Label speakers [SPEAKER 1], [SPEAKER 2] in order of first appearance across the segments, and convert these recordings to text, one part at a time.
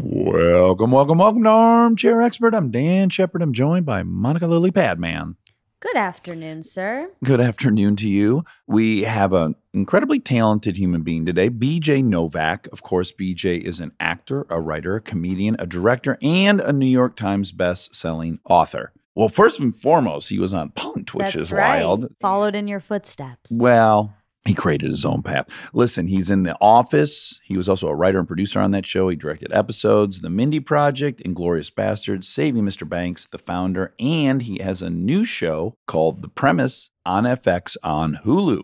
[SPEAKER 1] Welcome, welcome, welcome to Armchair Expert. I'm Dan Shepard. I'm joined by Monica Lily Padman.
[SPEAKER 2] Good afternoon, sir.
[SPEAKER 1] Good afternoon to you. We have an incredibly talented human being today, BJ Novak. Of course, BJ is an actor, a writer, a comedian, a director, and a New York Times best-selling author. Well, first and foremost, he was on Punked, which
[SPEAKER 2] That's
[SPEAKER 1] is
[SPEAKER 2] right.
[SPEAKER 1] wild.
[SPEAKER 2] Followed in your footsteps.
[SPEAKER 1] Well, he created his own path. Listen, he's in the office. He was also a writer and producer on that show. He directed episodes, The Mindy Project, Inglorious Bastards, Saving Mr. Banks, the founder, and he has a new show called The Premise on FX on Hulu.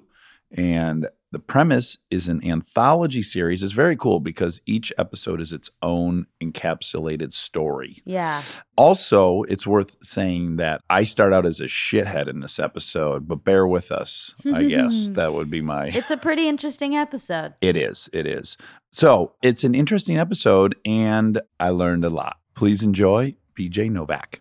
[SPEAKER 1] And The Premise is an anthology series. It's very cool because each episode is its own encapsulated story.
[SPEAKER 2] Yeah.
[SPEAKER 1] Also, it's worth saying that I start out as a shithead in this episode, but bear with us. I guess that would be my.
[SPEAKER 2] It's a pretty interesting episode.
[SPEAKER 1] It is. It is. So it's an interesting episode, and I learned a lot. Please enjoy PJ Novak.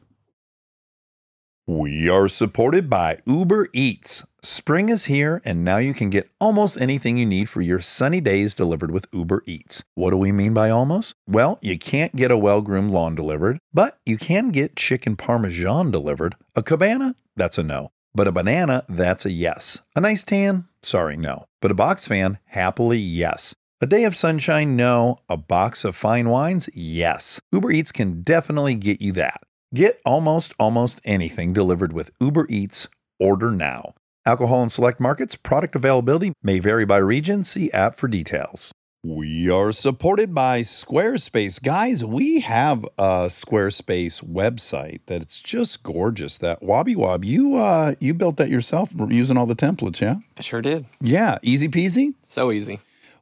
[SPEAKER 3] We are supported by Uber Eats. Spring is here, and now you can get almost anything you need for your sunny days delivered with Uber Eats. What do we mean by almost? Well, you can't get a well groomed lawn delivered, but you can get chicken parmesan delivered. A cabana? That's a no. But a banana? That's a yes. A nice tan? Sorry, no. But a box fan? Happily, yes. A day of sunshine? No. A box of fine wines? Yes. Uber Eats can definitely get you that. Get almost almost anything delivered with Uber Eats. Order now. Alcohol in select markets, product availability may vary by region. See app for details. We are supported by Squarespace. Guys, we have a Squarespace website that's just gorgeous. That Wobby Wob, you uh you built that yourself using all the templates, yeah?
[SPEAKER 4] I sure did.
[SPEAKER 3] Yeah, easy peasy.
[SPEAKER 4] So easy.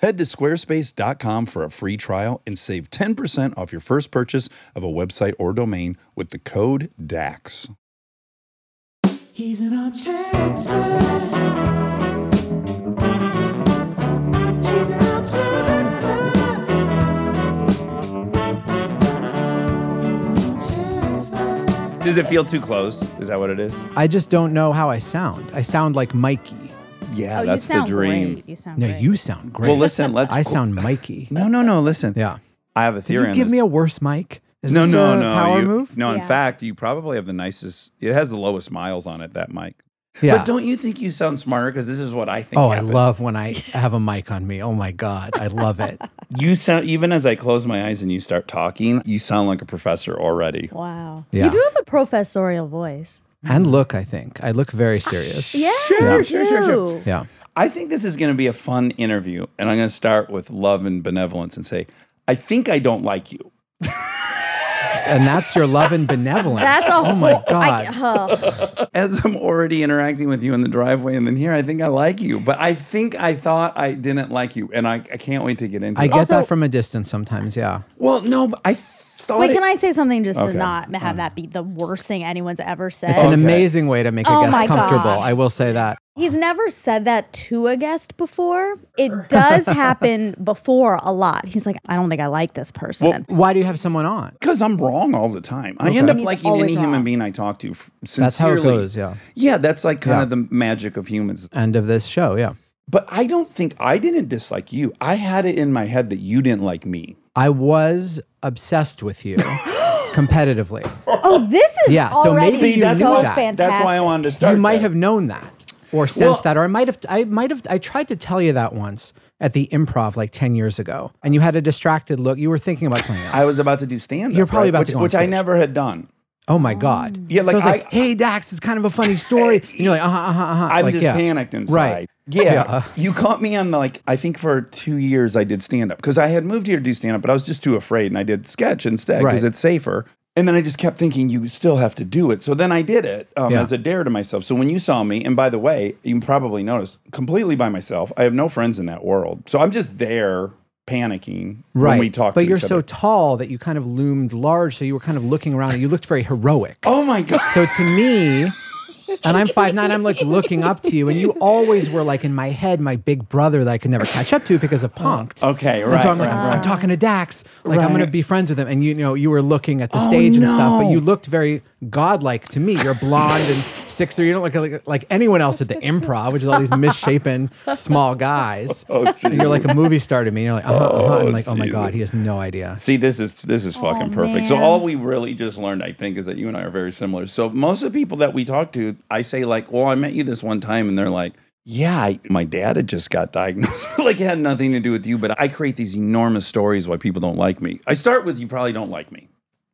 [SPEAKER 3] Head to squarespace.com for a free trial and save 10% off your first purchase of a website or domain with the code DAX.
[SPEAKER 5] He's an armchair expert. He's an armchair expert. He's an armchair expert.
[SPEAKER 6] Does it feel too close? Is that what it is?
[SPEAKER 7] I just don't know how I sound. I sound like Mikey.
[SPEAKER 6] Yeah,
[SPEAKER 2] oh,
[SPEAKER 6] that's
[SPEAKER 2] you sound
[SPEAKER 6] the dream.
[SPEAKER 2] great. You sound
[SPEAKER 7] No,
[SPEAKER 2] great.
[SPEAKER 7] you sound great.
[SPEAKER 6] Well, listen, let's.
[SPEAKER 7] I sound Mikey.
[SPEAKER 6] No, no, no. Listen.
[SPEAKER 7] Yeah.
[SPEAKER 6] I have a
[SPEAKER 7] Did
[SPEAKER 6] theory.
[SPEAKER 7] you
[SPEAKER 6] on
[SPEAKER 7] give
[SPEAKER 6] this.
[SPEAKER 7] me a worse mic? Is
[SPEAKER 6] No,
[SPEAKER 7] this
[SPEAKER 6] no,
[SPEAKER 7] a
[SPEAKER 6] no.
[SPEAKER 7] Power
[SPEAKER 6] you-
[SPEAKER 7] move?
[SPEAKER 6] No, in
[SPEAKER 2] Yeah.
[SPEAKER 6] fact, you probably have the nicest. It has the lowest miles on it. That mic.
[SPEAKER 7] Yeah.
[SPEAKER 6] But don't you think you sound smarter? Because this is what I think.
[SPEAKER 7] oh, I
[SPEAKER 6] happened.
[SPEAKER 7] love when I have a mic on me. Oh my god, I love it.
[SPEAKER 6] you sound even as I close my eyes and you start talking. You sound like a professor already.
[SPEAKER 2] Wow.
[SPEAKER 7] Yeah.
[SPEAKER 2] You do have a professorial voice.
[SPEAKER 7] and look, I think I look very serious.
[SPEAKER 2] Yeah.
[SPEAKER 6] Sure,
[SPEAKER 2] you
[SPEAKER 6] sure, sure, sure.
[SPEAKER 2] do.
[SPEAKER 7] Yeah.
[SPEAKER 6] I think this is going to be a fun interview, and I'm going to start with love and benevolence and say, I think I don't like you.
[SPEAKER 7] And that's your love and benevolence.
[SPEAKER 2] That's a
[SPEAKER 7] oh my
[SPEAKER 2] whole- I,
[SPEAKER 7] god.
[SPEAKER 2] ugh.
[SPEAKER 6] as I'm already interacting with you in the driveway and then here, I think I like you, but I think I thought I didn't like you, and I, I can't wait to get into
[SPEAKER 7] I
[SPEAKER 6] it. Oh,
[SPEAKER 7] get
[SPEAKER 2] Also-
[SPEAKER 7] that from a distance sometimes. Yeah.
[SPEAKER 6] well, no, but I thought.
[SPEAKER 2] Wait,
[SPEAKER 6] it-
[SPEAKER 2] can I say something just to
[SPEAKER 6] Okay.
[SPEAKER 2] not have that be the worst thing anyone's ever said?
[SPEAKER 7] Uh-huh. It's an amazing way to make a
[SPEAKER 2] Oh my
[SPEAKER 7] guest comfortable.
[SPEAKER 2] God.
[SPEAKER 7] I will say that.
[SPEAKER 2] He's never said that to a guest before. It does happen before a lot. He's like, I don't think I like this person.
[SPEAKER 7] Why do you have someone on?
[SPEAKER 6] Because I'm wrong all the time. I end up
[SPEAKER 2] He's
[SPEAKER 6] liking
[SPEAKER 2] always
[SPEAKER 6] any human
[SPEAKER 2] wrong.
[SPEAKER 6] being I talk to. f- Sincerely.
[SPEAKER 7] That's how it goes. Yeah.
[SPEAKER 6] Yeah, that's like kind
[SPEAKER 7] Yeah.
[SPEAKER 6] of the magic of humans.
[SPEAKER 7] End of this show. Yeah.
[SPEAKER 6] But I don't think I didn't dislike you. I had it in my head that you didn't like me.
[SPEAKER 7] I was obsessed with you competitively.
[SPEAKER 2] Oh, this is
[SPEAKER 7] Yeah, so
[SPEAKER 2] already
[SPEAKER 7] maybe you
[SPEAKER 2] so
[SPEAKER 7] knew that.
[SPEAKER 2] fantastic.
[SPEAKER 6] That's why I wanted to start.
[SPEAKER 7] You might
[SPEAKER 6] there.
[SPEAKER 7] have known that or sensed
[SPEAKER 6] Well-
[SPEAKER 7] that, or I might have, I might have, I tried to tell you that once at the improv like 10 years ago, and you had a distracted look. You were thinking about something else.
[SPEAKER 6] I was about to do stand up.
[SPEAKER 7] You're probably about
[SPEAKER 6] which,
[SPEAKER 7] to go on
[SPEAKER 6] Which I
[SPEAKER 7] stage.
[SPEAKER 6] never had done.
[SPEAKER 7] oh my God.
[SPEAKER 6] Yeah,
[SPEAKER 7] So
[SPEAKER 6] like,
[SPEAKER 7] I was like,
[SPEAKER 6] I-
[SPEAKER 7] hey, Dax, it's kind of a funny story. And you're like, uh huh, uh huh, uh huh.
[SPEAKER 6] I'm
[SPEAKER 7] like,
[SPEAKER 6] just
[SPEAKER 7] yeah.
[SPEAKER 6] panicked inside.
[SPEAKER 7] Right.
[SPEAKER 6] Yeah.
[SPEAKER 7] Yeah.
[SPEAKER 6] You caught me on the, like, I think for two years I did stand up because I had moved here to do stand up, but I was just too afraid and I did sketch instead because
[SPEAKER 7] Right.
[SPEAKER 6] it's safer. And then I just kept thinking, you still have to do it. So then I did it um,
[SPEAKER 7] Yeah.
[SPEAKER 6] as a dare to myself. So when you saw me, and by the way, you probably noticed, completely by myself, I have no friends in that world. So I'm just there
[SPEAKER 3] panicking
[SPEAKER 7] Right.
[SPEAKER 3] when we talked
[SPEAKER 7] but
[SPEAKER 3] to
[SPEAKER 7] you're
[SPEAKER 3] each
[SPEAKER 7] so
[SPEAKER 3] other.
[SPEAKER 7] tall that you kind of loomed large, so you were kind of looking around and you looked very heroic.
[SPEAKER 3] oh my god.
[SPEAKER 7] So to me, and I'm five nine, I'm like looking up to you, and you always were like in my head, my big brother that I could never catch up to because of punked.
[SPEAKER 3] Oh, Okay,
[SPEAKER 7] And
[SPEAKER 3] right.
[SPEAKER 7] so I'm like,
[SPEAKER 3] right,
[SPEAKER 7] I'm,
[SPEAKER 3] right.
[SPEAKER 7] I'm talking to Dax, like I'm gonna
[SPEAKER 3] Right.
[SPEAKER 7] be friends with him, and you know, you were looking at the
[SPEAKER 3] Oh,
[SPEAKER 7] stage and stuff, but
[SPEAKER 3] no.
[SPEAKER 7] you looked very godlike to me. You're blonde and six three. You don't look like like anyone else at the improv, which is all these misshapen small guys.
[SPEAKER 6] Oh,
[SPEAKER 7] and you're like a movie star to me. And you're like, uh-huh, uh-huh. I'm like, oh my god, he has no idea.
[SPEAKER 3] See, this is this is fucking perfect. So
[SPEAKER 2] Oh, man.
[SPEAKER 3] all we really just learned, I think, is that you and I are very similar. So most of the people that we talk to, I say like, "Well, I met you this one time," and they're like, "Yeah, I, my dad had just got diagnosed. like, it had nothing to do with you." But I create these enormous stories why people don't like me. I start with you probably don't like me.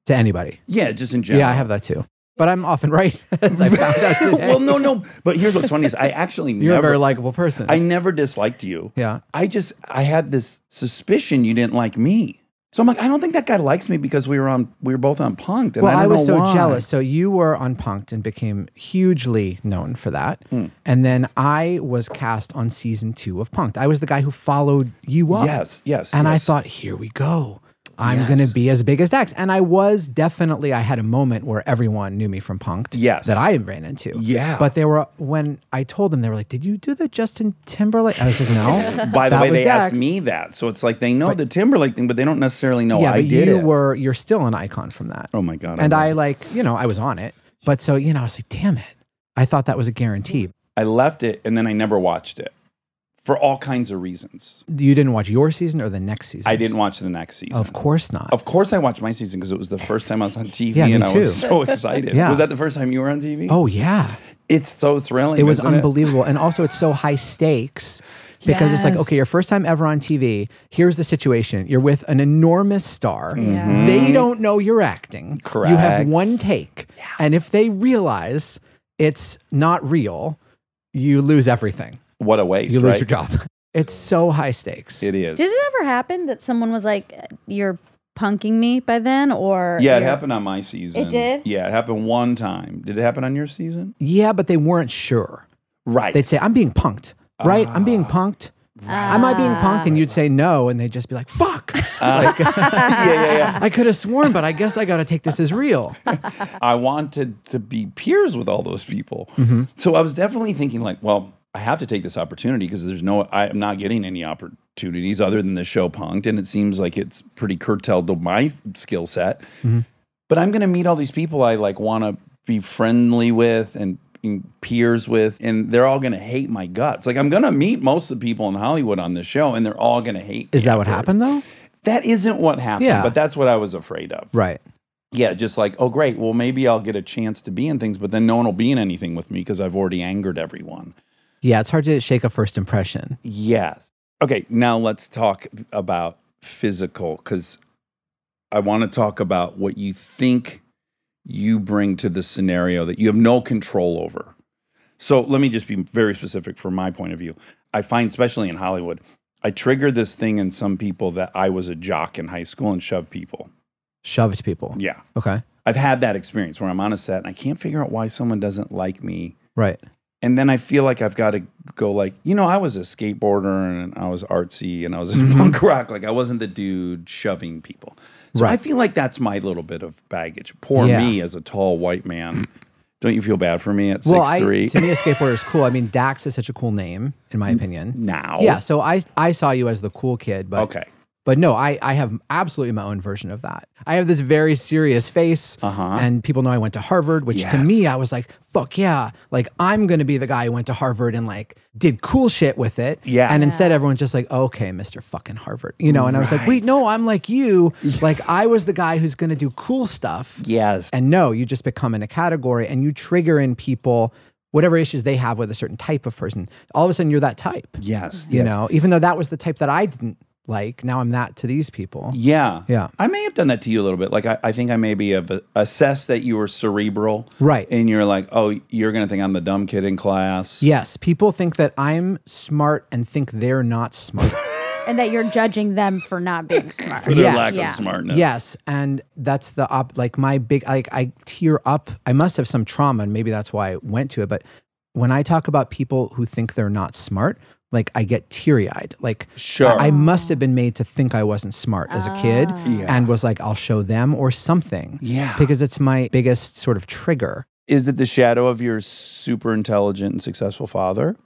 [SPEAKER 7] To anybody.
[SPEAKER 3] Yeah, just in general.
[SPEAKER 7] Yeah, I have that too. But I'm often right, as I found out today.
[SPEAKER 3] well, no, no. But here's what's funny is I actually
[SPEAKER 7] You're
[SPEAKER 3] never
[SPEAKER 7] a very likable person.
[SPEAKER 3] I never disliked you.
[SPEAKER 7] yeah.
[SPEAKER 3] I just I had this suspicion you didn't like me. So I'm like, I don't think that guy likes me because we were on we were both on punked. And
[SPEAKER 7] Well,
[SPEAKER 3] I,
[SPEAKER 7] I,
[SPEAKER 3] don't
[SPEAKER 7] was
[SPEAKER 3] know
[SPEAKER 7] so
[SPEAKER 3] why.
[SPEAKER 7] jealous. So you were on Punked and became hugely known for that.
[SPEAKER 3] Hmm.
[SPEAKER 7] And then I was cast on season two of Punked. I was the guy who followed you up.
[SPEAKER 3] Yes, yes.
[SPEAKER 7] And I
[SPEAKER 3] yes.
[SPEAKER 7] thought, here we go. I'm
[SPEAKER 3] Yes.
[SPEAKER 7] going to be as big as Dax. And I was definitely, I had a moment where everyone knew me from Punked
[SPEAKER 3] Yes.
[SPEAKER 7] that I ran into.
[SPEAKER 3] Yeah.
[SPEAKER 7] But they were, when I told them, they were like, did you do the Justin Timberlake? I was like, no.
[SPEAKER 3] By the
[SPEAKER 7] that
[SPEAKER 3] way,
[SPEAKER 7] was
[SPEAKER 3] they asked
[SPEAKER 7] Dax."
[SPEAKER 3] me that, so it's like they know the Timberlake thing, but they don't necessarily know
[SPEAKER 7] yeah,
[SPEAKER 3] I
[SPEAKER 7] but
[SPEAKER 3] did
[SPEAKER 7] you
[SPEAKER 3] it.
[SPEAKER 7] were, you're still an icon from that.
[SPEAKER 3] oh my god!
[SPEAKER 7] and
[SPEAKER 3] I,
[SPEAKER 7] I like, you know, I was on it. But so, you know, I was like, damn it. I thought that was a guarantee.
[SPEAKER 3] I left it, and then I never watched it for all kinds of reasons.
[SPEAKER 7] You didn't watch your season or the next season?
[SPEAKER 3] I didn't watch the next season.
[SPEAKER 7] Of course not.
[SPEAKER 3] Of course, I watched my season because it was the first time I was on TV,
[SPEAKER 7] Yeah, me
[SPEAKER 3] and I
[SPEAKER 7] too.
[SPEAKER 3] was so excited.
[SPEAKER 7] Yeah.
[SPEAKER 3] Was that the first time you were on TV?
[SPEAKER 7] oh, yeah.
[SPEAKER 3] it's so thrilling.
[SPEAKER 7] It was
[SPEAKER 3] isn't
[SPEAKER 7] unbelievable. And also, it's so high stakes because it's like,
[SPEAKER 3] Yes.
[SPEAKER 7] okay, your first time ever on TV. Here's the situation you're with an enormous star. They don't know you're acting. You have
[SPEAKER 3] Mm-hmm. Correct.
[SPEAKER 7] one take. And if they realize it's not real, you lose everything.
[SPEAKER 3] What a waste!
[SPEAKER 7] You lose
[SPEAKER 3] right?
[SPEAKER 7] your job. It's so high stakes.
[SPEAKER 3] It is.
[SPEAKER 2] Did it ever happen that someone was like, "You're punking me by then," or
[SPEAKER 3] Yeah, it
[SPEAKER 2] you're-
[SPEAKER 3] happened on my season.
[SPEAKER 2] It did?
[SPEAKER 3] Yeah, it happened one time. Did it happen on your season?
[SPEAKER 7] Yeah, but they weren't sure.
[SPEAKER 3] Right.
[SPEAKER 7] They'd say, I'm being punked, right? I'm
[SPEAKER 3] Ah.
[SPEAKER 7] being punked. Am I being punked? And you'd say no, and they'd just be like, fuck.
[SPEAKER 3] Ah. yeah, yeah, yeah.
[SPEAKER 7] I could have sworn, but I guess I got to take this as real.
[SPEAKER 3] I wanted to be peers with all those people.
[SPEAKER 7] Mm-hmm.
[SPEAKER 3] So I was definitely thinking, like, well, I have to take this opportunity because there's no, I am not getting any opportunities other than the show punked. And it seems like it's pretty curtailed to my skill set.
[SPEAKER 7] Mm-hmm.
[SPEAKER 3] But I'm going to meet all these people I like want to be friendly with and, and peers with, and they're all going to hate my guts. Like, I'm going to meet most of the people in Hollywood on this show, and they're all going to hate me
[SPEAKER 7] Is that what
[SPEAKER 3] afterwards.
[SPEAKER 7] happened though?
[SPEAKER 3] That isn't what happened,
[SPEAKER 7] Yeah.
[SPEAKER 3] but that's what I was afraid of.
[SPEAKER 7] Right.
[SPEAKER 3] Yeah, just like, oh, great. Well, maybe I'll get a chance to be in things, but then no one will be in anything with me because I've already angered everyone.
[SPEAKER 7] Yeah, it's hard to shake a first impression.
[SPEAKER 3] Yes. Okay, now let's talk about physical because I want to talk about what you think you bring to the scenario that you have no control over. So let me just be very specific from my point of view. I find, especially in Hollywood, I trigger this thing in some people that I was a jock in high school and shoved people.
[SPEAKER 7] Shoved people.
[SPEAKER 3] Yeah.
[SPEAKER 7] Okay.
[SPEAKER 3] I've had that experience where I'm on a set and I can't figure out why someone doesn't like me.
[SPEAKER 7] Right.
[SPEAKER 3] And then I feel like I've got to go like, you know, I was a skateboarder and I was artsy and I was in
[SPEAKER 7] Mm-hmm.
[SPEAKER 3] punk rock. Like I wasn't the dude shoving people. So I
[SPEAKER 7] Right.
[SPEAKER 3] feel like that's my little bit of baggage. Poor
[SPEAKER 7] Yeah.
[SPEAKER 3] me as a tall white man. Don't you feel bad for me at
[SPEAKER 7] well,
[SPEAKER 3] six
[SPEAKER 7] I,
[SPEAKER 3] three?
[SPEAKER 7] to me, a skateboarder is cool. I mean, Dax is such a cool name, in my opinion.
[SPEAKER 3] now.
[SPEAKER 7] Yeah. So I, I saw you as the cool kid, but
[SPEAKER 3] Okay.
[SPEAKER 7] But no, I, I have absolutely my own version of that. I have this very serious face,
[SPEAKER 3] Uh-huh.
[SPEAKER 7] and people know I went to Harvard, which to
[SPEAKER 3] Yes.
[SPEAKER 7] me, I was like, fuck yeah. Like, I'm going to be the guy who went to Harvard and like did cool shit with it.
[SPEAKER 3] Yeah.
[SPEAKER 7] And instead, everyone's just like, okay, Mr. fucking Harvard, you know? And I was like, wait, no, I'm like you. Like, I was the guy who's going to do cool stuff.
[SPEAKER 3] Yes.
[SPEAKER 7] And no, you just become in a category and you trigger in people whatever issues they have with a certain type of person. All of a sudden, you're that type
[SPEAKER 3] Yes.
[SPEAKER 7] you
[SPEAKER 3] yes.
[SPEAKER 7] know even though that was the type that i didn't like now i'm that to these people
[SPEAKER 3] Yeah.
[SPEAKER 7] Yeah.
[SPEAKER 3] I may have done that to you a little bit. Like, I, I think I maybe have assessed that you were cerebral.
[SPEAKER 7] Right.
[SPEAKER 3] And you're like, oh, you're going to think I'm the dumb kid in class.
[SPEAKER 7] yes people think that i'm smart and think they're not smart
[SPEAKER 2] and that you're judging them for not being smart?
[SPEAKER 3] For their
[SPEAKER 7] Yes.
[SPEAKER 3] lack
[SPEAKER 2] Yeah.
[SPEAKER 3] of smartness.
[SPEAKER 7] yes and that's the op like my big like i tear up i must have some trauma and maybe that's why i went to it but when i talk about people who think they're not smart like I get teary eyed. Like
[SPEAKER 6] Sure.
[SPEAKER 7] I, I must have been made to think I wasn't smart as a kid, and was like, I'll show them or something.
[SPEAKER 6] Yeah.
[SPEAKER 7] because it's my biggest sort of trigger.
[SPEAKER 6] Is it the shadow of your super intelligent and successful father?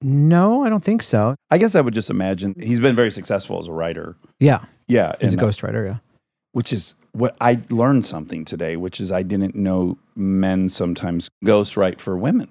[SPEAKER 7] No, I don't think so.
[SPEAKER 6] I guess I would just imagine he's been very successful as a writer.
[SPEAKER 7] Yeah,
[SPEAKER 6] Yeah.
[SPEAKER 7] he's
[SPEAKER 6] and, uh,
[SPEAKER 7] a ghostwriter. Yeah.
[SPEAKER 6] Which is what I learned something today, which is I didn't know men sometimes ghostwrite for women.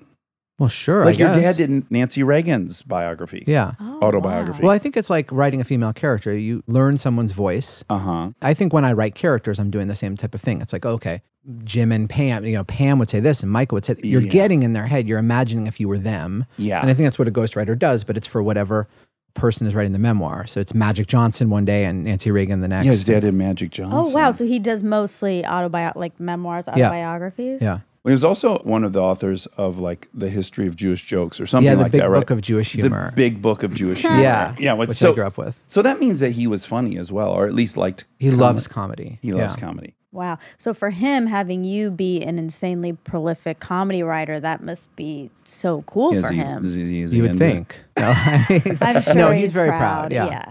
[SPEAKER 7] Well, sure. I
[SPEAKER 6] like your
[SPEAKER 7] guess.
[SPEAKER 6] dad did in Nancy Reagan's biography.
[SPEAKER 7] Yeah.
[SPEAKER 2] Oh,
[SPEAKER 6] Autobiography.
[SPEAKER 7] Well, I think it's like writing a female character. You learn someone's voice.
[SPEAKER 6] Uh huh.
[SPEAKER 7] I think when I write characters, I'm doing the same type of thing. It's like, okay, Jim and Pam, you know, Pam would say this and Michael would say, you're
[SPEAKER 6] Yeah.
[SPEAKER 7] getting in their head, you're imagining if you were them.
[SPEAKER 6] Yeah.
[SPEAKER 7] And I think that's what a ghostwriter does, but it's for whatever person is writing the memoir. So it's Magic Johnson one day and Nancy Reagan the next.
[SPEAKER 6] yeah, his dad did Magic Johnson.
[SPEAKER 2] Oh wow! So he does mostly autobi like memoirs, autobiographies.
[SPEAKER 7] Yeah.
[SPEAKER 6] He was also one of the authors of like the history of Jewish jokes or something
[SPEAKER 7] Yeah, the
[SPEAKER 6] like
[SPEAKER 7] big
[SPEAKER 6] that, right?
[SPEAKER 7] book of Jewish humor.
[SPEAKER 6] The big book of Jewish humor.
[SPEAKER 7] yeah.
[SPEAKER 6] Yeah.
[SPEAKER 7] Which,
[SPEAKER 6] Which,
[SPEAKER 7] I
[SPEAKER 6] so,
[SPEAKER 7] grew up with.
[SPEAKER 6] so that means that he was funny as well, or at least liked.
[SPEAKER 7] He
[SPEAKER 6] comedy.
[SPEAKER 7] loves comedy.
[SPEAKER 6] He loves
[SPEAKER 7] Yeah.
[SPEAKER 6] comedy.
[SPEAKER 2] Wow. So for him, having you be an insanely prolific comedy writer, that must be so cool
[SPEAKER 6] Is
[SPEAKER 2] for
[SPEAKER 6] he-
[SPEAKER 2] him.
[SPEAKER 6] is he- is he
[SPEAKER 7] You would
[SPEAKER 6] into it?
[SPEAKER 7] think. No, I mean-
[SPEAKER 2] I'm sure
[SPEAKER 7] no,
[SPEAKER 2] he's,
[SPEAKER 7] he's, very proud.
[SPEAKER 2] proud.
[SPEAKER 7] Yeah.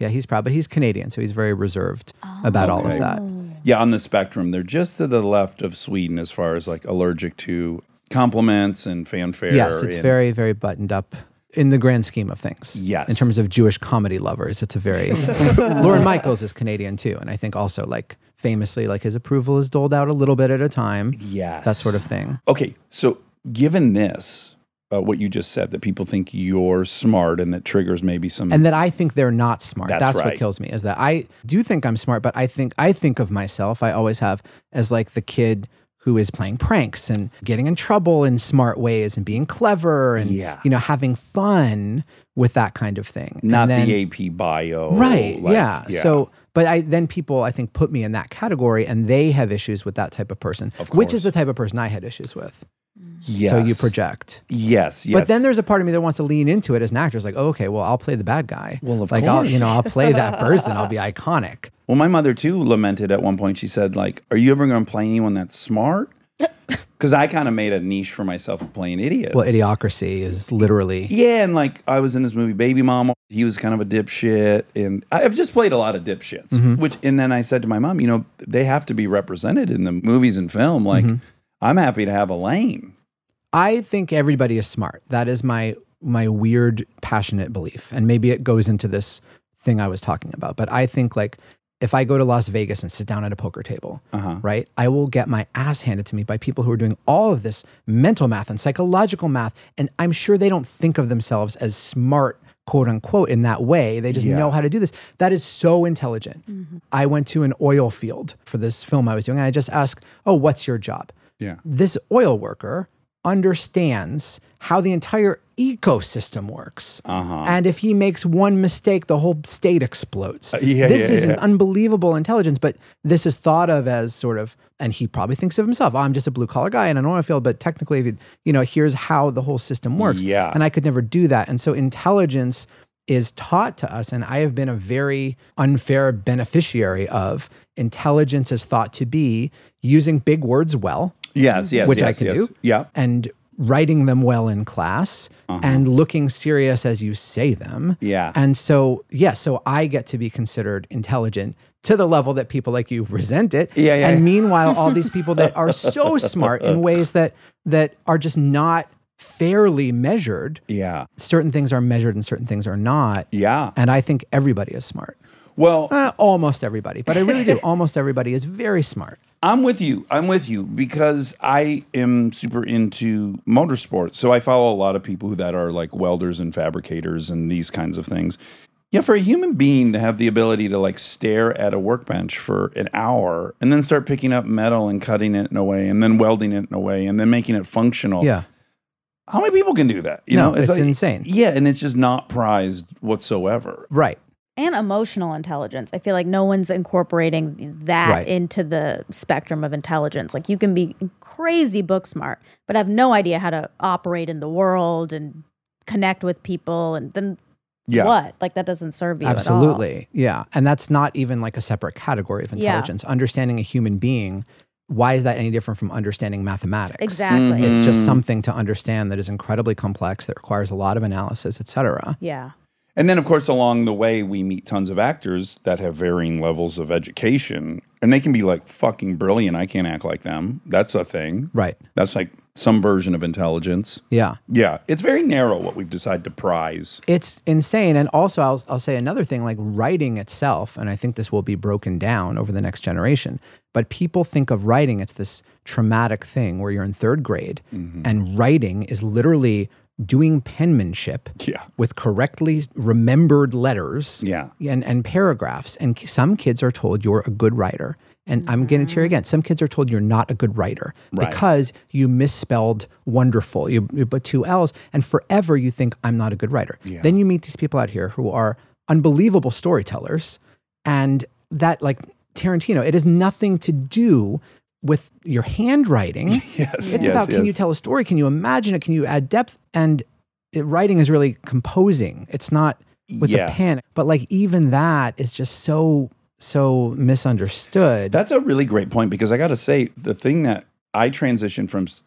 [SPEAKER 7] Yeah, he's proud, but he's Canadian, so he's very reserved about all of
[SPEAKER 6] Okay.
[SPEAKER 7] that.
[SPEAKER 6] Yeah, on the spectrum, they're just to the left of Sweden as far as like allergic to compliments and fanfare.
[SPEAKER 7] Yes, it's
[SPEAKER 6] and-
[SPEAKER 7] very, very buttoned up in the grand scheme of things.
[SPEAKER 6] Yes.
[SPEAKER 7] In terms of Jewish comedy lovers, it's a very. Lauren Michaels is Canadian too. And I think also, like, famously, like, his approval is doled out a little bit at a time.
[SPEAKER 6] Yes.
[SPEAKER 7] That sort of thing.
[SPEAKER 6] Okay, so given this, uh, what you just said, that people think you're smart and that triggers maybe some.
[SPEAKER 7] And that I think they're not smart.
[SPEAKER 6] That's
[SPEAKER 7] That's,
[SPEAKER 6] right.
[SPEAKER 7] what kills me is that I do think I'm smart, but I think I think of myself, I always have as like the kid who is playing pranks and getting in trouble in smart ways and being clever and
[SPEAKER 6] Yeah.
[SPEAKER 7] you know having fun with that kind of thing. And
[SPEAKER 6] not
[SPEAKER 7] then-
[SPEAKER 6] the AP bio.
[SPEAKER 7] right
[SPEAKER 6] like,
[SPEAKER 7] yeah. so but i then people i think put me in that category and they have issues with that type of person
[SPEAKER 6] Of
[SPEAKER 7] which is
[SPEAKER 6] course.
[SPEAKER 7] the type of person i had issues with
[SPEAKER 6] yes.
[SPEAKER 7] so you project
[SPEAKER 6] Yes, yes.
[SPEAKER 7] but then there's a part of me that wants to lean into it as an actor it's like oh, okay well i'll play the bad guy
[SPEAKER 6] Well, of
[SPEAKER 7] like I'll,
[SPEAKER 6] course.
[SPEAKER 7] you know i'll play that person i'll be iconic
[SPEAKER 6] Well, my mother too lamented at one point. She said, "Like, are you ever going to play anyone that's smart?" Because I kind of made a niche for myself of playing idiots.
[SPEAKER 7] well idiocracy is literally
[SPEAKER 6] Yeah, and like I was in this movie Baby Mama. He was kind of a dipshit, and I- I've just played a lot of dipshits.
[SPEAKER 7] Mm-hmm.
[SPEAKER 6] Which, and then I said to my mom, you know, they have to be represented in the movies and film. Like,
[SPEAKER 7] Mm-hmm.
[SPEAKER 6] I'm happy to have a lane.
[SPEAKER 7] I think everybody is smart. That is my my weird passionate belief. And maybe it goes into this thing I was talking about, but I think like if I go to Las Vegas and sit down at a poker table, right? I will get my ass handed to me by people who are doing all of this mental math and psychological math and I'm sure they don't think of themselves as smart quote unquote in that way. They just know how to do this. That is so intelligent. I went to an oil field for this film I was doing and I just asked, "Oh, what's your job?"
[SPEAKER 6] Yeah.
[SPEAKER 7] this oil worker understands how the entire ecosystem works.
[SPEAKER 6] Uh-huh.
[SPEAKER 7] And if he makes one mistake, the whole state explodes.
[SPEAKER 6] Uh, yeah,
[SPEAKER 7] this
[SPEAKER 6] yeah,
[SPEAKER 7] is
[SPEAKER 6] yeah.
[SPEAKER 7] an unbelievable intelligence, but this is thought of as sort of, and he probably thinks of himself, "Oh, I'm just a blue collar guy in an oil field, but technically, you know, here's how the whole system works.
[SPEAKER 6] Yeah.
[SPEAKER 7] And I could never do that. And so intelligence is taught to us. And I have been a very unfair beneficiary of intelligence is thought to be using big words well
[SPEAKER 6] Yes, yes,
[SPEAKER 7] which I
[SPEAKER 6] yes,
[SPEAKER 7] can
[SPEAKER 6] yes.
[SPEAKER 7] do.
[SPEAKER 6] Yeah, Uh-huh.
[SPEAKER 7] and writing them well in class and looking serious as you say them.
[SPEAKER 6] Yeah.
[SPEAKER 7] And so, yeah, so I get to be considered intelligent to the level that people like you resent it.
[SPEAKER 6] Yeah, yeah,
[SPEAKER 7] And
[SPEAKER 6] yeah.
[SPEAKER 7] meanwhile, all these people that are so smart in ways that that are just not fairly measured.
[SPEAKER 6] yeah,
[SPEAKER 7] Certain things are measured and certain things are not.
[SPEAKER 6] yeah.
[SPEAKER 7] And I think everybody is smart.
[SPEAKER 6] Well,
[SPEAKER 7] Uh, almost everybody, but I really do. Almost everybody is very smart.
[SPEAKER 6] I'm with you. I'm with you because I am super into motorsports. So I follow a lot of people that are like welders and fabricators and these kinds of things. Yeah, for a human being to have the ability to like stare at a workbench for an hour and then start picking up metal and cutting it in a way and then welding it in a way and then making it functional.
[SPEAKER 7] Yeah.
[SPEAKER 6] How many people can do that? You
[SPEAKER 7] No,
[SPEAKER 6] know,
[SPEAKER 7] it's insane.
[SPEAKER 6] Yeah, and it's just not prized whatsoever.
[SPEAKER 7] Right.
[SPEAKER 2] And emotional intelligence. I feel like no one's incorporating that
[SPEAKER 7] Right.
[SPEAKER 2] into the spectrum of intelligence. Like you can be crazy book smart, but have no idea how to operate in the world and connect with people, and then
[SPEAKER 6] Yeah.
[SPEAKER 2] what? Like that doesn't serve you
[SPEAKER 7] absolutely yeah and that's not even like a separate category of
[SPEAKER 2] Yeah.
[SPEAKER 7] intelligence understanding a human being why is that any different from understanding mathematics?
[SPEAKER 2] Exactly.
[SPEAKER 7] It's just something to understand that is incredibly complex, that requires a lot of analysis, et cetera.
[SPEAKER 2] Yeah.
[SPEAKER 6] And then, of course, along the way, we meet tons of actors that have varying levels of education, and they can be like fucking brilliant. I can't act like them. That's a thing.
[SPEAKER 7] Right.
[SPEAKER 6] That's like some version of intelligence.
[SPEAKER 7] Yeah.
[SPEAKER 6] Yeah, it's very narrow what we've decided to prize.
[SPEAKER 7] It's insane. And also, I'll, I'll say another thing like writing itself, and I think this will be broken down over the next generation, but people think of writing, it's this traumatic thing where you're in third grade and writing is literally doing penmanship
[SPEAKER 6] Yeah.
[SPEAKER 7] with correctly remembered letters
[SPEAKER 6] Yeah.
[SPEAKER 7] and, and paragraphs. And k- some kids are told you're a good writer. And I'm getting to here again. Some kids are told you're not a good writer because you misspelled wonderful, you, you put two L's, and forever you think I'm not a good writer. Then you meet these people out here who are unbelievable storytellers. And that, like Tarantino, it has nothing to do with your handwriting.
[SPEAKER 6] Yes.
[SPEAKER 7] It's
[SPEAKER 6] yes,
[SPEAKER 7] about
[SPEAKER 6] yes.
[SPEAKER 7] can you tell a story? Can you imagine it? Can you add depth? And it, writing is really composing. It's not with
[SPEAKER 6] Yeah.
[SPEAKER 7] a pen. But like even that is just so so misunderstood.
[SPEAKER 6] That's a really great point because I got to say, the thing that I transitioned from s-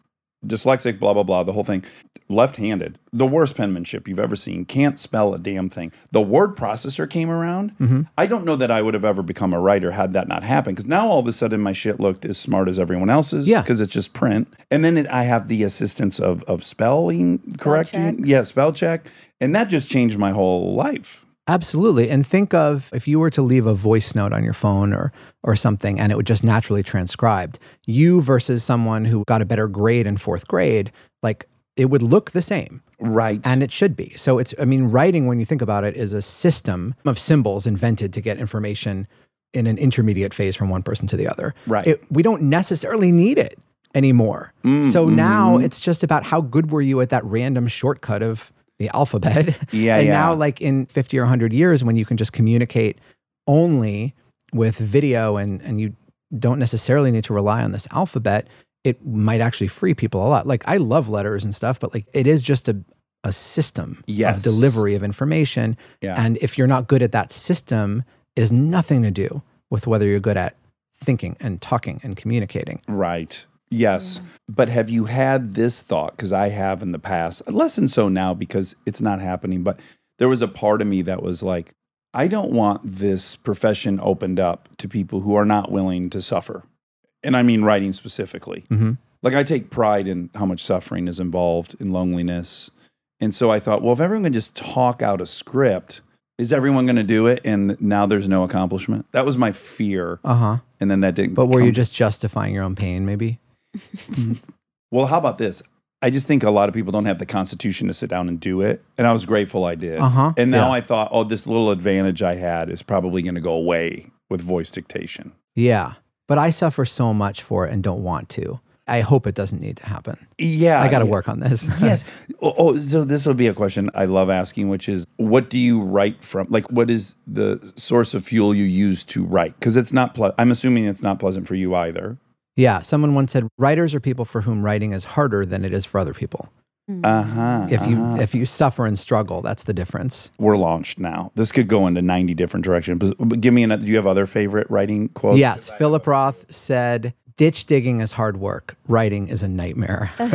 [SPEAKER 6] dyslexic, blah, blah, blah, the whole thing, left handed, the worst penmanship you've ever seen, can't spell a damn thing. The word processor came around. I don't know that I would have ever become a writer had that not happened because now all of a sudden my shit looked as smart as everyone else's
[SPEAKER 7] Yeah.
[SPEAKER 6] because it's just print. And then it, I have the assistance of, of spelling, correcting.
[SPEAKER 2] check.
[SPEAKER 6] Yeah, spell check. And that just changed my whole life.
[SPEAKER 7] Absolutely. And think of if you were to leave a voice note on your phone or or something and it would just naturally transcribed, you versus someone who got a better grade in fourth grade, like it would look the same.
[SPEAKER 6] Right.
[SPEAKER 7] And it should be. So it's, I mean, writing, when you think about it, is a system of symbols invented to get information in an intermediate phase from one person to the other.
[SPEAKER 6] Right.
[SPEAKER 7] It, we don't necessarily need it anymore.
[SPEAKER 6] Mm,
[SPEAKER 7] so
[SPEAKER 6] mm-hmm.
[SPEAKER 7] now it's just about how good were you at that random shortcut of the alphabet.
[SPEAKER 6] Yeah,
[SPEAKER 7] and
[SPEAKER 6] yeah.
[SPEAKER 7] now, like in 50 or 100 years, when you can just communicate only with video and, and you don't necessarily need to rely on this alphabet, it might actually free people a lot. Like I love letters and stuff, but like it is just a a system
[SPEAKER 6] Yes.
[SPEAKER 7] of delivery of information.
[SPEAKER 6] Yeah.
[SPEAKER 7] And if you're not good at that system, it has nothing to do with whether you're good at thinking and talking and communicating.
[SPEAKER 6] Right. Yes. But have you had this thought? Because I have in the past, less and so now because it's not happening. But there was a part of me that was like, I don't want this profession opened up to people who are not willing to suffer. And I mean writing specifically.
[SPEAKER 7] Mhm.
[SPEAKER 6] Like I take pride in how much suffering is involved in loneliness. And so I thought, well, if everyone can just talk out a script, is everyone going to do it? And now there's no accomplishment. That was my fear.
[SPEAKER 7] Uh huh.
[SPEAKER 6] And then that didn't
[SPEAKER 7] But were you
[SPEAKER 6] come-
[SPEAKER 7] just justifying your own pain, maybe?
[SPEAKER 6] Well, how about this? I just think a lot of people don't have the constitution to sit down and do it. And I was grateful I did.
[SPEAKER 7] Uh-huh.
[SPEAKER 6] And now
[SPEAKER 7] Yeah.
[SPEAKER 6] I thought, oh, this little advantage I had is probably going to go away with voice dictation.
[SPEAKER 7] Yeah. But I suffer so much for it and don't want to. I hope it doesn't need to happen.
[SPEAKER 6] Yeah.
[SPEAKER 7] I got to
[SPEAKER 6] Uh, yeah.
[SPEAKER 7] work on this.
[SPEAKER 6] yes. Oh, oh, so this would be a question I love asking, which is what do you write from? Like, what is the source of fuel you use to write? Because it's not, ple- I'm assuming it's not pleasant for you either.
[SPEAKER 7] yeah. Someone once said writers are people for whom writing is harder than it is for other people.
[SPEAKER 6] Uh huh.
[SPEAKER 7] If you if you suffer and struggle, that's the difference.
[SPEAKER 6] We're launched now. This could go into 90 different directions. But, but give me another. Do you have other favorite writing quotes?
[SPEAKER 7] yes, Philip Roth said, "Ditch digging is hard work. Writing is a nightmare." Such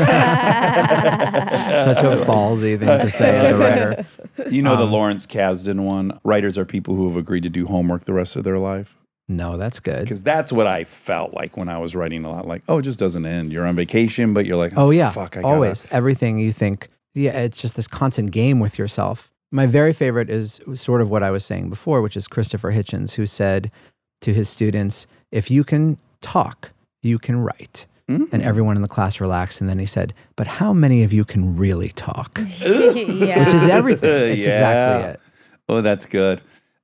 [SPEAKER 7] a ballsy thing to say as a writer.
[SPEAKER 6] You know the
[SPEAKER 7] Um,
[SPEAKER 6] Lawrence Kasdan one. Writers are people who have agreed to do homework the rest of their life.
[SPEAKER 7] No, that's good.
[SPEAKER 6] Because that's what I felt like when I was writing a lot. Like, oh, it just doesn't end. You're on vacation, but you're like,
[SPEAKER 7] Oh yeah,
[SPEAKER 6] fuck, I gotta-
[SPEAKER 7] always everything you think. Yeah, it's just this constant game with yourself. My very favorite is sort of what I was saying before, which is Christopher Hitchens, who said to his students, "If you can talk, you can write."
[SPEAKER 6] Hmm?
[SPEAKER 7] And everyone in the class relaxed, and then he said, "But how many of you can really talk?"
[SPEAKER 2] yeah.
[SPEAKER 7] Which is everything. It's
[SPEAKER 6] Yeah.
[SPEAKER 7] exactly it.
[SPEAKER 6] Oh, that's good.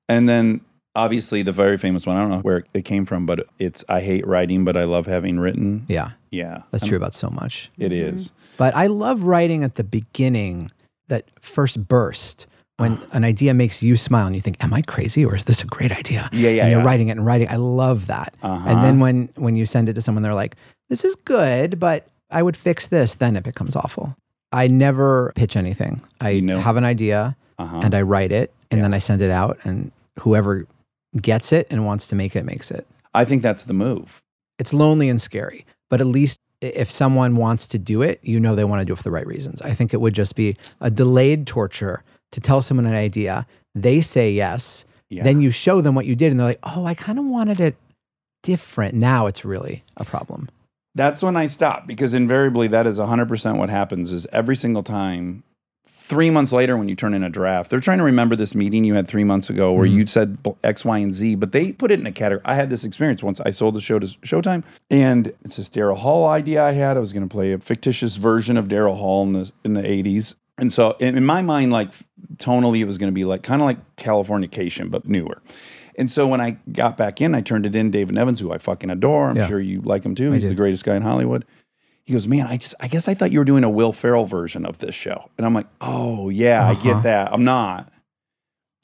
[SPEAKER 6] And then obviously the very famous one. I don't know where it came from, but it's I hate writing, but I love having written.
[SPEAKER 7] Yeah,
[SPEAKER 6] Yeah,
[SPEAKER 7] that's true about so much.
[SPEAKER 6] it is.
[SPEAKER 7] But I love writing at the beginning, that first burst when an idea makes you smile and you think, "Am I crazy or is this a great idea?"
[SPEAKER 6] Yeah, yeah,
[SPEAKER 7] And you're
[SPEAKER 6] yeah. Uh-huh.
[SPEAKER 7] writing it and writing. I love that. And then when when you send it to someone, they're like, "This is good, but I would fix this." Then it becomes awful. I never pitch anything. I
[SPEAKER 6] You know-
[SPEAKER 7] have an idea
[SPEAKER 6] Uh-huh.
[SPEAKER 7] and I write it and then I send it out, and whoever gets it and wants to make it makes it.
[SPEAKER 6] I think that's the move.
[SPEAKER 7] It's lonely and scary, but at least i- if someone wants to do it, you know they want to do it for the right reasons. I think it would just be a delayed torture to tell someone an idea. They say yes, then you show them what you did, and they're like, "Oh, I kind of wanted it different." Now it's really a problem.
[SPEAKER 6] That's when I stop because invariably that is 100% what happens is every single time 3 months later when you turn in a draft they're trying to remember this meeting you had 3 months ago where
[SPEAKER 7] Mm-hmm.
[SPEAKER 6] you said bl- x y and z but they put it in a category. I had this experience once I sold the show to Showtime and it's this Daryl Hall idea I had I was going to play a fictitious version of Daryl Hall in the in the 80s and so in, in my mind like tonally it was going to be like kind of like Californication but newer. And so when I got back in, I turned it in David Evans, who I fucking adore. I'm
[SPEAKER 7] Yeah.
[SPEAKER 6] sure you like him too. He's
[SPEAKER 7] do.
[SPEAKER 6] the greatest guy in Hollywood. He goes, man, I just, I guess I thought you were doing a Will Ferrell version of this show, and I'm like, oh yeah, I
[SPEAKER 7] Uh-huh.
[SPEAKER 6] get that. I'm not.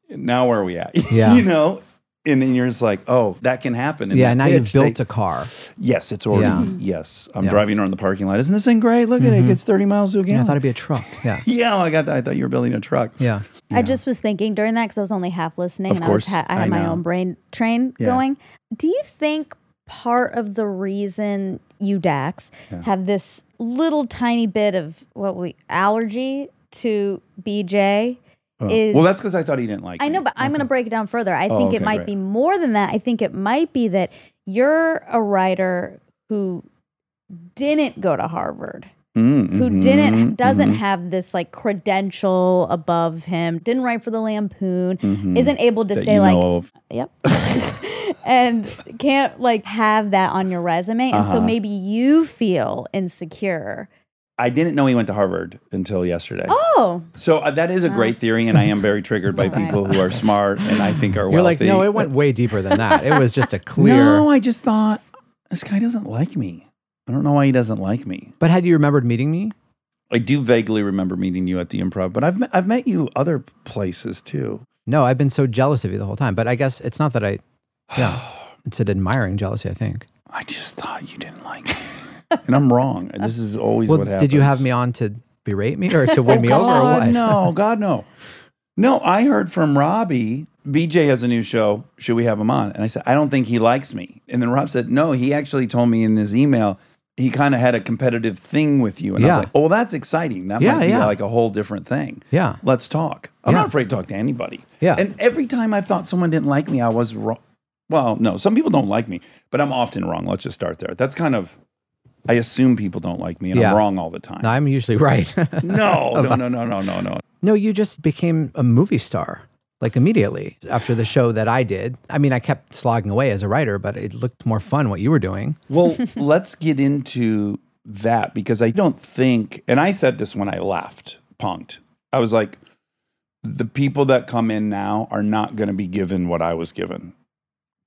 [SPEAKER 6] Now where are we at?
[SPEAKER 7] Yeah.
[SPEAKER 6] you know. And then you're just like, oh, that can happen. And
[SPEAKER 7] yeah,
[SPEAKER 6] that
[SPEAKER 7] now you've
[SPEAKER 6] pitch, they-
[SPEAKER 7] built a car.
[SPEAKER 6] Yes, it's already.
[SPEAKER 7] Yeah.
[SPEAKER 6] Yes, I'm
[SPEAKER 7] Yeah. Mm-hmm.
[SPEAKER 6] driving around the parking lot. Isn't this thing great? Look at it. It gets 30 miles to a
[SPEAKER 7] Yeah, I
[SPEAKER 6] gallon.
[SPEAKER 7] thought it'd be a truck. Yeah,
[SPEAKER 6] Yeah, I got that. I thought you were building a truck.
[SPEAKER 7] yeah.
[SPEAKER 2] I just was thinking during that because I was only half listening
[SPEAKER 6] Of
[SPEAKER 2] and I, was
[SPEAKER 6] course,
[SPEAKER 2] ha- I had
[SPEAKER 6] I
[SPEAKER 2] my
[SPEAKER 6] know.
[SPEAKER 2] own brain train
[SPEAKER 6] Yeah.
[SPEAKER 2] going. Do you think part of the reason you Dax have this little tiny bit of what we allergy to BJ is
[SPEAKER 6] Oh. well, that's because I thought he didn't like.
[SPEAKER 2] I
[SPEAKER 6] me.
[SPEAKER 2] know, but I'm going to break it down further. I
[SPEAKER 6] Oh,
[SPEAKER 2] think it
[SPEAKER 6] okay,
[SPEAKER 2] might
[SPEAKER 6] great.
[SPEAKER 2] be more than that. I think it might be that you're a writer who didn't go to Harvard,
[SPEAKER 6] Mm,
[SPEAKER 2] who
[SPEAKER 6] mhm,
[SPEAKER 2] didn't doesn't
[SPEAKER 6] mhm,
[SPEAKER 2] have this like credential above him, didn't write for the Lampoon,
[SPEAKER 6] mhm.
[SPEAKER 2] isn't able to
[SPEAKER 6] That
[SPEAKER 2] say
[SPEAKER 6] you
[SPEAKER 2] like,
[SPEAKER 6] know of.
[SPEAKER 2] yep, and can't like have that on your resume, and so
[SPEAKER 6] Uh-huh.
[SPEAKER 2] maybe you feel insecure.
[SPEAKER 6] I didn't know he went to Harvard until yesterday.
[SPEAKER 2] Oh,
[SPEAKER 6] So uh, that is a great theory, and I am very triggered by
[SPEAKER 2] All right.
[SPEAKER 6] people who are smart and I think are
[SPEAKER 7] You're like,
[SPEAKER 6] wealthy.
[SPEAKER 7] no, it went way deeper than that. It was just a clear.
[SPEAKER 6] No, I just thought this guy doesn't like me. I don't know why he doesn't like me.
[SPEAKER 7] But had you remembered meeting me?
[SPEAKER 6] I do vaguely remember meeting you at the improv, but I've met, I've met you other places too.
[SPEAKER 7] No, I've been so jealous of you the whole time. But I guess it's not that I. Yeah, it's an admiring jealousy. I think.
[SPEAKER 6] I just thought you didn't like me, and I'm wrong. This is always
[SPEAKER 7] Well,
[SPEAKER 6] what happens.
[SPEAKER 7] did you have me on to berate me or to win me over or
[SPEAKER 6] Oh, God,
[SPEAKER 7] what?
[SPEAKER 6] no, God, no. No, I heard from Robbie. BJ has a new show. Should we have him on? And I said, I don't think he likes me. And then Rob said, No, he actually told me in his email he kind of had a competitive thing with you. And I was
[SPEAKER 7] Yeah.
[SPEAKER 6] like, Oh, well, that's exciting. That
[SPEAKER 7] Yeah,
[SPEAKER 6] might be
[SPEAKER 7] yeah.
[SPEAKER 6] like a whole different thing.
[SPEAKER 7] Yeah.
[SPEAKER 6] Let's talk. I'm
[SPEAKER 7] Yeah.
[SPEAKER 6] not afraid to talk to anybody.
[SPEAKER 7] Yeah.
[SPEAKER 6] And every time I thought someone didn't like me, I was wrong. Well, no, some people don't like me, but I'm often wrong. Let's just start there. That's kind of, I assume people don't like me and
[SPEAKER 7] Yeah.
[SPEAKER 6] I'm wrong all the time.
[SPEAKER 7] No, I'm usually right.
[SPEAKER 6] No, no, no, no, no, no, no.
[SPEAKER 7] no, you just became a movie star like immediately after the show that I did. I mean, I kept slogging away as a writer, but it looked more fun what you were doing.
[SPEAKER 6] Well, let's get into that because I don't think, and I said this when I left Punked. I was like, the people that come in now are not going to be given what I was given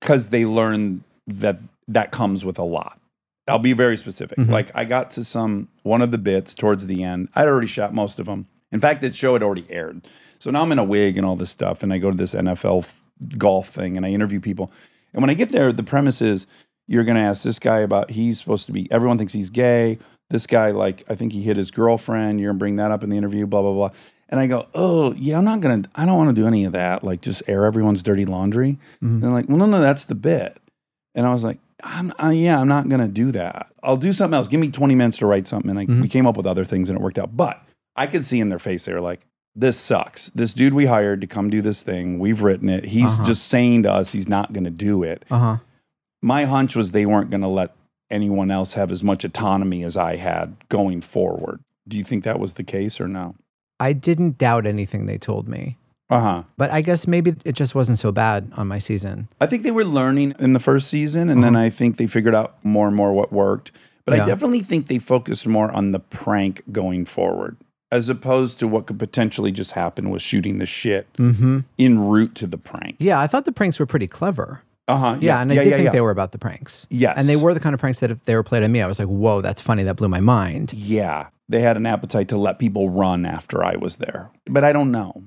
[SPEAKER 6] because they learn that that comes with a lot. I'll be very specific. Like, I got to some one of the bits towards the end. I'd already shot most of them. In fact, that show had already aired. So now I'm in a wig and all this stuff, and I go to this NFL f- golf thing and I interview people. And when I get there, the premise is you're going to ask this guy about he's supposed to be, everyone thinks he's gay. This guy, like, I think he hit his girlfriend. You're going to bring that up in the interview, blah, blah, blah. And I go, oh, yeah, I'm not going to, I don't want to do any of that. Like, just air everyone's dirty laundry. And they're like, well, no, no, that's the bit. And I was like, I'm, uh, yeah, I'm not going to do that. I'll do something else. Give me 20 minutes to write something. And I, we came up with other things and it worked out. But I could see in their face, they were like, this sucks. This dude we hired to come do this thing, we've written it. He's
[SPEAKER 7] Uh-huh.
[SPEAKER 6] just saying to us he's not going to do it
[SPEAKER 7] Uh huh.
[SPEAKER 6] my hunch was they weren't going to let anyone else have as much autonomy as I had going forward. Do you think that was the case or no?
[SPEAKER 7] I didn't doubt anything they told me,
[SPEAKER 6] Uh huh.
[SPEAKER 7] but I guess maybe it just wasn't so bad on my season.
[SPEAKER 6] I think they were learning in the first season, and then I think they figured out more and more what worked. But
[SPEAKER 7] Uh-huh. Yeah.
[SPEAKER 6] I definitely think they focused more on the prank going forward, as opposed to what could potentially just happen with shooting the shit
[SPEAKER 7] Mm-hmm.
[SPEAKER 6] en route to the prank.
[SPEAKER 7] Yeah, I thought the pranks were pretty clever.
[SPEAKER 6] Uh huh.
[SPEAKER 7] Uh-huh, Yeah, and I did think they were about the pranks.
[SPEAKER 6] Yes.
[SPEAKER 7] And they were the kind of pranks that if they were played on me, I was like, whoa, that's funny. That blew my mind.
[SPEAKER 6] Yeah, they had an appetite to let people run after I was there, but I don't know.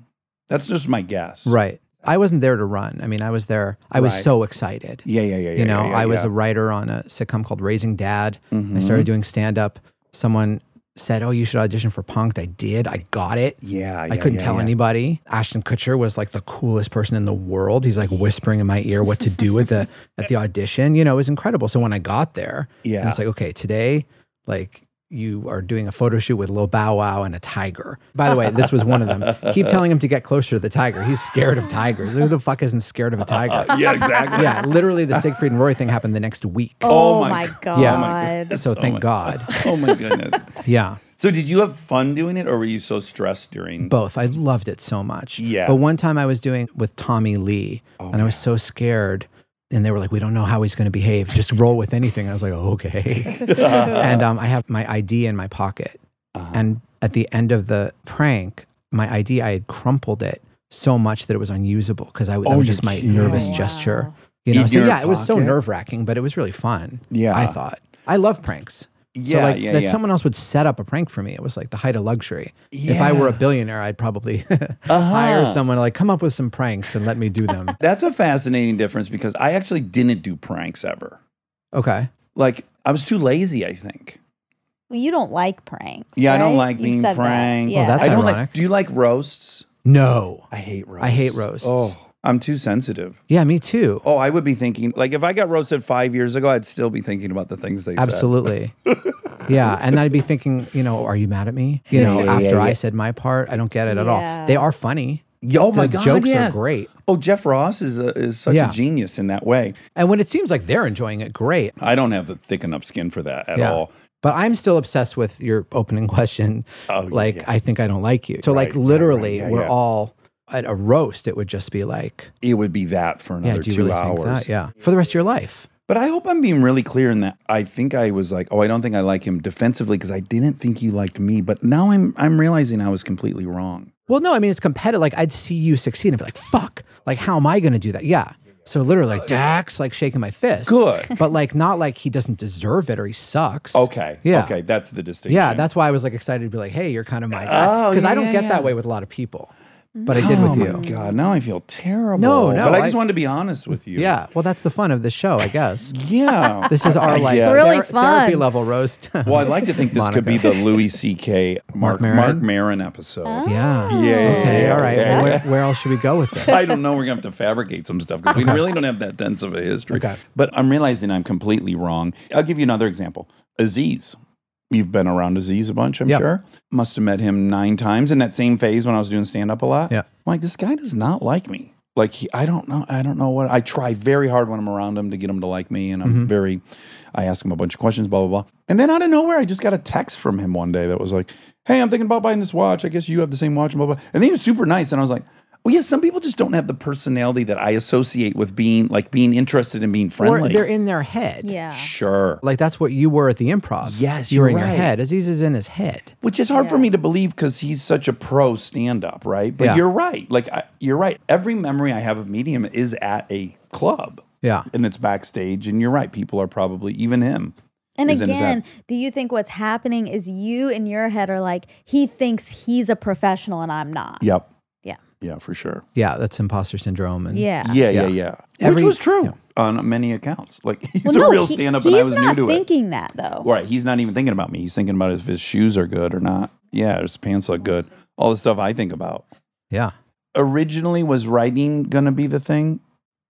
[SPEAKER 6] That's just my guess.
[SPEAKER 7] Right. I wasn't there to run. I mean, I was there. I was
[SPEAKER 6] Right.
[SPEAKER 7] so excited.
[SPEAKER 6] Yeah, yeah, yeah. yeah
[SPEAKER 7] you know,
[SPEAKER 6] yeah, yeah,
[SPEAKER 7] I was
[SPEAKER 6] yeah.
[SPEAKER 7] a writer on a sitcom called Raising Dad. I
[SPEAKER 6] Mhm.
[SPEAKER 7] started doing stand up. Someone said, "Oh, you should audition for Punked." I did. I got it.
[SPEAKER 3] Yeah,
[SPEAKER 7] I
[SPEAKER 3] yeah,
[SPEAKER 7] couldn't
[SPEAKER 3] yeah,
[SPEAKER 7] tell
[SPEAKER 3] yeah.
[SPEAKER 7] anybody. Ashton Kutcher was like the coolest person in the world. He's like whispering in my ear what to do at the at the audition. You know, it was incredible. So when I got there,
[SPEAKER 3] Yeah.
[SPEAKER 7] and it's like, okay, today, like you are doing a photo shoot with Lil Bow Wow and a tiger. By the way, this was one of them. Keep telling him to get closer to the tiger. He's scared of tigers. Who the fuck isn't scared of a tiger?
[SPEAKER 3] yeah, exactly.
[SPEAKER 7] yeah, literally the Siegfried and Roy thing happened the next week.
[SPEAKER 2] Oh,
[SPEAKER 6] my
[SPEAKER 2] my God.
[SPEAKER 7] Yeah. so thank God.
[SPEAKER 6] Oh my goodness.
[SPEAKER 7] Yeah.
[SPEAKER 6] so did you have fun doing it, or were you so stressed during?
[SPEAKER 7] Both. I loved it so much.
[SPEAKER 6] Yeah.
[SPEAKER 7] But one time I was doing with Tommy Lee
[SPEAKER 3] Oh,
[SPEAKER 7] and I was so scared. And they were like, we don't know how he's going to behave. Just roll with anything. I was like, okay. and um, I have my ID in my pocket.
[SPEAKER 3] Uh-huh.
[SPEAKER 7] And at the end of the prank, my ID, I had crumpled it so much that it was unusable because I that was
[SPEAKER 3] you're
[SPEAKER 7] just my
[SPEAKER 3] kidding.
[SPEAKER 7] nervous
[SPEAKER 2] Wow.
[SPEAKER 7] gesture. You know,
[SPEAKER 3] Oh, In
[SPEAKER 7] so
[SPEAKER 3] your
[SPEAKER 7] yeah, it was so
[SPEAKER 3] pocket?
[SPEAKER 7] nerve wracking, but it was really fun.
[SPEAKER 3] Yeah.
[SPEAKER 7] I thought. I love pranks.
[SPEAKER 6] yeah,
[SPEAKER 7] so like
[SPEAKER 6] yeah,
[SPEAKER 7] that
[SPEAKER 6] yeah.
[SPEAKER 7] someone else would set up a prank for me. It was like the height of luxury. If I were a billionaire, I'd probably
[SPEAKER 6] Uh-huh.
[SPEAKER 7] hire someone to like come up with some pranks and let me do them.
[SPEAKER 6] That's a fascinating difference because I actually didn't do pranks ever.
[SPEAKER 7] okay.
[SPEAKER 6] Like I was too lazy. I think.
[SPEAKER 2] Well, you don't like pranks.
[SPEAKER 6] Yeah, I don't
[SPEAKER 2] right?
[SPEAKER 6] like
[SPEAKER 2] You've
[SPEAKER 6] being
[SPEAKER 2] said that.
[SPEAKER 6] pranked.
[SPEAKER 2] Yeah.
[SPEAKER 7] Oh, that's
[SPEAKER 6] I don't like.
[SPEAKER 7] ironic.
[SPEAKER 6] Do you like roasts?
[SPEAKER 7] No.
[SPEAKER 6] I hate roasts.
[SPEAKER 7] I hate roasts.
[SPEAKER 6] Oh, I'm too sensitive.
[SPEAKER 7] Yeah, me too.
[SPEAKER 6] Oh, I would be thinking like if I got roasted five years ago, I'd still be thinking about the things they
[SPEAKER 7] Absolutely. yeah. And I'd be thinking, you know, are you mad at me? You know,
[SPEAKER 6] Yeah,
[SPEAKER 7] after
[SPEAKER 6] yeah,
[SPEAKER 7] I
[SPEAKER 6] yeah.
[SPEAKER 7] said my part, I don't get it at
[SPEAKER 2] Yeah.
[SPEAKER 7] all. They are funny.
[SPEAKER 6] said. Oh my
[SPEAKER 7] the
[SPEAKER 6] god,
[SPEAKER 7] jokes
[SPEAKER 6] yes.
[SPEAKER 7] are great.
[SPEAKER 6] Oh, Jeff Ross is a, is such
[SPEAKER 7] Yeah.
[SPEAKER 6] a genius in that way.
[SPEAKER 7] And when it seems like they're enjoying it, great.
[SPEAKER 6] I don't have the thick enough skin for that at all.
[SPEAKER 7] But I'm still obsessed with your opening question.
[SPEAKER 6] Oh, yeah,
[SPEAKER 7] like,
[SPEAKER 6] yeah.
[SPEAKER 7] I think I don't like you. So,
[SPEAKER 6] Right,
[SPEAKER 7] like,
[SPEAKER 6] right, right,
[SPEAKER 7] literally,
[SPEAKER 6] yeah,
[SPEAKER 7] we're
[SPEAKER 6] yeah.
[SPEAKER 7] all at a roast. It would just be like,
[SPEAKER 6] It would be that for another
[SPEAKER 7] yeah, do you
[SPEAKER 6] two
[SPEAKER 7] really
[SPEAKER 6] hours.
[SPEAKER 7] think that? Yeah, for the rest of your life.
[SPEAKER 6] But I hope I'm being really clear in that. I think I was like, oh, I don't think I like him defensively because I didn't think you liked me. But now I'm I'm realizing I was completely wrong.
[SPEAKER 7] Well, no, I mean it's competitive. Like, I'd see you succeed and be like, "Fuck! Like, how am I going to do that?" Yeah. So literally, like Dax, like shaking my fist.
[SPEAKER 6] Good.
[SPEAKER 7] but like not like he doesn't deserve it or he sucks.
[SPEAKER 6] Okay.
[SPEAKER 7] Yeah.
[SPEAKER 6] Okay. That's the distinction.
[SPEAKER 7] Yeah, that's why I was like excited to be like, "Hey, you're kind of my
[SPEAKER 6] Oh,
[SPEAKER 7] because
[SPEAKER 6] yeah,
[SPEAKER 7] I don't
[SPEAKER 6] yeah,
[SPEAKER 7] get
[SPEAKER 6] yeah.
[SPEAKER 7] that way with a lot of people, but I did
[SPEAKER 6] oh
[SPEAKER 7] with
[SPEAKER 6] my
[SPEAKER 7] you.
[SPEAKER 6] God. Now I feel terrible.
[SPEAKER 7] No, no,
[SPEAKER 6] But I
[SPEAKER 7] I-
[SPEAKER 6] just wanted to be honest with you.
[SPEAKER 7] Yeah. Well, that's the fun of the show, I guess.
[SPEAKER 6] Yeah.
[SPEAKER 7] This is our like
[SPEAKER 6] It's
[SPEAKER 2] really
[SPEAKER 7] ther-
[SPEAKER 2] fun.
[SPEAKER 7] therapy level roast.
[SPEAKER 6] well, I'd like to think this could be the Louis C.K.
[SPEAKER 7] Mark
[SPEAKER 6] Mark Maron
[SPEAKER 7] Maron?
[SPEAKER 6] Mark Maron episode.
[SPEAKER 2] Oh.
[SPEAKER 7] yeah.
[SPEAKER 6] Yeah.
[SPEAKER 7] Okay. All right.
[SPEAKER 6] yeah.
[SPEAKER 7] Well, where, where else should we go with this?
[SPEAKER 6] I don't know. We're gonna have to fabricate some stuff because we really don't have that dense of a history.
[SPEAKER 7] Okay.
[SPEAKER 6] But I'm realizing I'm completely wrong. I'll give you another example. Aziz. You've been around Aziz a bunch, I'm
[SPEAKER 7] Yeah.
[SPEAKER 6] sure. Must have met him nine times in that same phase when I was doing stand up a lot.
[SPEAKER 7] Yeah.
[SPEAKER 6] I'm like, this guy does not like me. Like he, I don't know, I don't know what I try very hard when I'm around him to get him to like me, and I'm
[SPEAKER 7] Mm-hmm.
[SPEAKER 6] very, I ask him a bunch of questions, blah blah blah, and then out of nowhere I just got a text from him one day that was like, "Hey, I'm thinking about buying this watch. I guess you have the same watch, blah blah," and then he was super nice, and I was like, "Oh yeah, some people just don't have the personality that I associate with being like being interested and being
[SPEAKER 7] Or
[SPEAKER 6] friendly."
[SPEAKER 7] they're in their head.
[SPEAKER 2] Yeah.
[SPEAKER 6] sure,
[SPEAKER 7] Like that's what you were at the improv.
[SPEAKER 6] Yes,
[SPEAKER 7] you were in
[SPEAKER 6] you're
[SPEAKER 7] your
[SPEAKER 6] right.
[SPEAKER 7] head. Aziz is in his head.
[SPEAKER 6] which is hard for me to believe because he's such a pro stand up, right? But
[SPEAKER 7] Yeah.
[SPEAKER 6] you're right. Like, I, you're right. Every memory I have of Medium is at a club
[SPEAKER 7] Yeah.
[SPEAKER 6] and it's backstage. And you're right. People are probably, even him.
[SPEAKER 2] And
[SPEAKER 6] is in his head.
[SPEAKER 2] again, do you think what's happening is you in your head are like, he thinks he's a professional and I'm not?
[SPEAKER 6] Yep.
[SPEAKER 2] Yeah.
[SPEAKER 6] Yeah, for sure.
[SPEAKER 7] Yeah, that's imposter syndrome. And
[SPEAKER 2] Yeah.
[SPEAKER 6] Yeah, yeah, yeah.
[SPEAKER 7] Yeah.
[SPEAKER 6] Which
[SPEAKER 7] Every-
[SPEAKER 6] was true
[SPEAKER 7] yeah.
[SPEAKER 6] on many accounts. Like, he's
[SPEAKER 2] Well,
[SPEAKER 6] a
[SPEAKER 2] no,
[SPEAKER 6] real
[SPEAKER 2] he-
[SPEAKER 6] stand up and I
[SPEAKER 2] he's
[SPEAKER 6] was new
[SPEAKER 2] not
[SPEAKER 6] to it.
[SPEAKER 2] thinking that though.
[SPEAKER 6] Right. He's not even thinking about me. He's thinking about if his shoes are good or not. Yeah, his pants look good. All the stuff I think about.
[SPEAKER 7] yeah.
[SPEAKER 6] originally was writing gonna be the thing?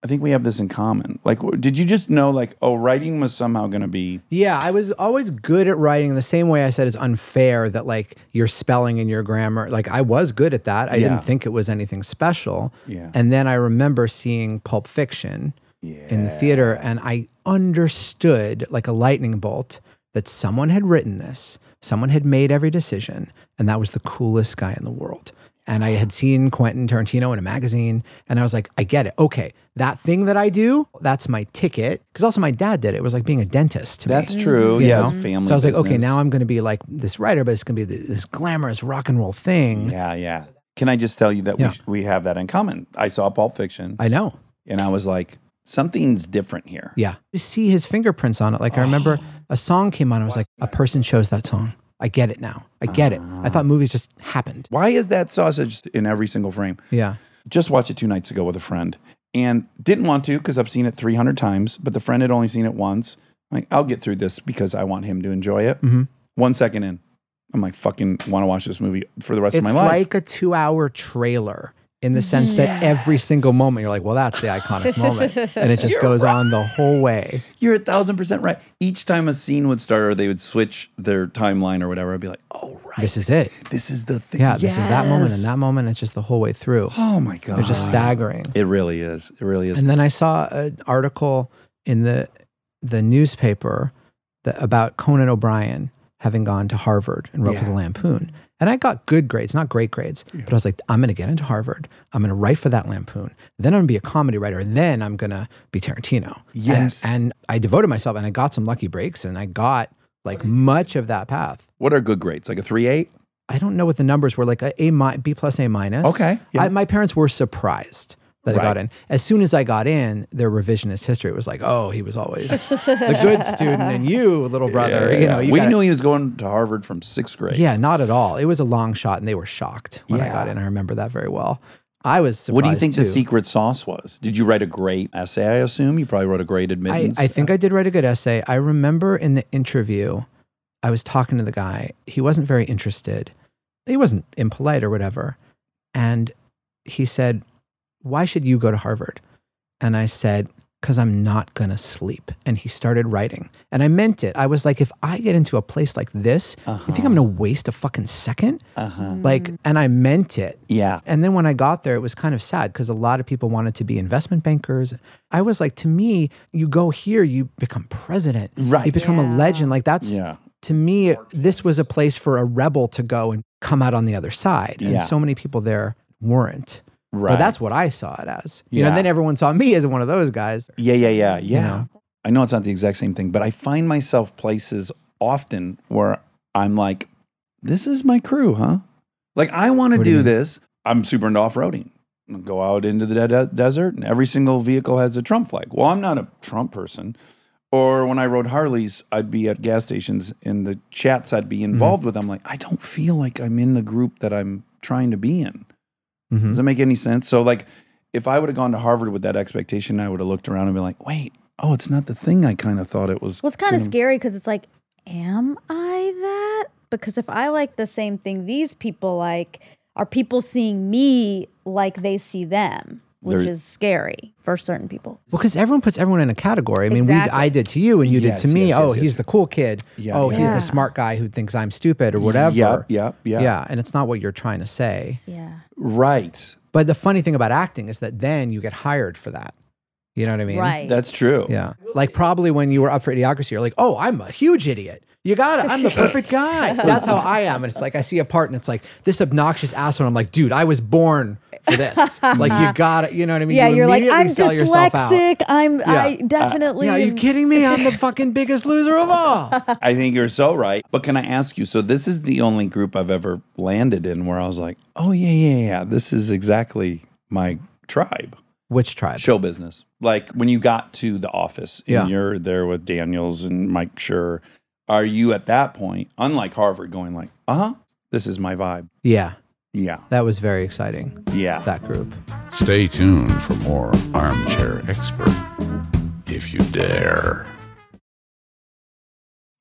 [SPEAKER 6] I think we have this in common. Like, w- did you just know like, oh, writing was somehow gonna be?
[SPEAKER 7] Yeah, I was always good at writing in the same way I said it's unfair that like your spelling and your grammar, like I was good at that. I
[SPEAKER 6] Yeah.
[SPEAKER 7] didn't think it was anything special.
[SPEAKER 6] Yeah.
[SPEAKER 7] And then I remember seeing Pulp Fiction in the theater and I understood like a lightning bolt that someone had written this, someone had made every decision, and that was the coolest guy in the world. And I had seen Quentin Tarantino in a magazine, and I was like, I get it. Okay, that thing that I do, that's my ticket. Because also my dad did it. It was like being a dentist to me.
[SPEAKER 6] That's true.
[SPEAKER 7] You
[SPEAKER 6] Yeah,
[SPEAKER 7] know?
[SPEAKER 6] it's family.
[SPEAKER 7] So I was like, okay,
[SPEAKER 6] business.
[SPEAKER 7] now I'm going to be like this writer, but it's going to be th- this glamorous rock and roll thing.
[SPEAKER 6] Mm-hmm. Yeah, yeah. Can I just tell you that
[SPEAKER 7] Yeah.
[SPEAKER 6] we we we have that in common? I saw Pulp Fiction,
[SPEAKER 7] I know.
[SPEAKER 6] and I was like, something's different here.
[SPEAKER 7] Yeah. You see his fingerprints on it. Like I remember a song came on. I was like, a person chose that song. I get it now. I get it. I thought movies just happened.
[SPEAKER 6] Why is that sausage in every single frame?
[SPEAKER 7] Yeah.
[SPEAKER 6] Just watched it two nights ago with a friend, and didn't want to because I've seen it 300 times, but the friend had
[SPEAKER 7] Mm-hmm.
[SPEAKER 6] only seen it once. I'm like, I'll get through this because I want him to enjoy it. One second in, I'm like, fucking want to watch this movie for the rest
[SPEAKER 7] It's
[SPEAKER 6] of my life.
[SPEAKER 7] like a two hour trailer in the sense that every single moment you're like, well, that's the iconic moment. And it just goes on the whole way.
[SPEAKER 6] You're a thousand percent right. Each time a scene would start or they would switch their timeline or whatever, I'd be like, oh, right.
[SPEAKER 7] This is it.
[SPEAKER 6] This is the thing.
[SPEAKER 7] Yeah, this is that moment
[SPEAKER 6] Yes.
[SPEAKER 7] and that moment. It's just the whole way through.
[SPEAKER 6] Oh my God.
[SPEAKER 7] They're just staggering.
[SPEAKER 6] It really is. It really is.
[SPEAKER 7] And then I saw an article in the the newspaper that, about Conan O'Brien having gone to Harvard and wrote for the Lampoon. And I got good grades, not great grades, but I was like, I'm going to get into Harvard. I'm going to write for that Lampoon. Then I'm going to be a comedy writer. Then I'm going to be Tarantino.
[SPEAKER 6] Yes.
[SPEAKER 7] And, and I devoted myself and I got some lucky breaks and I got like much of that path.
[SPEAKER 6] what are good grades? Like a 3 8?
[SPEAKER 7] I don't know what the numbers were, like uh, a, a mi- B plus A minus.
[SPEAKER 6] Okay, yeah.
[SPEAKER 7] I, my parents were surprised that I got in. As soon as I got in, their revisionist history was like, oh, he was always the good student and you, little brother. you know, you
[SPEAKER 6] we
[SPEAKER 7] gotta-
[SPEAKER 6] knew he was going to Harvard from sixth grade.
[SPEAKER 7] Yeah, not at all. It was a long shot and they were shocked when I got in. I remember that very well. I was surprised.
[SPEAKER 6] What do you think
[SPEAKER 7] too.
[SPEAKER 6] the secret sauce was? Did you write a great essay? I assume you probably wrote a great
[SPEAKER 7] I,
[SPEAKER 6] admittance.
[SPEAKER 7] I think I did write a good essay. I remember in the interview, I was talking to the guy. He wasn't very interested. He wasn't impolite or whatever. And he said, Why should you go to Harvard? And I said, Because I'm not going to sleep. And he started writing. And I meant it. I was like, If I get into a place like this, you think I'm going to waste a fucking 2nd
[SPEAKER 2] Um,
[SPEAKER 7] Like, and I meant it.
[SPEAKER 6] Uh-huh. yeah.
[SPEAKER 7] And then when I got there, it was kind of sad because a lot of people wanted to be investment bankers. I was like, to me, you go here, you become president,
[SPEAKER 6] Right.
[SPEAKER 7] You become a legend. Like that's
[SPEAKER 6] Yeah.
[SPEAKER 7] to me, this was a place for a rebel to go and come out on the other side. And
[SPEAKER 6] Yeah.
[SPEAKER 7] so many people there weren't.
[SPEAKER 6] Right.
[SPEAKER 7] But that's what I saw it as. You know,
[SPEAKER 6] Yeah.
[SPEAKER 7] and then everyone saw me as one of those guys.
[SPEAKER 6] Yeah, yeah, yeah, yeah.
[SPEAKER 7] know?
[SPEAKER 6] I know it's not the exact same thing, but I find myself places often where I'm like, this is my crew, huh? Like, I want to
[SPEAKER 7] What do you
[SPEAKER 6] do
[SPEAKER 7] mean?
[SPEAKER 6] this. I'm super into off roading. Go out into the de- de- desert, and every single vehicle has a Trump flag. Well, I'm not a Trump person. Or when I rode Harleys, I'd be at gas stations and the chats I'd be involved with. I'm like, I don't feel like I'm in the group that I'm trying to be in.
[SPEAKER 7] Mhm.
[SPEAKER 6] Does that make any sense? So, like, if I would have gone to Harvard with that expectation, I would have looked around and been like, wait, oh, it's not the thing I kind of thought it was.
[SPEAKER 2] Well, it's kind of
[SPEAKER 6] gonna-
[SPEAKER 2] scary because it's like, am I that? Because if I like the same thing these people like, are people seeing me like they see them? Which
[SPEAKER 6] There-
[SPEAKER 2] is scary for certain people.
[SPEAKER 7] Well, because everyone puts everyone in a category. I mean,
[SPEAKER 2] Exactly.
[SPEAKER 7] we, I did to you and you
[SPEAKER 6] Yes,
[SPEAKER 7] did to me.
[SPEAKER 6] yes,
[SPEAKER 7] oh,
[SPEAKER 6] yes, yes.
[SPEAKER 7] he's the cool kid.
[SPEAKER 6] Yeah,
[SPEAKER 7] oh, he's
[SPEAKER 2] yeah.
[SPEAKER 7] the smart guy who thinks I'm stupid or whatever.
[SPEAKER 6] Yep, yep, yep.
[SPEAKER 7] Yeah. And it's not what you're trying to say.
[SPEAKER 2] Yeah.
[SPEAKER 6] Right.
[SPEAKER 7] But the funny thing about acting is that then you get hired for that. You know what I mean?
[SPEAKER 2] Right.
[SPEAKER 6] That's true.
[SPEAKER 7] Yeah. Like probably when you were up for Idiocracy, you're like, oh, I'm a huge idiot. You got it. I'm the perfect guy. That's how I am. And it's like, I see a part and it's like this obnoxious asshole. I'm like, dude, I was born for this. like, you got it. You know what I mean?
[SPEAKER 2] yeah,
[SPEAKER 7] You
[SPEAKER 2] you're like,
[SPEAKER 7] immediately
[SPEAKER 2] I'm
[SPEAKER 7] sell yourself out.
[SPEAKER 2] dyslexic. I'm I
[SPEAKER 7] Yeah. Uh,
[SPEAKER 2] definitely
[SPEAKER 7] Yeah, are you
[SPEAKER 2] am-
[SPEAKER 7] kidding me? I'm the fucking biggest loser of all.
[SPEAKER 6] I think you're so right. But can I ask you? So, this is the only group I've ever landed in where I was like, oh, yeah, yeah, yeah. This is exactly my tribe.
[SPEAKER 7] Which tribe?
[SPEAKER 6] Show business. Like when you got to the office and
[SPEAKER 7] Yeah.
[SPEAKER 6] you're there with Daniels and Mike Schur, are you at that point, unlike Harvard, going like, uh huh, this is my vibe?
[SPEAKER 7] Yeah,
[SPEAKER 6] Yeah.
[SPEAKER 7] that was very exciting.
[SPEAKER 6] Yeah.
[SPEAKER 7] That group.
[SPEAKER 4] Stay tuned for more Armchair Expert, if you dare.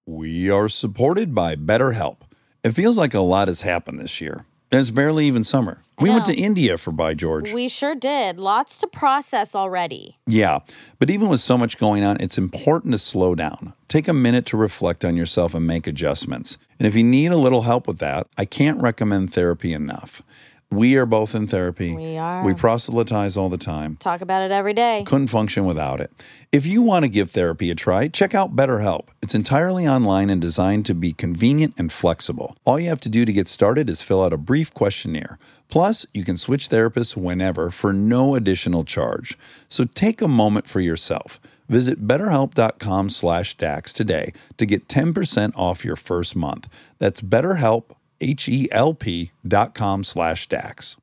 [SPEAKER 6] We are supported by BetterHelp. It feels like a lot has happened this year. And it's barely even summer. We went to India for By George.
[SPEAKER 8] We sure did. Lots to process already.
[SPEAKER 6] yeah. But even with so much going on, it's important to slow down. Take a minute to reflect on yourself and make adjustments. And if you need a little help with that, I can't recommend therapy enough. We are both in therapy.
[SPEAKER 8] We are.
[SPEAKER 6] We proselytize all the time.
[SPEAKER 8] Talk about it every day.
[SPEAKER 6] Couldn't function without it. If you want to give therapy a try, check out BetterHelp. It's entirely online and designed to be convenient and flexible. All you have to do to get started is fill out a brief questionnaire. Plus, you can switch therapists whenever for no additional charge. So take a moment for yourself. Visit betterhelp.com slash DAX today to get 10% off your first month. That's betterhelp, H-E-L-P dot com slash DAX.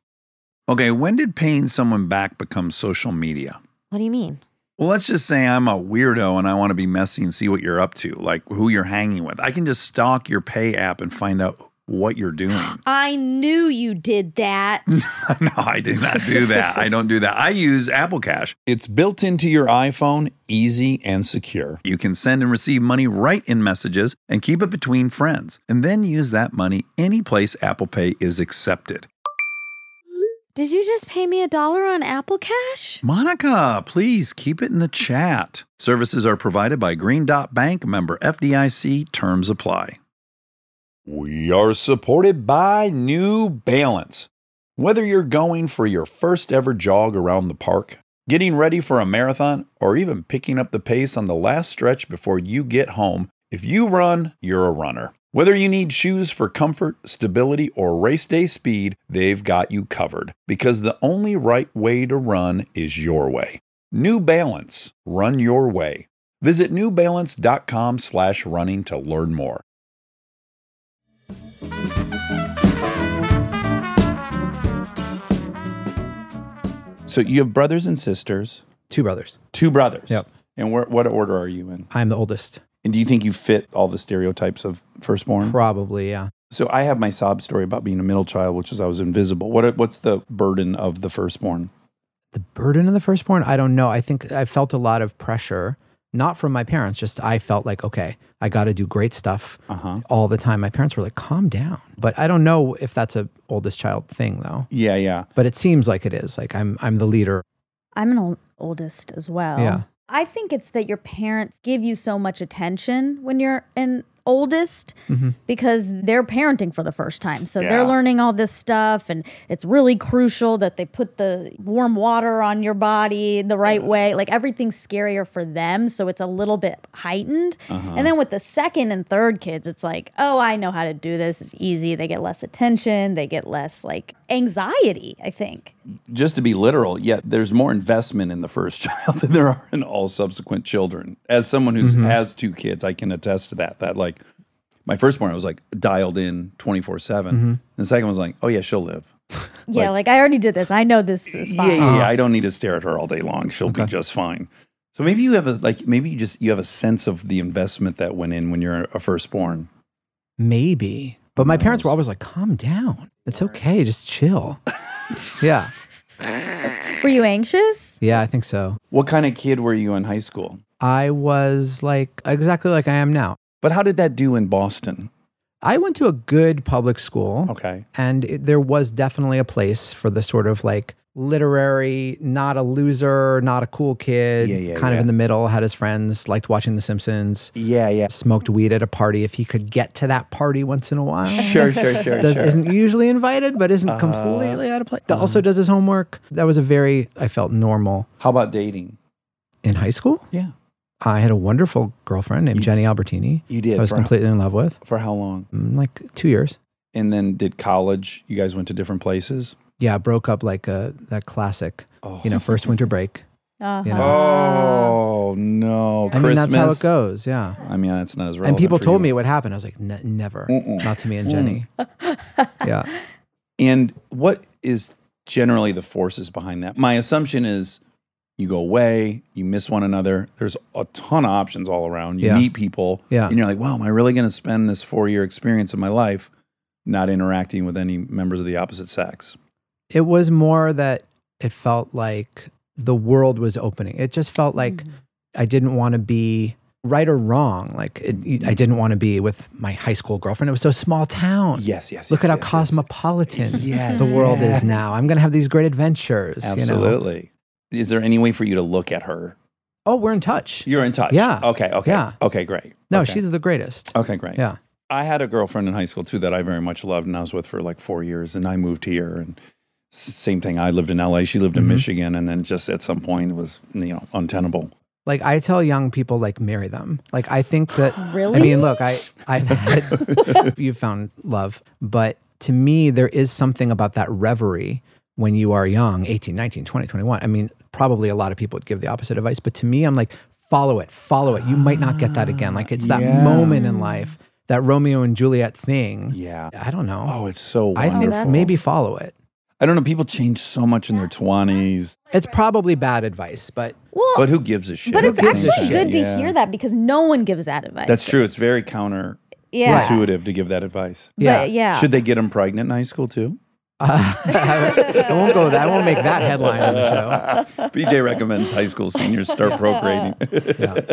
[SPEAKER 6] Okay, when did paying someone back become social media?
[SPEAKER 8] What do you mean?
[SPEAKER 6] Well, let's just say I'm a weirdo and I want to be messy and see what you're up to, like who you're hanging with. I can just stalk your pay app and find out
[SPEAKER 3] what you're doing.
[SPEAKER 8] I knew you did that.
[SPEAKER 3] no, I did not do that. I don't do that. I use Apple Cash. It's built into your iPhone, easy and secure. You can send and receive money right in messages and keep it between friends, and then use that money any place Apple Pay is accepted.
[SPEAKER 8] Did you just pay me a dollar on Apple Cash?
[SPEAKER 3] Monica, please keep it in the chat. Services are provided by Green Dot Bank, member FDIC. Terms apply. We are supported by New Balance. Whether you're going for your first ever jog around the park, getting ready for a marathon, or even picking up the pace on the last stretch before you get home, if you run, you're a runner. Whether you need shoes for comfort, stability, or race day speed, they've got you covered because the only right way to run is your way. New Balance, run your way. Visit newbalance.com slash running to learn more.
[SPEAKER 6] So you have brothers and sisters,
[SPEAKER 7] Two brothers.
[SPEAKER 6] two brothers.
[SPEAKER 7] Yep.
[SPEAKER 6] And where, what order are you in?
[SPEAKER 7] I'm the oldest.
[SPEAKER 6] And do you think you fit all the stereotypes of firstborn?
[SPEAKER 7] Probably, yeah.
[SPEAKER 6] So I have my sob story about being a middle child, which is I was invisible. What what's the burden of the firstborn?
[SPEAKER 7] The burden of the firstborn, I don't know. I think I felt a lot of pressure, not from my parents, just I felt like, okay, I got to do great stuff
[SPEAKER 6] Uh huh.
[SPEAKER 7] all the time. My parents were like, calm down. But I don't know if that's a oldest child thing though.
[SPEAKER 6] Yeah, yeah.
[SPEAKER 7] But it seems like it is. Like I'm I'm the leader.
[SPEAKER 2] I'm an old, oldest as well.
[SPEAKER 7] Yeah.
[SPEAKER 2] I think it's that your parents give you so much attention when you're an oldest because they're parenting for the first time. So
[SPEAKER 6] Yeah.
[SPEAKER 2] they're learning all this stuff and it's really crucial that they put the warm water on your body the right way. Like everything's scarier for them, so it's a little bit heightened. And then with the second and third kids, it's like, "Oh, I know how to do this. It's easy." They get less attention, they get less like anxiety, I think.
[SPEAKER 6] Just to be literal, yeah, there's more investment in the first child than there are in all subsequent children. As someone who has two kids, I can attest to that. That like my firstborn, I was like dialed in 24 seven, and the second was like, oh yeah, she'll live.
[SPEAKER 2] Yeah, like, I already did this. I know this is
[SPEAKER 6] Yeah,
[SPEAKER 2] fine.
[SPEAKER 6] yeah, yeah. I don't need to stare at her all day long. She'll be just fine. So maybe you have a like maybe you just you have a sense of the investment that went in when you're a firstborn.
[SPEAKER 7] Maybe. But my parents were always like, calm down. It's okay. Just chill. yeah.
[SPEAKER 2] Were you anxious?
[SPEAKER 7] Yeah, I think so.
[SPEAKER 6] What kind of kid were you in high school?
[SPEAKER 7] I was like exactly like I am now.
[SPEAKER 6] But how did that do in Boston?
[SPEAKER 7] I went to a good public school.
[SPEAKER 6] Okay.
[SPEAKER 7] And it, there was definitely a place for the sort of like literary, not a loser, not a cool kid,
[SPEAKER 6] Yeah, yeah,
[SPEAKER 7] kind
[SPEAKER 6] yeah.
[SPEAKER 7] of in the middle, had his friends, liked watching The Simpsons,
[SPEAKER 6] Yeah, yeah.
[SPEAKER 7] smoked weed at a party if he could get to that party once in a while.
[SPEAKER 6] Sure, sure, sure, Uh-huh.
[SPEAKER 7] Does,
[SPEAKER 6] sure.
[SPEAKER 7] Isn't usually invited, but isn't completely out of place. Also does his homework. That was a very, I felt normal
[SPEAKER 6] How about dating?
[SPEAKER 7] in high school.
[SPEAKER 6] Yeah.
[SPEAKER 7] I had a wonderful girlfriend named Jenny Albertini.
[SPEAKER 6] You did
[SPEAKER 7] I was
[SPEAKER 6] for-
[SPEAKER 7] completely in love with.
[SPEAKER 6] For how long?
[SPEAKER 7] mm, Like two years.
[SPEAKER 6] And then did college? You guys went to different places?
[SPEAKER 7] Yeah, I broke up like uh that classic, you know, first winter break.
[SPEAKER 2] Uh-huh.
[SPEAKER 7] You know.
[SPEAKER 6] Oh no.
[SPEAKER 7] I mean,
[SPEAKER 6] Christmas.
[SPEAKER 7] that's how it goes. Yeah.
[SPEAKER 6] I mean, that's not as relevant.
[SPEAKER 7] and people
[SPEAKER 6] for
[SPEAKER 7] told
[SPEAKER 6] you.
[SPEAKER 7] me what happened. I was like, "Ne- never.
[SPEAKER 6] Mm-mm.
[SPEAKER 7] Not to me and Jenny. yeah.
[SPEAKER 6] And what is generally the forces behind that? My assumption is you go away, you miss one another. There's a ton of options all around. You
[SPEAKER 7] Yeah.
[SPEAKER 6] meet people,
[SPEAKER 7] Yeah.
[SPEAKER 6] and you're like, wow, am I really going to spend this four year experience of my life not interacting with any members of the opposite sex?
[SPEAKER 7] It was more that it felt like the world was opening. It just felt like I didn't want to be right or wrong. Like, it, I didn't want to be with my high school girlfriend. It was so small town.
[SPEAKER 6] Yes, yes.
[SPEAKER 7] Look
[SPEAKER 6] yes,
[SPEAKER 7] at how
[SPEAKER 6] yes, yes.
[SPEAKER 7] cosmopolitan
[SPEAKER 6] Yes,
[SPEAKER 7] the world
[SPEAKER 6] yes.
[SPEAKER 7] is now. I'm going to have these great adventures. You know?
[SPEAKER 6] Absolutely. Is there any way for you to look at her?
[SPEAKER 7] Oh, we're in touch.
[SPEAKER 6] You're in touch.
[SPEAKER 7] Yeah.
[SPEAKER 6] Okay. Okay.
[SPEAKER 7] Yeah.
[SPEAKER 6] Okay. Great.
[SPEAKER 7] No,
[SPEAKER 6] Okay.
[SPEAKER 7] she's the greatest.
[SPEAKER 6] okay. Great.
[SPEAKER 7] Yeah.
[SPEAKER 6] I had a girlfriend in high school too that I very much loved and I was with for like four years and I moved here and s- same thing. I lived in LA. She lived in
[SPEAKER 7] Mhm.
[SPEAKER 6] Michigan and then just at some point it was, you know, untenable.
[SPEAKER 7] Like I tell young people, like marry them. Like I think that.
[SPEAKER 2] Really?
[SPEAKER 7] I mean, look, I I've had you found love, but to me, there is something about that reverie when you are young, 18, 19, 20, 21. I mean, probably a lot of people would give the opposite advice, but to me, I'm like, follow it, follow it. You might not get that again. Like it's that moment in life, that Romeo and Juliet thing.
[SPEAKER 6] Yeah.
[SPEAKER 7] I don't know.
[SPEAKER 6] Oh, it's so
[SPEAKER 7] I
[SPEAKER 6] wonderful.
[SPEAKER 7] think maybe follow it.
[SPEAKER 6] I don't know. People change so much in their twenties,
[SPEAKER 7] It's probably bad advice, but
[SPEAKER 2] Well,
[SPEAKER 6] but who gives a shit?
[SPEAKER 2] but
[SPEAKER 6] Who
[SPEAKER 2] it's
[SPEAKER 6] gives a
[SPEAKER 2] actually
[SPEAKER 6] shit?
[SPEAKER 2] good to
[SPEAKER 6] Yeah.
[SPEAKER 2] hear that because no one gives that advice.
[SPEAKER 6] That's true. It's very counter
[SPEAKER 2] Yeah.
[SPEAKER 6] intuitive to give that advice.
[SPEAKER 7] Yeah.
[SPEAKER 2] But yeah.
[SPEAKER 6] Should they get them pregnant in high school too?
[SPEAKER 7] Uh, I won't go that. I won't make that headline on the show.
[SPEAKER 6] BJ recommends high school seniors start procreating.
[SPEAKER 2] Yeah,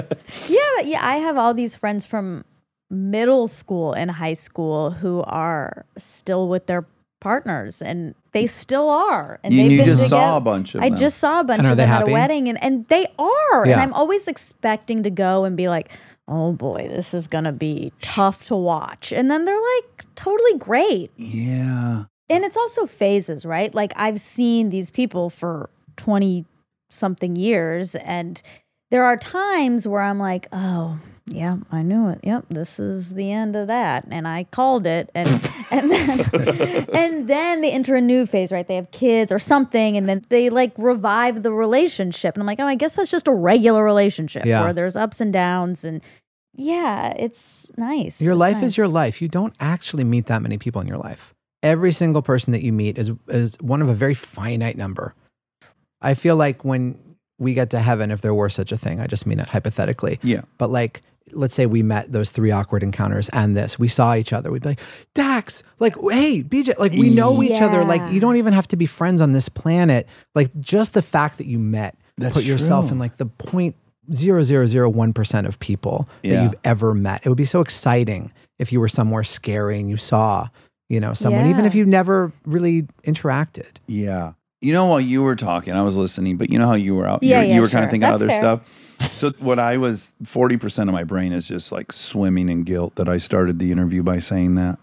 [SPEAKER 2] but yeah, I have all these friends from middle school and high school who are still with their partners and they still are. And
[SPEAKER 6] you
[SPEAKER 2] they've
[SPEAKER 6] you
[SPEAKER 2] been
[SPEAKER 6] just saw
[SPEAKER 2] together-
[SPEAKER 6] a bunch of
[SPEAKER 2] I
[SPEAKER 6] them.
[SPEAKER 2] just saw a bunch
[SPEAKER 7] And are
[SPEAKER 2] of
[SPEAKER 7] they
[SPEAKER 2] them at
[SPEAKER 7] happy?
[SPEAKER 2] a wedding and, and they are. And
[SPEAKER 7] Yeah.
[SPEAKER 2] I'm always expecting to go and be like, oh boy, this is gonna be tough to watch. And then they're like totally great.
[SPEAKER 6] yeah.
[SPEAKER 2] And it's also phases, right? Like I've seen these people for 20 something years and there are times where I'm like, "Oh, yeah, I knew it. Yep, this is the end of that." And I called it and and then and then they enter a new phase, right? They have kids or something and then they like revive the relationship. And I'm like, "Oh, I guess that's just a regular relationship
[SPEAKER 7] Yeah.
[SPEAKER 2] where there's ups and downs and yeah, it's nice.
[SPEAKER 7] Your
[SPEAKER 2] It's
[SPEAKER 7] life is
[SPEAKER 2] nice.
[SPEAKER 7] your life. You don't actually meet that many people in your life. Every single person that you meet is is one of a very finite number. I feel like when we get to heaven, if there were such a thing, I just mean it hypothetically.
[SPEAKER 6] Yeah.
[SPEAKER 7] But like, let's say we met those three awkward encounters and this, we saw each other. We'd be like, Dax, like, hey, BJ, like we know each other. Like,
[SPEAKER 2] Yeah.
[SPEAKER 7] you don't even have to be friends on this planet. Like, just the fact that you met,
[SPEAKER 6] That's
[SPEAKER 7] put yourself
[SPEAKER 6] true.
[SPEAKER 7] in like the point zero zero zero one percent of people that
[SPEAKER 6] Yeah.
[SPEAKER 7] you've ever met. It would be so exciting if you were somewhere scary and you saw, you know, someone, even
[SPEAKER 2] Yeah.
[SPEAKER 7] if you never really interacted.
[SPEAKER 6] Yeah. You know, while you were talking, I was listening, but you know how you were out.
[SPEAKER 2] Yeah,
[SPEAKER 6] you,
[SPEAKER 2] yeah,
[SPEAKER 6] you were kind of
[SPEAKER 2] sure.
[SPEAKER 6] thinking
[SPEAKER 2] That's
[SPEAKER 6] other
[SPEAKER 2] fair.
[SPEAKER 6] stuff. So what I was forty percent of my brain is just like swimming in guilt that I started the interview by saying that.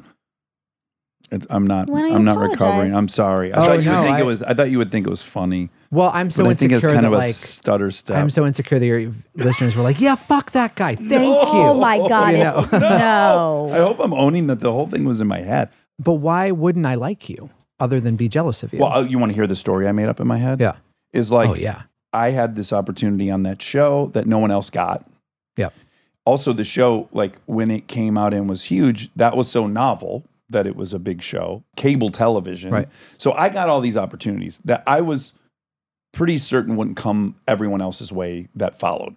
[SPEAKER 6] It's, I'm not.
[SPEAKER 2] Why don't you
[SPEAKER 6] I'm not
[SPEAKER 2] apologize?
[SPEAKER 6] recovering. I'm sorry. I
[SPEAKER 7] Oh,
[SPEAKER 6] thought you
[SPEAKER 7] no,
[SPEAKER 6] would think
[SPEAKER 7] I-
[SPEAKER 6] it was. I thought you would think it was funny.
[SPEAKER 7] Well, I'm so
[SPEAKER 6] but I think
[SPEAKER 7] insecure
[SPEAKER 6] it's kind
[SPEAKER 7] that
[SPEAKER 6] of a
[SPEAKER 7] like
[SPEAKER 6] stutter step.
[SPEAKER 7] I'm so insecure that your listeners were like, yeah, fuck that guy. Thank you.
[SPEAKER 2] Oh my god.
[SPEAKER 7] You
[SPEAKER 2] it-
[SPEAKER 7] know?
[SPEAKER 2] no.
[SPEAKER 6] I hope I'm owning that the whole thing was in my head.
[SPEAKER 7] But why wouldn't I like you other than be jealous of you?
[SPEAKER 6] Well, oh, you want to hear the story I made up in my head?
[SPEAKER 7] yeah.
[SPEAKER 6] Is like
[SPEAKER 7] oh yeah.
[SPEAKER 6] I had this opportunity on that show that no one else got.
[SPEAKER 7] Yep.
[SPEAKER 6] also the show like when it came out and was huge that was so novel that it was a big show cable television
[SPEAKER 7] Right.
[SPEAKER 6] so i got all these opportunities that i was pretty certain wouldn't come everyone else's way that followed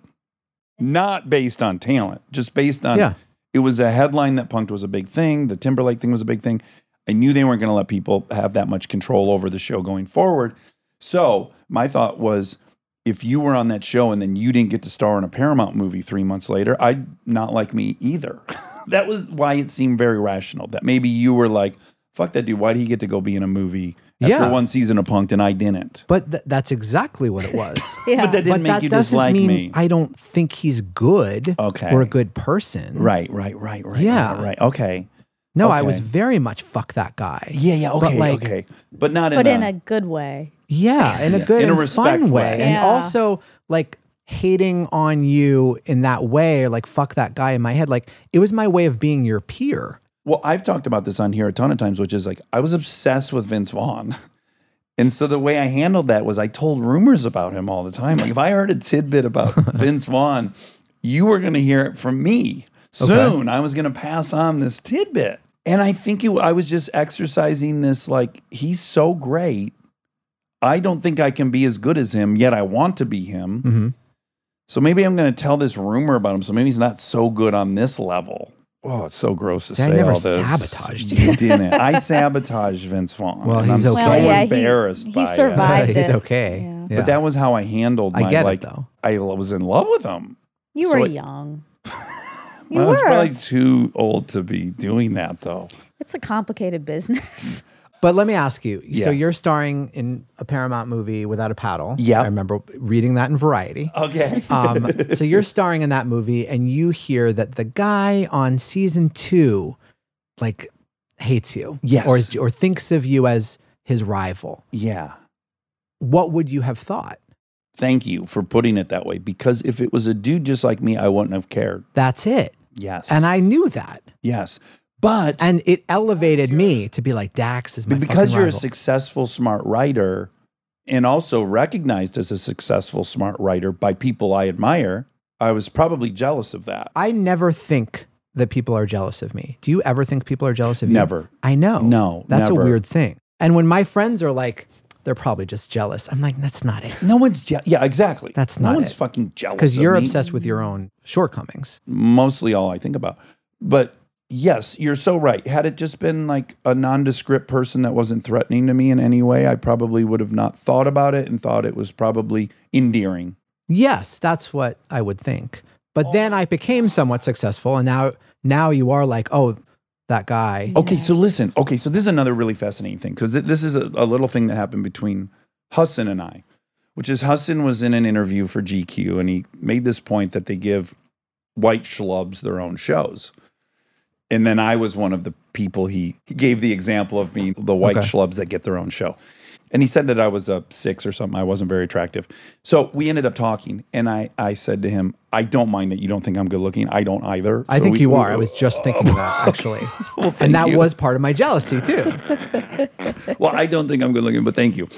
[SPEAKER 6] not based on talent just based on
[SPEAKER 7] Yeah.
[SPEAKER 6] it was a headline that punked was a big thing the timberlake thing was a big thing i knew they weren't going to let people have that much control over the show going forward so my thought was if you were on that show and then you didn't get to star in a Paramount movie three months later, I'd not like me either. that was why it seemed very rational that maybe you were like, fuck that dude, why did he get to go be in a movie after
[SPEAKER 7] Yeah.
[SPEAKER 6] one season of Punked and I didn't?
[SPEAKER 7] But th- that's exactly what it was.
[SPEAKER 2] Yeah.
[SPEAKER 6] But that didn't
[SPEAKER 7] but
[SPEAKER 6] make
[SPEAKER 7] that
[SPEAKER 6] you
[SPEAKER 7] doesn't
[SPEAKER 6] dislike
[SPEAKER 7] mean
[SPEAKER 6] me.
[SPEAKER 7] I don't think he's good
[SPEAKER 6] Okay.
[SPEAKER 7] or a good person.
[SPEAKER 6] right, right, right, right.
[SPEAKER 7] Yeah.
[SPEAKER 6] Right, right. Okay.
[SPEAKER 7] No, I was
[SPEAKER 6] Okay.
[SPEAKER 7] very much fuck that guy.
[SPEAKER 6] Yeah, yeah, okay.
[SPEAKER 7] But like,
[SPEAKER 6] okay. But not in,
[SPEAKER 2] But
[SPEAKER 6] a,
[SPEAKER 2] in a good way.
[SPEAKER 7] yeah, in a
[SPEAKER 6] Yeah,
[SPEAKER 7] good
[SPEAKER 6] in a
[SPEAKER 7] and
[SPEAKER 6] respect
[SPEAKER 7] fun way,
[SPEAKER 6] way.
[SPEAKER 7] and
[SPEAKER 2] Yeah.
[SPEAKER 7] also like hating on you in that way, or like fuck that guy in my head. Like it was my way of being your peer.
[SPEAKER 6] Well, I've talked about this on here a ton of times, which is like I was obsessed with Vince Vaughn. And so the way I handled that was I told rumors about him all the time. Like if I heard a tidbit about Vince Vaughn, you were going to hear it from me soon. I was going to pass on this tidbit. And I think it, I was just exercising this like he's so great. I don't think I can be as good as him, yet I want to be him.
[SPEAKER 7] Mm-hmm.
[SPEAKER 6] So maybe I'm going to tell this rumor about him. So maybe he's not so good on this level. Oh, it's so gross to
[SPEAKER 7] See,
[SPEAKER 6] say.
[SPEAKER 7] I never
[SPEAKER 6] all this.
[SPEAKER 7] sabotaged
[SPEAKER 6] you. didn't. I sabotaged Vince Vaughn.
[SPEAKER 7] Well,
[SPEAKER 6] and
[SPEAKER 7] he's
[SPEAKER 6] I'm
[SPEAKER 7] okay.
[SPEAKER 6] so
[SPEAKER 7] Well, yeah,
[SPEAKER 2] he-
[SPEAKER 6] embarrassed.
[SPEAKER 2] he
[SPEAKER 6] by it.
[SPEAKER 2] survived. I
[SPEAKER 7] He's
[SPEAKER 2] did.
[SPEAKER 7] okay.
[SPEAKER 2] Yeah.
[SPEAKER 6] But that was how I handled.
[SPEAKER 7] I
[SPEAKER 6] My,
[SPEAKER 7] get it,
[SPEAKER 6] like,
[SPEAKER 7] though.
[SPEAKER 6] I was in love with him.
[SPEAKER 2] You
[SPEAKER 6] So
[SPEAKER 2] were
[SPEAKER 6] it-
[SPEAKER 2] young. you
[SPEAKER 6] I was
[SPEAKER 2] were.
[SPEAKER 6] probably too old to be doing that though.
[SPEAKER 2] It's a complicated business.
[SPEAKER 7] But let me ask you.
[SPEAKER 6] Yeah.
[SPEAKER 7] So you're starring in a Paramount movie without a paddle.
[SPEAKER 6] Yep.
[SPEAKER 7] I remember reading that in Variety.
[SPEAKER 6] Okay.
[SPEAKER 7] Um, so you're starring in that movie, and you hear that the guy on season two, like, hates you,
[SPEAKER 6] Yes.
[SPEAKER 7] or or thinks of you as his rival.
[SPEAKER 6] yeah.
[SPEAKER 7] What would you have thought?
[SPEAKER 6] Thank you for putting it that way. Because if it was a dude just like me, I wouldn't have cared.
[SPEAKER 7] That's it,
[SPEAKER 6] Yes.
[SPEAKER 7] and I knew that,
[SPEAKER 6] yes. But
[SPEAKER 7] and it elevated me to be like Dax is my
[SPEAKER 6] But because
[SPEAKER 7] fucking
[SPEAKER 6] you're a
[SPEAKER 7] rival.
[SPEAKER 6] successful smart writer and also recognized as a successful smart writer by people I admire, I was probably jealous of that.
[SPEAKER 7] I never think that people are jealous of me. Do you ever think people are jealous of you?
[SPEAKER 6] Never.
[SPEAKER 7] I know.
[SPEAKER 6] No,
[SPEAKER 7] that's
[SPEAKER 6] never.
[SPEAKER 7] a weird thing. And when my friends are like, they're probably just jealous. I'm like, that's not it.
[SPEAKER 6] No one's je- yeah, exactly.
[SPEAKER 7] That's
[SPEAKER 6] no
[SPEAKER 7] not
[SPEAKER 6] one's
[SPEAKER 7] it.
[SPEAKER 6] fucking jealous
[SPEAKER 7] Because
[SPEAKER 6] of
[SPEAKER 7] you're
[SPEAKER 6] me.
[SPEAKER 7] obsessed with your own shortcomings.
[SPEAKER 6] Mostly all I think about, but Yes, you're so right. Had it just been like a nondescript person that wasn't threatening to me in any way, I probably would have not thought about it and thought it was probably endearing.
[SPEAKER 7] Yes, that's what I would think. But then I became somewhat successful, and now now you are like, oh, that guy.
[SPEAKER 6] Okay, so listen. Okay, so this is another really fascinating thing because this is a, a little thing that happened between Hussein and I, which is Hussein was in an interview for GQ and he made this point that they give white schlubs their own shows. And then I was one of the people he he gave the example of me, the white
[SPEAKER 7] Okay.
[SPEAKER 6] schlubs that get their own show. And he said that I was a six or something. I wasn't very attractive. So we ended up talking. And I, I said to him, I don't mind that you don't think I'm good looking. I don't either.
[SPEAKER 7] I
[SPEAKER 6] So
[SPEAKER 7] think
[SPEAKER 6] we-
[SPEAKER 7] you
[SPEAKER 6] we-
[SPEAKER 7] are. I was just thinking that actually, and that
[SPEAKER 6] you.
[SPEAKER 7] was part of my jealousy too.
[SPEAKER 6] well, I don't think I'm good looking, but thank you.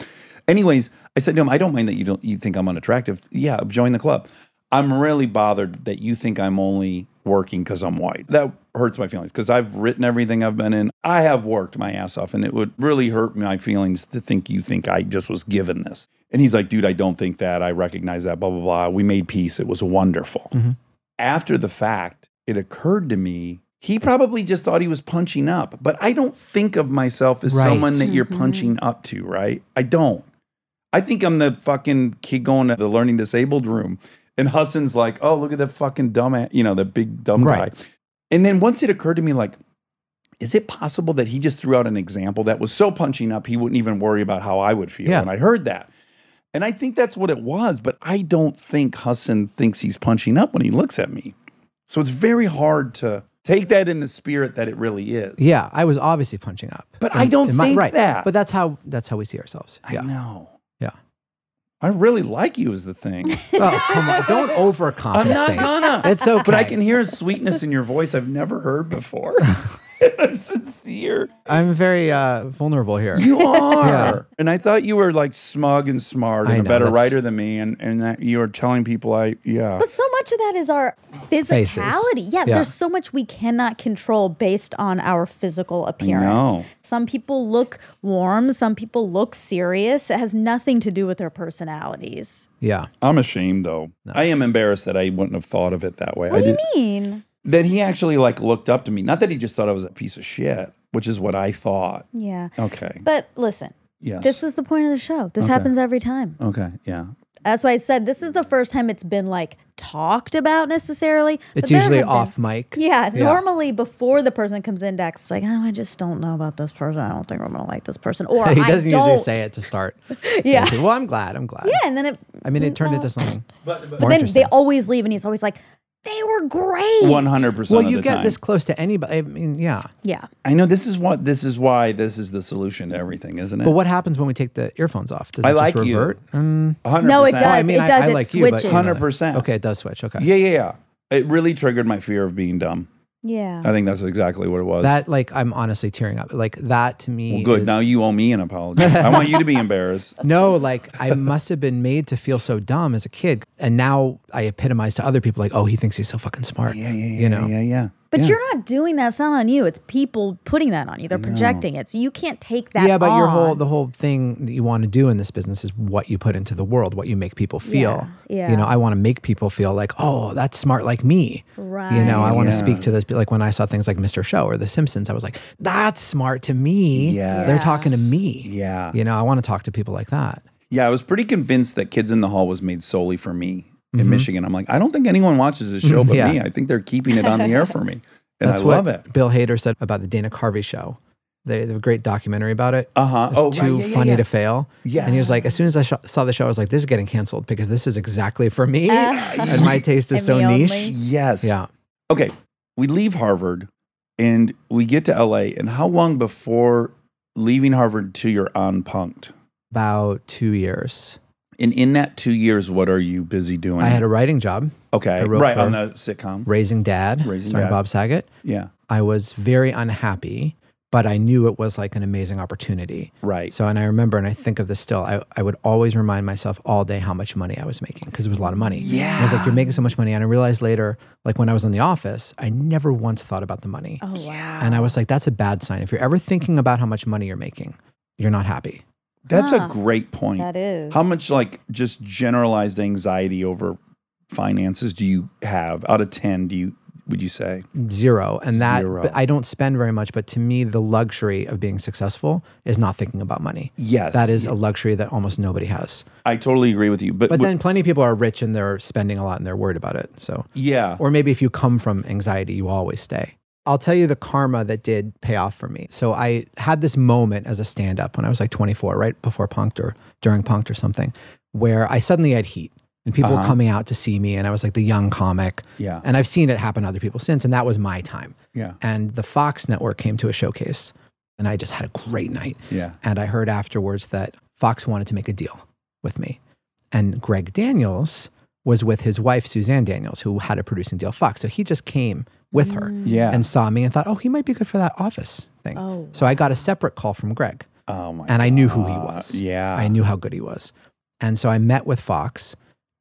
[SPEAKER 6] Anyways, I said to him, I don't mind that you don't you think I'm unattractive. Yeah, join the club. I'm really bothered that you think I'm only working because I'm white. That hurts my feelings because I've written everything I've been in. I have worked my ass off, and it would really hurt my feelings to think you think I just was given this. And he's like, dude, I don't think that. I recognize that, blah, blah, blah. We made peace. It was wonderful after the fact, it occurred to me he probably just thought he was punching up. But I don't think of myself as
[SPEAKER 7] Right.
[SPEAKER 6] someone that you're punching up to, right? I don't. I think I'm the fucking kid going to the learning disabled room. And Hussen's like, oh, look at that fucking dumb, a- you know, the big dumb
[SPEAKER 7] Right.
[SPEAKER 6] guy. And then once it occurred to me, like, is it possible that he just threw out an example that was so punching up he wouldn't even worry about how I would feel
[SPEAKER 7] Yeah.
[SPEAKER 6] when I heard that? And I think that's what it was, but I don't think Hussein thinks he's punching up when he looks at me. So it's very hard to take that in the spirit that it really is.
[SPEAKER 7] Yeah, I was obviously punching up,
[SPEAKER 6] But I don't
[SPEAKER 7] in my-
[SPEAKER 6] think
[SPEAKER 7] right.
[SPEAKER 6] that.
[SPEAKER 7] But that's how that's how we see ourselves.
[SPEAKER 6] I
[SPEAKER 7] Yeah,
[SPEAKER 6] know.
[SPEAKER 7] yeah.
[SPEAKER 6] I really like you is the thing.
[SPEAKER 7] Oh, come on, don't overcompensate.
[SPEAKER 6] I'm not gonna.
[SPEAKER 7] It's okay.
[SPEAKER 6] But I can hear a sweetness in your voice I've never heard before. I'm sincere.
[SPEAKER 7] I'm very uh, vulnerable here.
[SPEAKER 6] You are.
[SPEAKER 7] Yeah.
[SPEAKER 6] And I thought you were like smug and smart
[SPEAKER 7] I
[SPEAKER 6] and a
[SPEAKER 7] know,
[SPEAKER 6] better
[SPEAKER 7] that's-
[SPEAKER 6] writer than me and, and that you are telling people I yeah.
[SPEAKER 2] But so much of that is our
[SPEAKER 7] Faces.
[SPEAKER 2] physicality. Yeah,
[SPEAKER 7] Yeah.
[SPEAKER 2] there's so much we cannot control based on our physical appearance.
[SPEAKER 6] know.
[SPEAKER 2] Some people look warm, some people look serious. It has nothing to do with their personalities.
[SPEAKER 7] yeah,
[SPEAKER 6] I'm ashamed though. I am embarrassed that I wouldn't have thought of it that way. I
[SPEAKER 2] What do
[SPEAKER 6] didn't
[SPEAKER 2] you mean?
[SPEAKER 6] that he actually like looked up to me. Not that he just thought I was a piece of shit, which is what I thought.
[SPEAKER 2] Yeah.
[SPEAKER 6] Okay.
[SPEAKER 2] But listen,
[SPEAKER 6] Yes.
[SPEAKER 2] this is the point of the show. This happens every time.
[SPEAKER 6] okay. Yeah.
[SPEAKER 2] That's why I said this is the first time it's been like talked about necessarily. but
[SPEAKER 7] it's
[SPEAKER 2] there
[SPEAKER 7] usually
[SPEAKER 2] have been-
[SPEAKER 7] off mic.
[SPEAKER 2] Yeah, normally before the person comes in, Dax is like, oh, I just don't know about this person. I don't think I'm gonna like this person. Or
[SPEAKER 7] he
[SPEAKER 2] I
[SPEAKER 7] doesn't
[SPEAKER 2] don't.
[SPEAKER 7] usually say it to start.
[SPEAKER 2] Yeah.
[SPEAKER 7] He said, well, I'm glad. I'm glad.
[SPEAKER 2] Yeah, and then it
[SPEAKER 7] I mean, it turned into something. But,
[SPEAKER 2] But then they always leave, and he's always like, "They were great."
[SPEAKER 6] One hundred percent.
[SPEAKER 7] well, you get this close to anybody. I mean, yeah.
[SPEAKER 2] Yeah,
[SPEAKER 6] I know this is what this is why this is the solution to everything, isn't it?
[SPEAKER 7] But what happens when we take the earphones off? Does
[SPEAKER 6] I
[SPEAKER 7] it
[SPEAKER 6] like
[SPEAKER 7] just
[SPEAKER 6] you.
[SPEAKER 7] revert? Mm,
[SPEAKER 6] Hundred
[SPEAKER 2] No, it
[SPEAKER 6] percent.
[SPEAKER 2] does.
[SPEAKER 7] I mean,
[SPEAKER 2] it does,
[SPEAKER 7] I, I
[SPEAKER 2] it
[SPEAKER 7] like you, but
[SPEAKER 2] switches.
[SPEAKER 6] 100%.
[SPEAKER 7] Okay, it does switch. Okay.
[SPEAKER 6] Yeah, yeah, yeah. It really triggered my fear of being dumb.
[SPEAKER 2] yeah.
[SPEAKER 7] Uh,
[SPEAKER 6] I think that's exactly what it was.
[SPEAKER 7] That like I'm honestly tearing up. Like that to me.
[SPEAKER 6] well, good.
[SPEAKER 7] is-
[SPEAKER 6] Now you owe me an apology. I want you to be embarrassed.
[SPEAKER 7] No, like I must have been made to feel so dumb as a kid, and now I epitomize to other people like, oh, he thinks he's so fucking smart. Yeah, yeah, yeah. You know.
[SPEAKER 6] Yeah, yeah.
[SPEAKER 2] but you're not doing that. It's not on you. It's people putting that on you. They're projecting it, so you can't take that.
[SPEAKER 7] yeah, but your whole
[SPEAKER 2] on.
[SPEAKER 7] the whole thing that you want to do in this business is what you put into the world, what you make people feel.
[SPEAKER 2] Yeah, yeah.
[SPEAKER 7] You know, I want to make people feel like, oh, that's smart like me. You know, I
[SPEAKER 2] Right.
[SPEAKER 7] want to speak to those. Like when I saw things like Mr. Show or The Simpsons, I was like, that's smart to me.
[SPEAKER 6] Yes.
[SPEAKER 7] They're talking to me.
[SPEAKER 6] Yeah.
[SPEAKER 7] You know, I want to talk to people like that.
[SPEAKER 6] Yeah, I was pretty convinced that Kids in the Hall was made solely for me in Michigan. I'm like, I don't think anyone watches this show but
[SPEAKER 7] Mm-hmm. Yeah.
[SPEAKER 6] me. I think they're keeping it on the air for me. And
[SPEAKER 7] That's
[SPEAKER 6] I love
[SPEAKER 7] what
[SPEAKER 6] it.
[SPEAKER 7] Bill Hader said about the Dana Carvey show. They, they have a great documentary about it.
[SPEAKER 6] Uh huh.
[SPEAKER 7] It's
[SPEAKER 6] Oh,
[SPEAKER 7] too
[SPEAKER 6] right. Yeah, yeah,
[SPEAKER 7] funny
[SPEAKER 6] yeah.
[SPEAKER 7] to fail.
[SPEAKER 6] Yes.
[SPEAKER 7] And he was like, as soon as I sh- saw the show, I was like, this is getting canceled because this is exactly for me. and my taste
[SPEAKER 2] Uh,
[SPEAKER 7] is
[SPEAKER 2] And
[SPEAKER 7] so
[SPEAKER 2] me
[SPEAKER 7] niche.
[SPEAKER 2] only.
[SPEAKER 6] Yes.
[SPEAKER 7] Yeah.
[SPEAKER 6] Okay. We leave Harvard and we get to LA. And how long before leaving Harvard to you're on punked?
[SPEAKER 7] About two years.
[SPEAKER 6] And in that two years, what are you busy doing?
[SPEAKER 7] I had a writing job,
[SPEAKER 6] okay.
[SPEAKER 7] I wrote
[SPEAKER 6] Right
[SPEAKER 7] for-
[SPEAKER 6] on the sitcom.
[SPEAKER 7] Raising Dad,
[SPEAKER 6] Raising
[SPEAKER 7] starring
[SPEAKER 6] Dad.
[SPEAKER 7] Bob Saget.
[SPEAKER 6] Yeah.
[SPEAKER 7] I was very unhappy, but I knew it was like an amazing opportunity.
[SPEAKER 6] Right.
[SPEAKER 7] So, and I remember, and I think of this still, I, I would always remind myself all day how much money I was making because it was a lot of money. Yeah. I was like, you're making so much money. And I realized later, like when I was in the office, I never once thought about the money.
[SPEAKER 2] Oh wow.
[SPEAKER 7] And I was like, that's a bad sign. If you're ever thinking about how much money you're making, you're not happy.
[SPEAKER 6] That's
[SPEAKER 2] Huh.
[SPEAKER 6] a great point.
[SPEAKER 2] Ah, That is.
[SPEAKER 6] How much like just generalized anxiety over finances do you have out of 10? Do you would you say?
[SPEAKER 7] zero and that
[SPEAKER 6] Zero.
[SPEAKER 7] but i don't spend very much but to me the luxury of being successful is not thinking about money
[SPEAKER 6] Yes.
[SPEAKER 7] that is a luxury that almost nobody has
[SPEAKER 6] I totally agree with you. But,
[SPEAKER 7] but
[SPEAKER 6] but-
[SPEAKER 7] then plenty of people are rich and they're spending a lot and they're worried about it so
[SPEAKER 6] yeah.
[SPEAKER 7] or maybe if you come from anxiety you always stay i'll tell you the karma that did pay off for me so i had this moment as a stand-up when i was like 24 right before punked or during punked or something where i suddenly had heat and people were
[SPEAKER 6] Uh-huh.
[SPEAKER 7] coming out to see me and i was like the young comic
[SPEAKER 6] yeah.
[SPEAKER 7] and I've seen it happen to other people since, and that was my time.
[SPEAKER 6] Yeah.
[SPEAKER 7] And the Fox network came to a showcase, and I just had a great night.
[SPEAKER 6] Yeah.
[SPEAKER 7] And I heard afterwards that Fox wanted to make a deal with me. And Greg Daniels was with his wife, Suzanne Daniels, who had a producing deal at Fox. So he just came with her
[SPEAKER 6] Yeah.
[SPEAKER 7] and saw me and thought, oh, he might be good for that office thing.
[SPEAKER 2] Oh,
[SPEAKER 7] So I got a separate call from Greg
[SPEAKER 6] oh my
[SPEAKER 7] and I knew who he
[SPEAKER 6] God.
[SPEAKER 7] was.
[SPEAKER 6] Yeah.
[SPEAKER 7] I knew how good he was. And so I met with Fox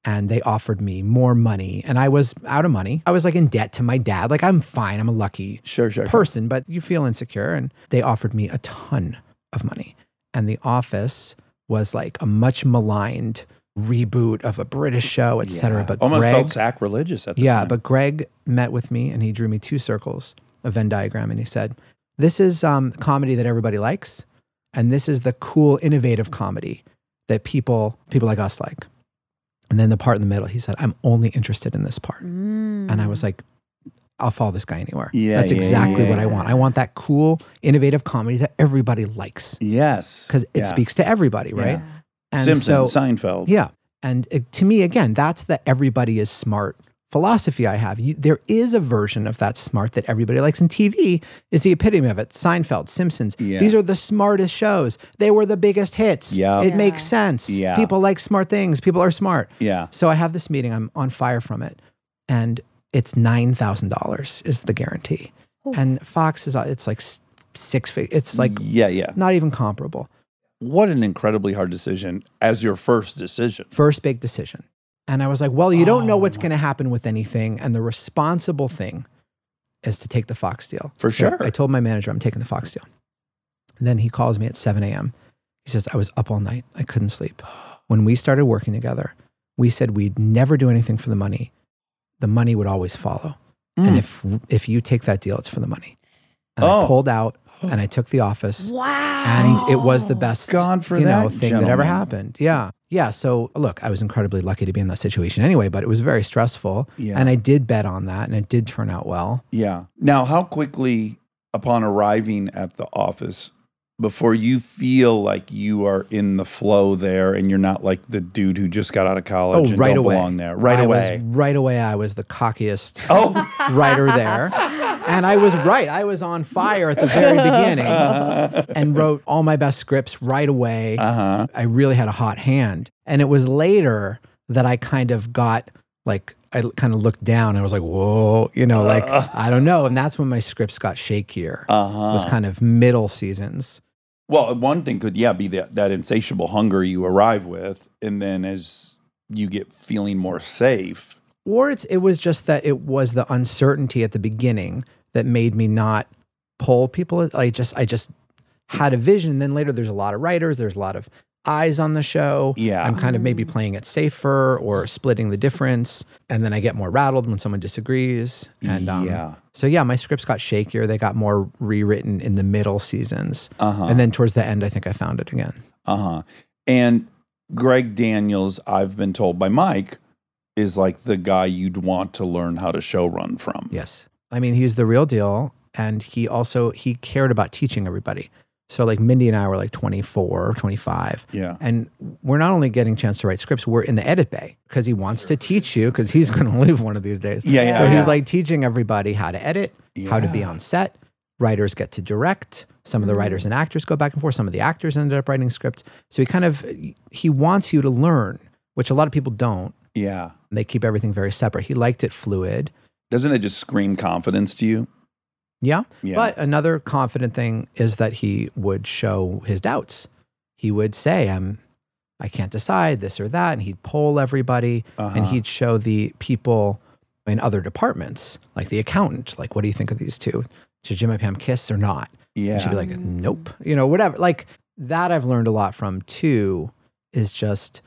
[SPEAKER 7] and they offered me more money. And I was out of money. I was like in debt to my dad. Like, I'm fine. I'm a lucky
[SPEAKER 6] Sure, sure. sure.
[SPEAKER 7] person, but you feel insecure. And they offered me a ton of money. And The Office was like a much maligned reboot of a British show, et cetera.
[SPEAKER 6] Yeah.
[SPEAKER 7] But
[SPEAKER 6] almost
[SPEAKER 7] Greg,
[SPEAKER 6] felt sacrilegious at the
[SPEAKER 7] yeah,
[SPEAKER 6] time.
[SPEAKER 7] but Greg met with me and he drew me two circles, a Venn diagram, and he said, "This is um, comedy that everybody likes, and this is the cool, innovative comedy that people people like us like." And then the part in the middle, he said, "I'm only interested in this part,"
[SPEAKER 2] Mm.
[SPEAKER 7] and I was like. I'll follow this guy anywhere.
[SPEAKER 6] Yeah,
[SPEAKER 7] that's
[SPEAKER 6] yeah,
[SPEAKER 7] exactly
[SPEAKER 6] yeah,
[SPEAKER 7] what I want. I want that cool, innovative comedy that everybody likes
[SPEAKER 6] yes,
[SPEAKER 7] because it
[SPEAKER 6] Yeah.
[SPEAKER 7] speaks to everybody, right?
[SPEAKER 6] Yeah.
[SPEAKER 7] And
[SPEAKER 6] Simpson,
[SPEAKER 7] so,
[SPEAKER 6] Seinfeld.
[SPEAKER 7] yeah. And uh, to me, again, that's the everybody is smart philosophy I have. You, there is a version of that smart that everybody likes. And TV is the epitome of it. Seinfeld, Simpsons.
[SPEAKER 6] Yeah.
[SPEAKER 7] These are the smartest shows. They were the biggest hits.
[SPEAKER 6] Yeah.
[SPEAKER 7] It
[SPEAKER 2] Yeah.
[SPEAKER 7] makes sense.
[SPEAKER 6] Yeah.
[SPEAKER 7] People like smart things. People are smart.
[SPEAKER 6] yeah.
[SPEAKER 7] So I have this meeting. I'm on fire from it. And it's $9,000 is the guarantee. And Fox is, uh, it's like s- six figures. It's like
[SPEAKER 6] yeah, yeah.
[SPEAKER 7] not even comparable.
[SPEAKER 6] What an incredibly hard decision as your first decision. Oh.
[SPEAKER 7] first big decision. And I was like, well, you don't know what's going to happen with anything. And the responsible thing is to take the Fox deal.
[SPEAKER 6] For
[SPEAKER 7] So
[SPEAKER 6] sure.
[SPEAKER 7] I told my manager, I'm taking the Fox deal. And then he calls me at 7 a.m. He says, I was up all night. I couldn't sleep. When we started working together, we said we'd never do anything for the money. The money would always follow. And if, if you take that deal, it's for the money. And I
[SPEAKER 6] Mm. Oh.
[SPEAKER 7] pulled out and I took the office
[SPEAKER 2] wow.
[SPEAKER 7] and it was the best
[SPEAKER 6] Oh, God for
[SPEAKER 7] you know,
[SPEAKER 6] that
[SPEAKER 7] thing that ever
[SPEAKER 6] gentleman.
[SPEAKER 7] happened. Yeah. Yeah. So look, I was incredibly lucky to be in that situation anyway, but it was very stressful.
[SPEAKER 6] Yeah.
[SPEAKER 7] And I did bet on that and it did turn out well.
[SPEAKER 6] Yeah. Now, how quickly upon arriving at the office before you feel like you are in the flow there and you're not like the dude who just got out of college
[SPEAKER 7] oh,
[SPEAKER 6] and
[SPEAKER 7] right
[SPEAKER 6] don't
[SPEAKER 7] away.
[SPEAKER 6] belong there. Right
[SPEAKER 7] I was-
[SPEAKER 6] away.
[SPEAKER 7] right away I was the cockiest
[SPEAKER 6] Oh,
[SPEAKER 7] writer there. And I was right. I was on fire at the very beginning and wrote all my best scripts right away.
[SPEAKER 6] uh-huh.
[SPEAKER 7] I really had a hot hand. And it was later that I kind of got like, I l- kind of looked down and I was like, whoa, you know, like, I don't know. And that's when my scripts got shakier.
[SPEAKER 6] Uh-huh.
[SPEAKER 7] was kind of middle seasons.
[SPEAKER 6] Well, one thing could yeah be that that insatiable hunger you arrive with, and then as you get feeling more safe,
[SPEAKER 7] Or it's, it was just that it was the uncertainty at the beginning that made me not pull people. I just, I just had a vision. Then later there's a lot of writers, there's a lot of eyes on the show.
[SPEAKER 6] yeah,
[SPEAKER 7] I'm kind of maybe playing it safer or splitting the difference. And then I get more rattled when someone disagrees. And um,
[SPEAKER 6] yeah,
[SPEAKER 7] so, yeah, my scripts got shakier. They got more rewritten in the middle seasons.
[SPEAKER 6] uh huh,
[SPEAKER 7] And then towards the end, I think I found it again.
[SPEAKER 6] uh huh, and Greg Daniels, I've been told by Mike, is like the guy you'd want to learn how to show run from.
[SPEAKER 7] Yes. I mean, he's the real deal. And he also, he cared about teaching everybody. So like Mindy and I were like 24, 25.
[SPEAKER 6] Yeah.
[SPEAKER 7] And we're not only getting a chance to write scripts, we're in the edit bay because he wants to teach you because he's going to leave one of these days.
[SPEAKER 6] Yeah, yeah,
[SPEAKER 7] So
[SPEAKER 6] yeah.
[SPEAKER 7] he's like teaching everybody how to edit, how to be on set. Writers get to direct. Some of the
[SPEAKER 6] Mm.
[SPEAKER 7] writers and actors go back and forth. Some of the actors ended up writing scripts. So he kind of he wants you to learn, which a lot of people don't.
[SPEAKER 6] yeah.
[SPEAKER 7] They keep everything very separate. He liked it fluid.
[SPEAKER 6] Doesn't that just scream confidence to you?
[SPEAKER 7] Yeah.
[SPEAKER 6] Yeah.
[SPEAKER 7] But another confident thing is that he would show his doubts. He would say, I'm I can't decide this or that. And he'd poll everybody and
[SPEAKER 6] Uh-huh.
[SPEAKER 7] he'd show the people in other departments, like the accountant, like, what do you think of these two? Should Jim and Pam kiss or not?
[SPEAKER 6] Yeah,
[SPEAKER 7] And she'd be like, nope, you know, whatever. Like that I've learned a lot from too is just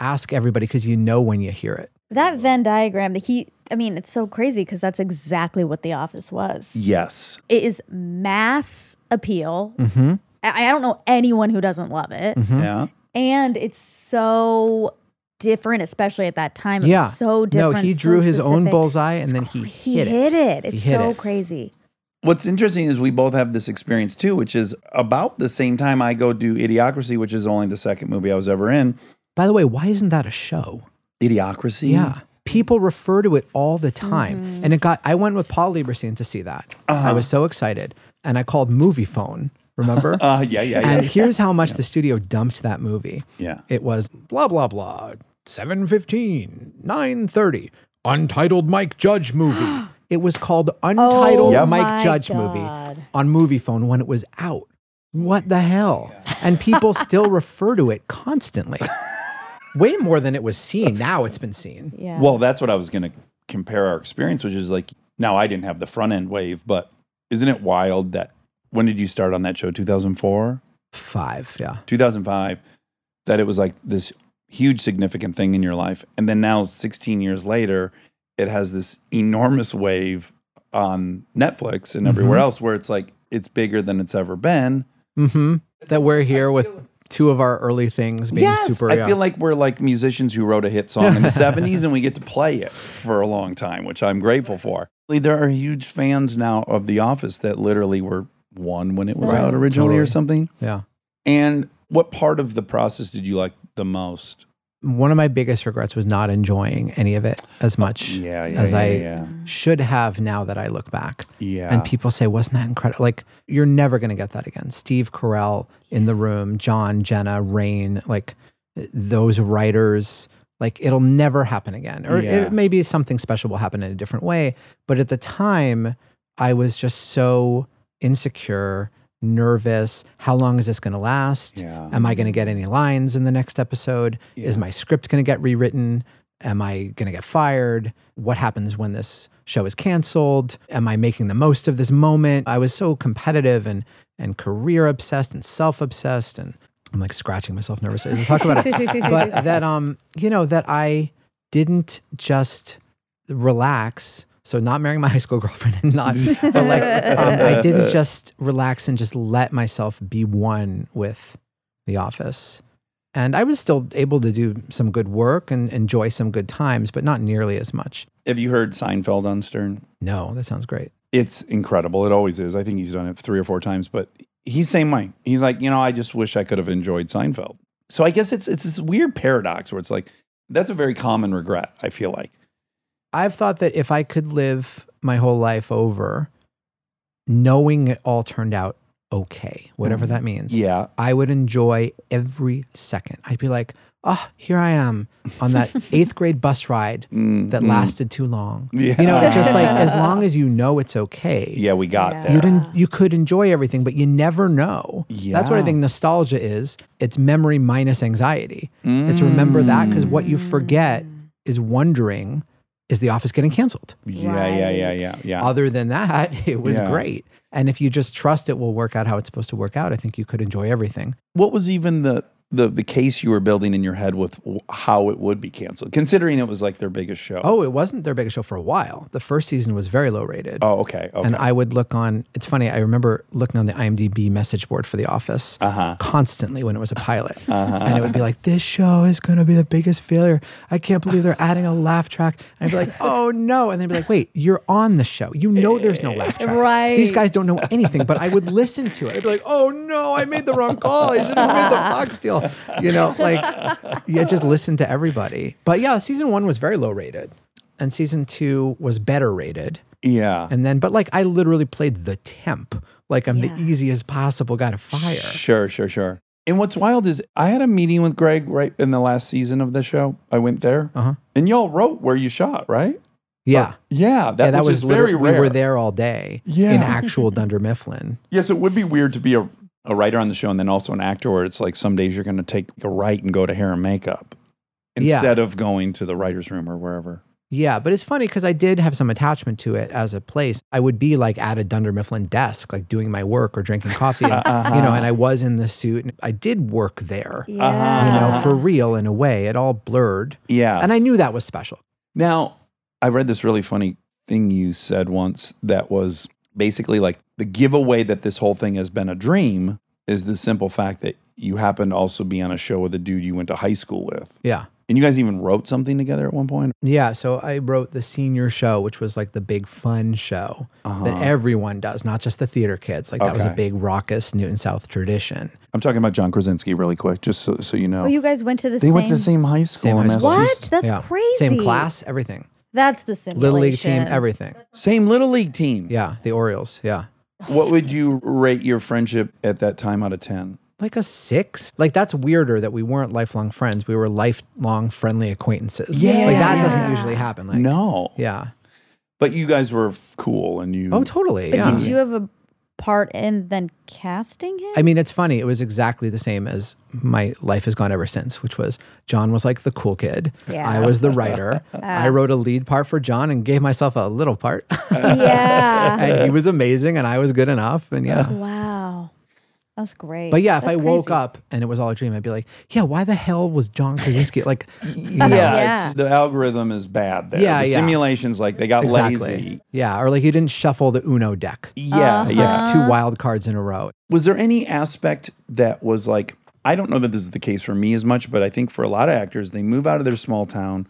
[SPEAKER 7] ask everybody because you know when you hear it.
[SPEAKER 2] that Venn diagram that he I mean, it's so crazy because that's exactly what The Office was.
[SPEAKER 6] Yes.
[SPEAKER 2] It is mass appeal.
[SPEAKER 6] Mm-hmm.
[SPEAKER 2] I, I don't know anyone who doesn't love it.
[SPEAKER 7] Mm. "Hmm?"
[SPEAKER 6] Yeah.
[SPEAKER 2] And it's so different, especially at that time. It
[SPEAKER 7] Yeah.
[SPEAKER 2] was so
[SPEAKER 7] No,
[SPEAKER 2] different.
[SPEAKER 7] he
[SPEAKER 2] so
[SPEAKER 7] drew his own
[SPEAKER 2] specific.
[SPEAKER 7] bullseye and
[SPEAKER 2] It's
[SPEAKER 7] then he
[SPEAKER 2] cra-
[SPEAKER 7] hit it. He
[SPEAKER 2] It's
[SPEAKER 7] hit
[SPEAKER 2] so
[SPEAKER 7] it.
[SPEAKER 2] crazy.
[SPEAKER 6] What's interesting is we both have this experience too, which is about the same time I go do Idiocracy, which is only the second movie I was ever in.
[SPEAKER 7] By the way, why isn't that a show?
[SPEAKER 6] Idiocracy.
[SPEAKER 7] Yeah. People refer to it all the time.
[SPEAKER 6] Mm-hmm.
[SPEAKER 7] And it got, I went with Paul Lieberstein to see that.
[SPEAKER 6] Uh-huh.
[SPEAKER 7] I was so excited. And I called Movie Phone, remember?
[SPEAKER 6] Uh, yeah, yeah, yeah.
[SPEAKER 7] and here's how much the studio dumped that movie.
[SPEAKER 6] yeah.
[SPEAKER 7] It was blah, blah, blah, 715, 930, Untitled Mike Judge movie. it was called Untitled
[SPEAKER 6] Oh
[SPEAKER 2] Yep.
[SPEAKER 7] Mike
[SPEAKER 2] my
[SPEAKER 7] Judge
[SPEAKER 2] God.
[SPEAKER 7] movie on Movie Phone when it was out. What the hell? And people still refer to it constantly. Way more than it was seen. Now it's been seen.
[SPEAKER 2] Yeah.
[SPEAKER 6] Well, that's what I was going to compare our experience, which is like, now I didn't have the front end wave, but isn't it wild that when did you start on that show? 2004,
[SPEAKER 7] Five, yeah.
[SPEAKER 6] 2005, that it was like this huge significant thing in your life. And then now, 16 years later, it has this enormous wave on Netflix and everywhere else where it's like, it's bigger than it's ever been.
[SPEAKER 7] Mm-hmm. That we're here with two of our early things being super.
[SPEAKER 6] I
[SPEAKER 7] yeah.
[SPEAKER 6] feel like we're like musicians who wrote a hit song in the 70s and we get to play it for a long time, which I'm grateful for. There are huge fans now of The Office that literally were one when it was
[SPEAKER 2] Right.
[SPEAKER 6] out originally or
[SPEAKER 7] Totally.
[SPEAKER 6] something.
[SPEAKER 7] yeah.
[SPEAKER 6] And what part of the process did you like the most?
[SPEAKER 7] One of my biggest regrets was not enjoying any of it as much
[SPEAKER 6] Yeah, yeah,
[SPEAKER 7] as
[SPEAKER 6] yeah,
[SPEAKER 7] I
[SPEAKER 6] yeah.
[SPEAKER 7] should have now that I look back.
[SPEAKER 6] Yeah.
[SPEAKER 7] And people say, wasn't that incredible? Like, you're never going to get that again. Steve Carell in the room, John, Jenna, Rain, like th- those writers, like it'll never happen again. Or
[SPEAKER 6] Yeah.
[SPEAKER 7] it, maybe something special will happen in a different way. But at the time, I was just so insecure, nervous. How long is this going to last?
[SPEAKER 6] Yeah.
[SPEAKER 7] Am I going to get any lines in the next episode? Is my script going to get rewritten? Am I going to get fired? What happens when this show is canceled? Am I making the most of this moment? I was so competitive and and career obsessed and self obsessed and I'm like scratching myself nervously as I talk about it. but that um you know that I didn't just relax. So not marrying my high school girlfriend and not, but like um, I didn't just relax and just let myself be one with the office. And I was still able to do some good work and enjoy some good times, but not nearly as much.
[SPEAKER 6] Have you heard Seinfeld on Stern?
[SPEAKER 7] No, that sounds great.
[SPEAKER 6] It's incredible. It always is. I think he's done it three or four times, but he's same way. He's like, you know, I just wish I could have enjoyed Seinfeld. So I guess it's it's this weird paradox where it's like that's a very common regret. I feel like.
[SPEAKER 7] I've thought that if I could live my whole life over knowing it all turned out okay, whatever that means,
[SPEAKER 6] Yeah.
[SPEAKER 7] I would enjoy every second. I'd be like, oh, here I am on that eighth grade bus ride
[SPEAKER 6] Mm,
[SPEAKER 7] that
[SPEAKER 6] mm.
[SPEAKER 7] lasted too long.
[SPEAKER 6] Yeah.
[SPEAKER 7] You know, it's just like as long as you know it's okay,
[SPEAKER 6] Yeah, we got
[SPEAKER 2] Yeah.
[SPEAKER 6] that.
[SPEAKER 7] you didn't you could enjoy everything, but you never know. That's what I
[SPEAKER 6] Yeah.
[SPEAKER 7] think nostalgia is. It's memory minus anxiety.
[SPEAKER 6] Mm-hmm.
[SPEAKER 7] It's remember that because what you forget is wondering, is the office getting canceled?
[SPEAKER 6] Yeah, yeah, yeah, yeah, yeah.
[SPEAKER 7] Other than that, it was
[SPEAKER 6] Yeah.
[SPEAKER 7] great. And if you just trust it will work out how it's supposed to work out, I think you could enjoy everything.
[SPEAKER 6] what was even the the the case you were building in your head with w- how it would be canceled, considering it was like their biggest show?
[SPEAKER 7] Oh, it wasn't their biggest show for a while. The first season was very low rated.
[SPEAKER 6] Oh, okay, okay.
[SPEAKER 7] And I would look on, it's funny, I remember looking on the IMDb message board for The Office
[SPEAKER 6] Uh-huh.
[SPEAKER 7] constantly when it was a pilot.
[SPEAKER 2] Uh-huh.
[SPEAKER 7] And it would be like, this show is going to be the biggest failure. I can't believe they're adding a laugh track. And I'd be like, oh no. And they'd be like, wait, you're on the show. You know there's no laugh track.
[SPEAKER 2] Right.
[SPEAKER 7] These guys don't know anything, but I would listen to it. I'd be like, oh no, I made the wrong call. I should have made the Fox deal. You know, like, yeah, just listen to everybody. But yeah, season one was very low rated. And season two was better rated.
[SPEAKER 6] yeah,
[SPEAKER 7] And then, but like, I literally played the temp. Like, I'm
[SPEAKER 2] Yeah.
[SPEAKER 7] the easiest possible guy to fire.
[SPEAKER 6] sure, sure, sure. And what's wild is I had a meeting with Greg right in the last season of the show. I went there,
[SPEAKER 7] Uh-huh.
[SPEAKER 6] and y'all wrote where you shot, right?
[SPEAKER 7] Yeah.
[SPEAKER 6] Yeah, that,
[SPEAKER 7] yeah, that
[SPEAKER 6] which
[SPEAKER 7] was
[SPEAKER 6] is very
[SPEAKER 7] literally-
[SPEAKER 6] rare.
[SPEAKER 7] We were there all day
[SPEAKER 6] Yeah.
[SPEAKER 7] in actual Dunder Mifflin.
[SPEAKER 6] Yes, it would be weird to be a, a writer on the show and then also an actor, where it's like some days you're going to take a right and go to hair and makeup
[SPEAKER 7] Yeah.
[SPEAKER 6] instead of going to the writers' room or wherever.
[SPEAKER 7] Yeah, but it's funny because I did have some attachment to it as a place. I would be like at a Dunder Mifflin desk, like doing my work or drinking coffee, and,
[SPEAKER 6] Uh-huh.
[SPEAKER 7] you know, and I was in the suit and I did work there,
[SPEAKER 2] yeah.
[SPEAKER 6] uh-huh.
[SPEAKER 7] you know, for real in a way. It all blurred.
[SPEAKER 6] Yeah,
[SPEAKER 7] And I knew that was special.
[SPEAKER 6] Now, I read this really funny thing you said once that was basically like the giveaway that this whole thing has been a dream is the simple fact that you happen to also be on a show with a dude you went to high school with.
[SPEAKER 7] Yeah.
[SPEAKER 6] And you guys even wrote something together at one point.
[SPEAKER 7] Yeah, so I wrote the senior show, which was like the big fun show that everyone does, not just the theater kids. Like that was a
[SPEAKER 6] Uh-huh. Okay.
[SPEAKER 7] big raucous Newton South tradition.
[SPEAKER 6] I'm talking about John Krasinski really quick, just so, so you know.
[SPEAKER 2] Oh, you guys went to the
[SPEAKER 6] they
[SPEAKER 2] same.
[SPEAKER 6] went to the same high school.
[SPEAKER 7] Same
[SPEAKER 6] in
[SPEAKER 7] high school.
[SPEAKER 2] What?
[SPEAKER 6] Massachusetts.
[SPEAKER 2] That's
[SPEAKER 7] Yeah.
[SPEAKER 2] crazy.
[SPEAKER 7] Same class, everything.
[SPEAKER 2] That's the simulation.
[SPEAKER 7] Little league team, everything.
[SPEAKER 6] Same little league team.
[SPEAKER 7] Yeah, the Orioles. Yeah.
[SPEAKER 6] What would you rate your friendship at that time out of 10?
[SPEAKER 7] Like a six. Like that's weirder that we weren't lifelong friends. We were lifelong friendly acquaintances.
[SPEAKER 6] Yeah.
[SPEAKER 7] Like that doesn't usually happen. Like
[SPEAKER 6] no.
[SPEAKER 7] Yeah.
[SPEAKER 6] But you guys were f- cool and you
[SPEAKER 7] Oh, totally.
[SPEAKER 2] But
[SPEAKER 7] yeah.
[SPEAKER 2] did you have a part in then casting him?
[SPEAKER 7] I mean, it's funny. It was exactly the same as my life has gone ever since, which was John was like the cool kid.
[SPEAKER 2] Yeah.
[SPEAKER 7] I was the writer. I wrote a lead part for John and gave myself a little part.
[SPEAKER 2] yeah.
[SPEAKER 7] and he was amazing and I was good enough. And yeah.
[SPEAKER 2] wow. That's great.
[SPEAKER 7] But yeah, if
[SPEAKER 2] That's
[SPEAKER 7] I woke
[SPEAKER 2] crazy.
[SPEAKER 7] up and it was all a dream, I'd be like, yeah, why the hell was John Krasinski like,
[SPEAKER 6] Yeah,
[SPEAKER 2] Yeah.
[SPEAKER 6] It's, the algorithm is bad there.
[SPEAKER 7] Yeah,
[SPEAKER 6] the
[SPEAKER 7] yeah.
[SPEAKER 6] simulations like they got lazy.
[SPEAKER 7] exactly. Uh-huh. Yeah. Or like you didn't shuffle the Uno deck.
[SPEAKER 6] Yeah,
[SPEAKER 2] Uh-huh.
[SPEAKER 6] yeah.
[SPEAKER 7] Like two wild cards in a row.
[SPEAKER 6] Was there any aspect that was like I don't know that this is the case for me as much, but I think for a lot of actors, they move out of their small town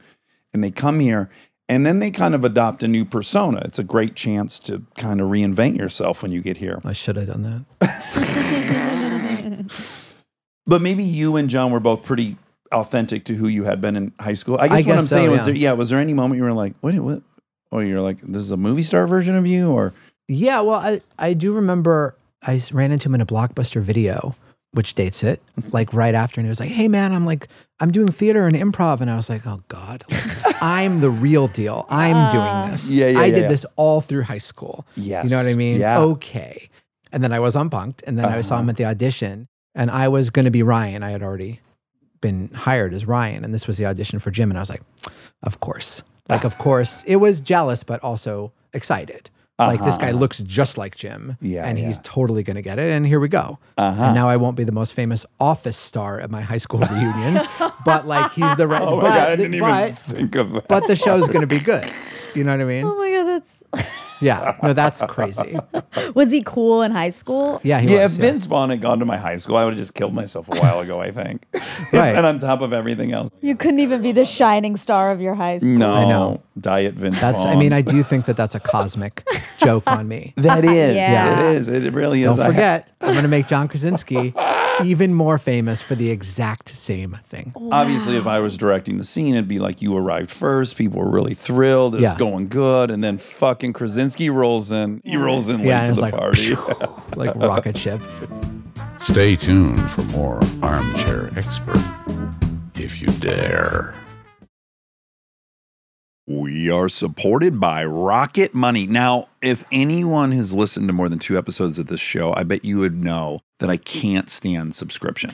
[SPEAKER 6] and they come here and then they kind of adopt a new persona. It's a great chance to kind of reinvent yourself when you get here.
[SPEAKER 7] I should have done that.
[SPEAKER 6] But maybe you and John were both pretty authentic to who you had been in high school. I guess, what
[SPEAKER 7] guess
[SPEAKER 6] I'm
[SPEAKER 7] so,
[SPEAKER 6] saying
[SPEAKER 7] yeah.
[SPEAKER 6] was there yeah, was there any moment you were like, wait, what? Or you're like, this is a movie star version of you or
[SPEAKER 7] Yeah, well, I, I do remember I s- ran into him in a blockbuster video, which dates it, like right after. And he was like, Hey, man, I'm like, I'm doing theater and improv. And I was like, Oh, God, like, I'm the real deal. I'm
[SPEAKER 2] Uh.
[SPEAKER 7] doing this.
[SPEAKER 6] Yeah, yeah,
[SPEAKER 7] I
[SPEAKER 6] yeah,
[SPEAKER 7] did
[SPEAKER 6] yeah.
[SPEAKER 7] this all through high school.
[SPEAKER 6] Yes.
[SPEAKER 7] You know what I mean? Oh,
[SPEAKER 6] Yeah. Uh-huh.
[SPEAKER 7] Okay. And then I was unpunked. And then I saw him at the audition. And I was going to be Ryan. I had already been hired as Ryan. And this was the audition for Jim. And I was like, Of course. Like, of course. It was jealous, but also excited. Like, this guy looks just like Jim.
[SPEAKER 6] Uh-huh. Yeah,
[SPEAKER 7] And he's
[SPEAKER 6] yeah. Uh-huh.
[SPEAKER 7] totally going to get it. And here we go. And now I won't be the most famous office star at my high school reunion, but like, he's the right.
[SPEAKER 6] Oh my
[SPEAKER 7] but,
[SPEAKER 6] god, I didn't even
[SPEAKER 7] but,
[SPEAKER 6] think of that.
[SPEAKER 7] but the show's going to be good. You know what I mean?
[SPEAKER 2] Oh my god, that's
[SPEAKER 7] Yeah. No, that's crazy.
[SPEAKER 2] was he cool in high school?
[SPEAKER 7] Yeah, he
[SPEAKER 6] yeah,
[SPEAKER 7] was.
[SPEAKER 6] if
[SPEAKER 7] yeah.
[SPEAKER 6] Vince Vaughn had gone to my high school, I would have just killed myself a while ago, I think.
[SPEAKER 7] Right.
[SPEAKER 6] and on top of everything else.
[SPEAKER 2] You couldn't even be the shining star of your high school.
[SPEAKER 6] No.
[SPEAKER 7] I know.
[SPEAKER 6] Diet Vince
[SPEAKER 7] That's. I
[SPEAKER 6] Vaughn.
[SPEAKER 7] mean, I do think that that's a cosmic joke on me.
[SPEAKER 6] That is.
[SPEAKER 2] Yeah.
[SPEAKER 6] It is. It really
[SPEAKER 7] Don't
[SPEAKER 6] is. I-
[SPEAKER 7] forget, I'm going to make John Krasinski even more famous for the exact same thing.
[SPEAKER 6] Oh, obviously, if I was directing the scene, it'd be like you arrived first. People were really thrilled. It was
[SPEAKER 7] Yeah.
[SPEAKER 6] going good. And then fucking Krasinski rolls in. He rolls in
[SPEAKER 7] Yeah, and
[SPEAKER 6] late to
[SPEAKER 7] it's
[SPEAKER 6] the
[SPEAKER 7] like
[SPEAKER 6] party.
[SPEAKER 7] like rocket ship.
[SPEAKER 4] Stay tuned for more Armchair Expert, if you dare.
[SPEAKER 6] We are supported by Rocket Money. Now, if anyone has listened to more than two episodes of this show, I bet you would know that I can't stand subscription.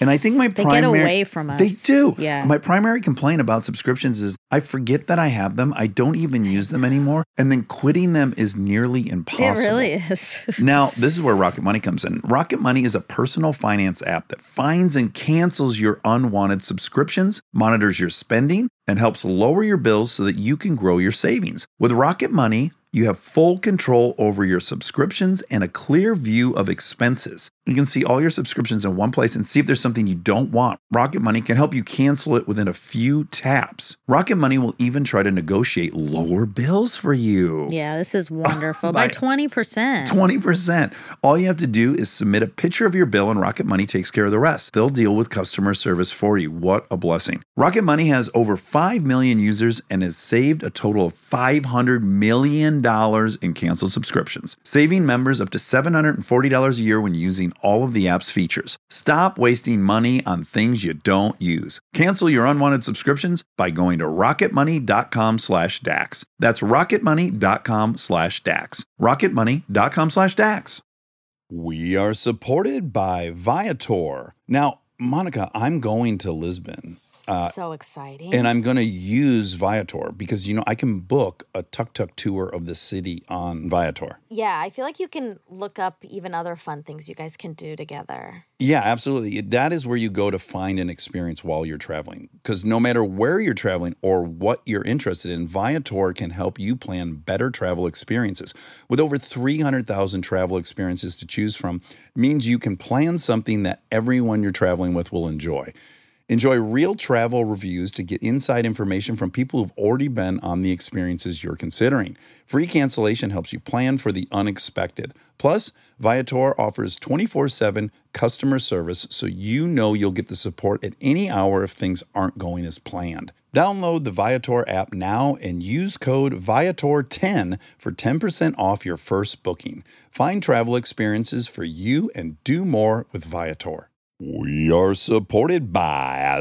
[SPEAKER 6] And I think my
[SPEAKER 2] They get
[SPEAKER 6] primary
[SPEAKER 2] away from us.
[SPEAKER 6] They do.
[SPEAKER 2] Yeah.
[SPEAKER 6] My primary complaint about subscriptions is I forget that I have them. I don't even use them anymore, and then quitting them is nearly impossible.
[SPEAKER 2] is.
[SPEAKER 6] Now, this is where Rocket Money comes in. Rocket Money is a personal finance app that finds and cancels your unwanted subscriptions, monitors your spending, and helps lower your bills so that you can grow your savings. With Rocket Money, you have full control over your subscriptions and a clear view of expenses. You can see all your subscriptions in one place and see if there's something you don't want. Rocket Money can help you cancel it within a few taps. Rocket Money will even try to negotiate lower bills for you.
[SPEAKER 2] yeah, this is wonderful.
[SPEAKER 6] By
[SPEAKER 2] By
[SPEAKER 6] My-
[SPEAKER 2] twenty percent.
[SPEAKER 6] 20%. All you have to do is submit a picture of your bill, and Rocket Money takes care of the rest. They'll deal with customer service for you. What a blessing. Rocket Money has over 5 million users and has saved a total of $500 million in canceled subscriptions, saving members up to $740 a year when using all of the app's features. Stop wasting money on things you don't use. Cancel your unwanted subscriptions by going to rocketmoney.com slash DAX. That's rocketmoney.com slash DAX. Rocketmoney.com slash DAX. We are supported by Viator. Now, Monica, I'm going to Lisbon
[SPEAKER 3] Uh,
[SPEAKER 8] so exciting.
[SPEAKER 3] and I'm going to use Viator because you know I can book a tuk tuk tour of the city on Viator.
[SPEAKER 8] yeah, I feel like you can look up even other fun things you guys can do together.
[SPEAKER 3] Yeah, absolutely. That is where you go to find an experience while you're traveling. Because no matter where you're traveling or what you're interested in, Viator can help you plan better travel experiences. With over 300,000 travel experiences to choose from, means you can plan something that everyone you're traveling with will enjoy. Enjoy real travel reviews to get inside information from people who've already been on the experiences you're considering. Free cancellation helps you plan for the unexpected. Plus, Viator offers 24 7 customer service so you know you'll get the support at any hour if things aren't going as planned. Download the Viator app now and use code Viator10 for 10% off your first booking. Find travel experiences for you and do more with Viator. We are supported by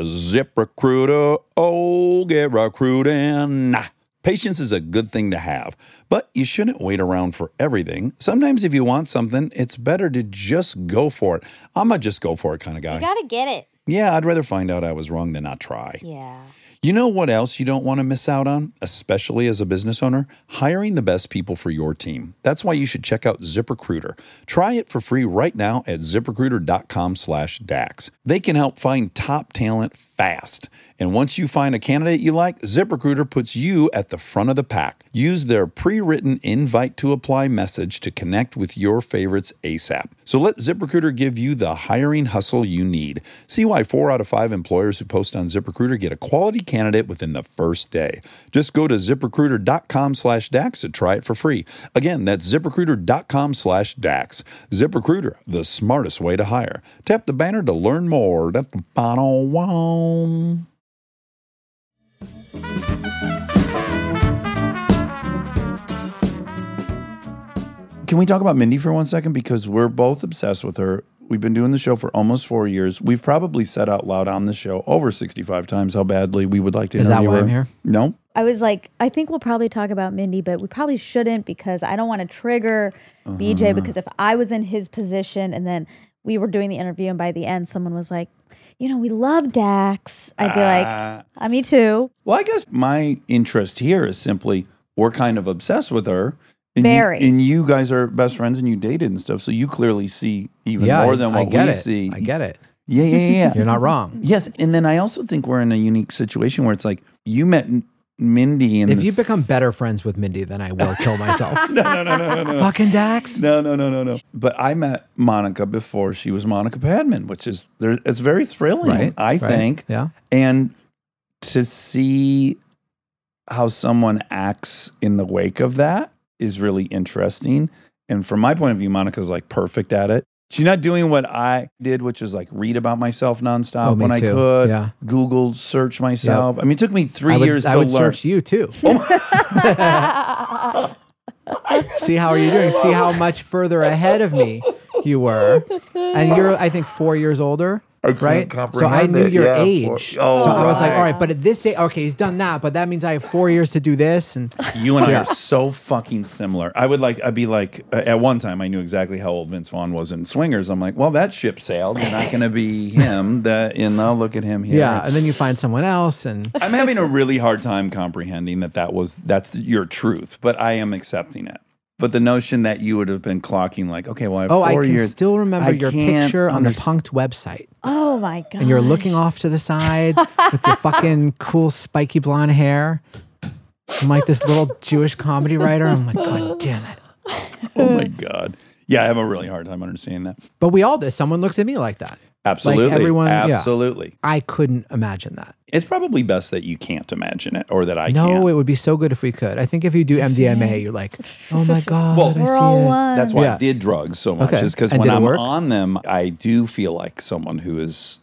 [SPEAKER 3] ZipRecruiter. Oh, get recruiting. Patience is a good thing to have, but you shouldn't wait around for everything. Sometimes, if you want something, it's better to just go for it. I'm a just go for it kind of
[SPEAKER 8] You
[SPEAKER 3] guy.
[SPEAKER 8] gotta get it.
[SPEAKER 3] yeah, I'd rather find out I was wrong than not try.
[SPEAKER 8] Yeah.
[SPEAKER 3] You know what else you don't want to miss out on, especially as a business owner? Hiring the best people for your team. That's why you should check out ZipRecruiter. Try it for free right now at ziprecruiter.com slash DAX. They can help find top talent fast. And once you find a candidate you like, ZipRecruiter puts you at the front of the pack. Use their pre written invite to apply message to connect with your favorites ASAP. So let ZipRecruiter give you the hiring hustle you need. See why four out of five employers who post on ZipRecruiter get a quality candidate within the first day. Just go to ziprecruiter.com slash DAX to try it for free. Again, that's ziprecruiter.com slash DAX. ZipRecruiter, the smartest way to hire. Tap the banner to learn more. Da-da-ba-da-wom.
[SPEAKER 6] Can we talk about Mindy for one second? Because we're both obsessed with her. We've been doing the show for almost four years. We've probably said out loud on the show over 65 times how badly we would like to
[SPEAKER 7] Is that
[SPEAKER 6] interview
[SPEAKER 7] why I'm
[SPEAKER 6] her.
[SPEAKER 7] here?
[SPEAKER 6] No.
[SPEAKER 2] I was like, I think we'll probably talk about Mindy, but we probably shouldn't because I don't want to trigger
[SPEAKER 6] Uh-huh.
[SPEAKER 2] BJ. Because if I was in his position and then we were doing the interview, and by the end, someone was like, you know, we love Dax, I'd be
[SPEAKER 6] Ah.
[SPEAKER 2] like, uh, me too.
[SPEAKER 6] Well, I guess my interest here is simply we're kind of obsessed with her. And
[SPEAKER 2] Very.
[SPEAKER 6] You, and you guys are best friends and you dated and stuff. So you clearly see even
[SPEAKER 7] yeah,
[SPEAKER 6] more
[SPEAKER 7] I-
[SPEAKER 6] than
[SPEAKER 7] I
[SPEAKER 6] what
[SPEAKER 7] get
[SPEAKER 6] we
[SPEAKER 7] it.
[SPEAKER 6] see.
[SPEAKER 7] I get it.
[SPEAKER 6] Yeah, yeah, yeah. yeah.
[SPEAKER 7] You're not wrong.
[SPEAKER 6] yes. And then I also think we're in a unique situation where it's like you met M- Mindy and
[SPEAKER 7] If you become better friends with Mindy, then I will kill myself. no, no, no, no, no, no. Fucking Dax.
[SPEAKER 6] No, no, no, no, no. But I met Monica before she was Monica Padman, which is there. It's very thrilling,
[SPEAKER 7] Right.
[SPEAKER 6] I
[SPEAKER 7] right,
[SPEAKER 6] think,
[SPEAKER 7] Yeah.
[SPEAKER 6] and to see how someone acts in the wake of that is really interesting. And from my point of view, Monica's like perfect at it. She's not doing what I did, which is like read about myself nonstop
[SPEAKER 7] Oh, me
[SPEAKER 6] when I
[SPEAKER 7] too.
[SPEAKER 6] could,
[SPEAKER 7] Yeah.
[SPEAKER 6] Google search myself. I mean, it took me three
[SPEAKER 7] I would,
[SPEAKER 6] years
[SPEAKER 7] I
[SPEAKER 6] to
[SPEAKER 7] would
[SPEAKER 6] learn. Oh
[SPEAKER 7] search you too. See how are you doing? See how much further ahead of me you were, and you're I think four years older. Right, so I
[SPEAKER 6] comprehend
[SPEAKER 7] knew
[SPEAKER 6] it.
[SPEAKER 7] your
[SPEAKER 6] Yeah,
[SPEAKER 7] age,
[SPEAKER 6] four- oh,
[SPEAKER 7] so I was like,
[SPEAKER 6] right.
[SPEAKER 7] "All right, but at this age, okay, he's done that, but that means I have four years to do this." And
[SPEAKER 6] You and I
[SPEAKER 7] Yeah.
[SPEAKER 6] are so fucking similar. I would like, I'd be like, uh, at one time I knew exactly how old Vince Vaughn was in Swingers. I'm like, well, that ship sailed. You're not going to be him. That, and I'll look at him here.
[SPEAKER 7] yeah, and then you find someone else, and
[SPEAKER 6] I'm having a really hard time comprehending that that was, that's your truth, but I am accepting it. But the notion that you would have been clocking like, okay, well, I have
[SPEAKER 7] oh,
[SPEAKER 6] four
[SPEAKER 7] I can
[SPEAKER 6] years.
[SPEAKER 7] still remember
[SPEAKER 6] I
[SPEAKER 7] your
[SPEAKER 6] can't
[SPEAKER 7] picture on the
[SPEAKER 6] underst-
[SPEAKER 7] Punked website.
[SPEAKER 2] Oh my god!
[SPEAKER 7] and you're looking off to the side with your fucking cool spiky blonde hair. I'm like this little Jewish comedy writer. I'm like, God damn it.
[SPEAKER 6] Oh my God. Yeah, I have a really hard time understanding that.
[SPEAKER 7] But we all do. Someone looks at me like that.
[SPEAKER 6] Absolutely.
[SPEAKER 7] everyone- yeah.
[SPEAKER 6] Absolutely.
[SPEAKER 7] I couldn't imagine that.
[SPEAKER 6] It's probably best that you can't imagine it or that I
[SPEAKER 7] no,
[SPEAKER 6] can't.
[SPEAKER 7] it would be so good if we could. I think if you do MDMA, you're like, oh my God,
[SPEAKER 6] Well,
[SPEAKER 7] I
[SPEAKER 2] We're
[SPEAKER 7] see
[SPEAKER 2] all
[SPEAKER 7] it.
[SPEAKER 2] one.
[SPEAKER 6] That's why
[SPEAKER 7] Yeah.
[SPEAKER 6] I did drugs so much,
[SPEAKER 7] Okay.
[SPEAKER 6] is because
[SPEAKER 7] And
[SPEAKER 6] when
[SPEAKER 7] did it
[SPEAKER 6] I'm
[SPEAKER 7] work?
[SPEAKER 6] on them, I do feel like someone who is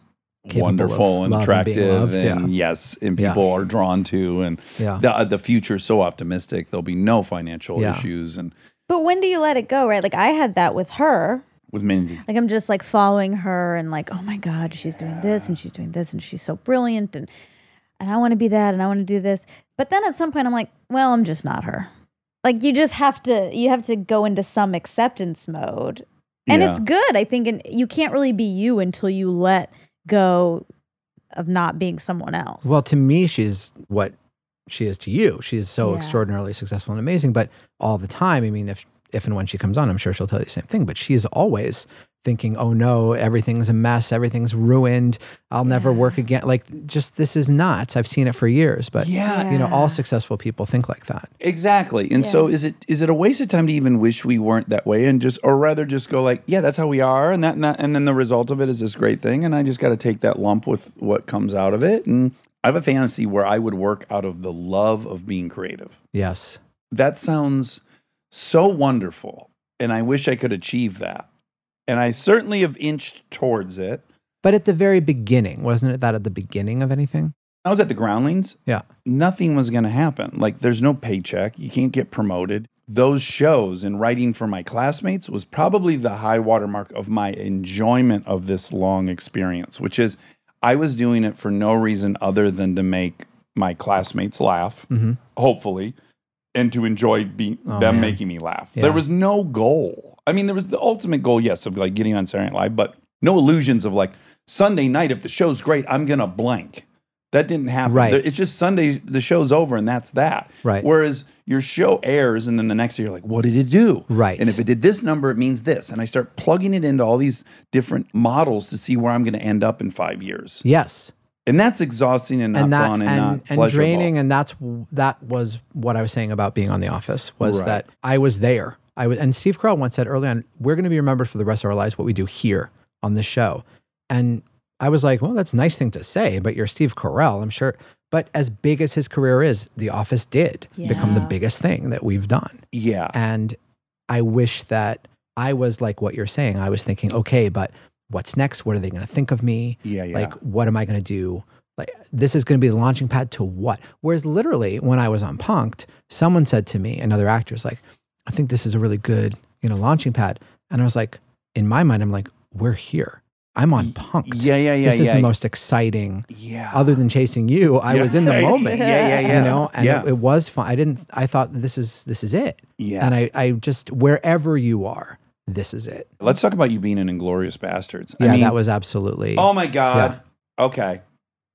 [SPEAKER 7] Capable
[SPEAKER 6] wonderful
[SPEAKER 7] of
[SPEAKER 6] and
[SPEAKER 7] love and being
[SPEAKER 6] attractive, and,
[SPEAKER 7] loved,
[SPEAKER 6] yes, and
[SPEAKER 7] Yeah.
[SPEAKER 6] people are drawn to, and
[SPEAKER 7] Yeah.
[SPEAKER 6] the the future so optimistic. There'll be no financial
[SPEAKER 7] Yeah.
[SPEAKER 6] issues, and
[SPEAKER 2] but when do you let it go? Right? Like I had that with her.
[SPEAKER 6] with Mindy,
[SPEAKER 2] Like I'm just like following her and like, oh my God, she's doing this and she's doing this and she's so brilliant and and I want to be that and I want to do this. But then at some point I'm like, well, I'm just not her. Like you just have to you have to go into some acceptance mode. And it's
[SPEAKER 6] Yeah.
[SPEAKER 2] good, I think, and you can't really be you until you let go of not being someone else.
[SPEAKER 7] Well, to me, she's what she is to you. She is so
[SPEAKER 2] Yeah.
[SPEAKER 7] extraordinarily successful and amazing, but all the time, I mean, if if and when she comes on, I'm sure she'll tell you the same thing. But she is always thinking, "Oh no, everything's a mess. Everything's ruined. I'll never work again." Like, just this is nuts. I've seen it for years, but
[SPEAKER 6] Yeah.
[SPEAKER 7] you know,
[SPEAKER 2] Yeah.
[SPEAKER 7] all successful people think like that.
[SPEAKER 6] Exactly. And so is it is it a waste of time to even wish we weren't that way and just or rather just go like, yeah, that's how we are and that and, that, and then the result of it is this great thing and I just got to take that lump with what comes out of it and I have a fantasy where I would work out of the love of being creative.
[SPEAKER 7] Yes.
[SPEAKER 6] That sounds so wonderful and I wish I could achieve that. And I certainly have inched towards it.
[SPEAKER 7] But at the very beginning, wasn't it that at the beginning of anything?
[SPEAKER 6] I was at the groundlings
[SPEAKER 7] Yeah.
[SPEAKER 6] nothing was going to happen. Like, there's no paycheck. You can't get promoted. Those shows and writing for my classmates was probably the high watermark of my enjoyment of this long experience, which is I was doing it for no reason other than to make my classmates laugh,
[SPEAKER 7] Mhm.
[SPEAKER 6] hopefully, and to enjoy be-
[SPEAKER 7] Oh,
[SPEAKER 6] them
[SPEAKER 7] man.
[SPEAKER 6] making me laugh.
[SPEAKER 7] Yeah.
[SPEAKER 6] There was no goal. I mean, there was the ultimate goal, yes, of like getting on Saturday Night Live, but no illusions of like Sunday night, if the show's great, I'm going to blank. That didn't happen.
[SPEAKER 7] Right.
[SPEAKER 6] There- It's just Sunday, the show's over, and that's that.
[SPEAKER 7] Right.
[SPEAKER 6] Whereas your show airs, and then the next day you're like, what did it do?
[SPEAKER 7] Right.
[SPEAKER 6] And if it did this number, it means this. And I start plugging it into all these different models to see where I'm going to end up in five years.
[SPEAKER 7] Yes.
[SPEAKER 6] And that's exhausting and not
[SPEAKER 7] and that
[SPEAKER 6] fun and,
[SPEAKER 7] and,
[SPEAKER 6] not
[SPEAKER 7] and,
[SPEAKER 6] pleasurable.
[SPEAKER 7] draining and that's w- that was what i was saying about being on the office was
[SPEAKER 6] Right.
[SPEAKER 7] that i was there i was and steve carell once said early on we're going to be remembered for the rest of our lives what we do here on this show and i was like well that's a nice thing to say but you're steve carell i'm sure but as big as his career is the office did become the
[SPEAKER 2] Yeah.
[SPEAKER 7] biggest thing that we've done
[SPEAKER 6] yeah.
[SPEAKER 7] and I wish that I was like what you're saying. I was thinking, okay, but what's next? What are they going to think of me?
[SPEAKER 6] Yeah, yeah.
[SPEAKER 7] Like, what am I going to do? Like, this is going to be the launching pad to what? Whereas, literally, when I was on Punked, someone said to me, another actor was like, I think this is a really good, you know, launching pad. And I was like, in my mind, I'm like, we're here. I'm on Punked.
[SPEAKER 6] Yeah, yeah, yeah,
[SPEAKER 7] This is
[SPEAKER 6] yeah.
[SPEAKER 7] the most exciting.
[SPEAKER 6] yeah.
[SPEAKER 7] Other than chasing you, I was in the
[SPEAKER 6] Yeah.
[SPEAKER 7] moment
[SPEAKER 6] yeah, yeah, yeah.
[SPEAKER 7] you know and
[SPEAKER 6] yeah.
[SPEAKER 7] it, it was fun i didn't i thought this is this is it
[SPEAKER 6] Yeah.
[SPEAKER 7] and i i just wherever you are this is it
[SPEAKER 6] Let's talk about you being an inglorious bastards.
[SPEAKER 7] yeah
[SPEAKER 6] I mean,
[SPEAKER 7] that was absolutely
[SPEAKER 6] Oh my God. Okay.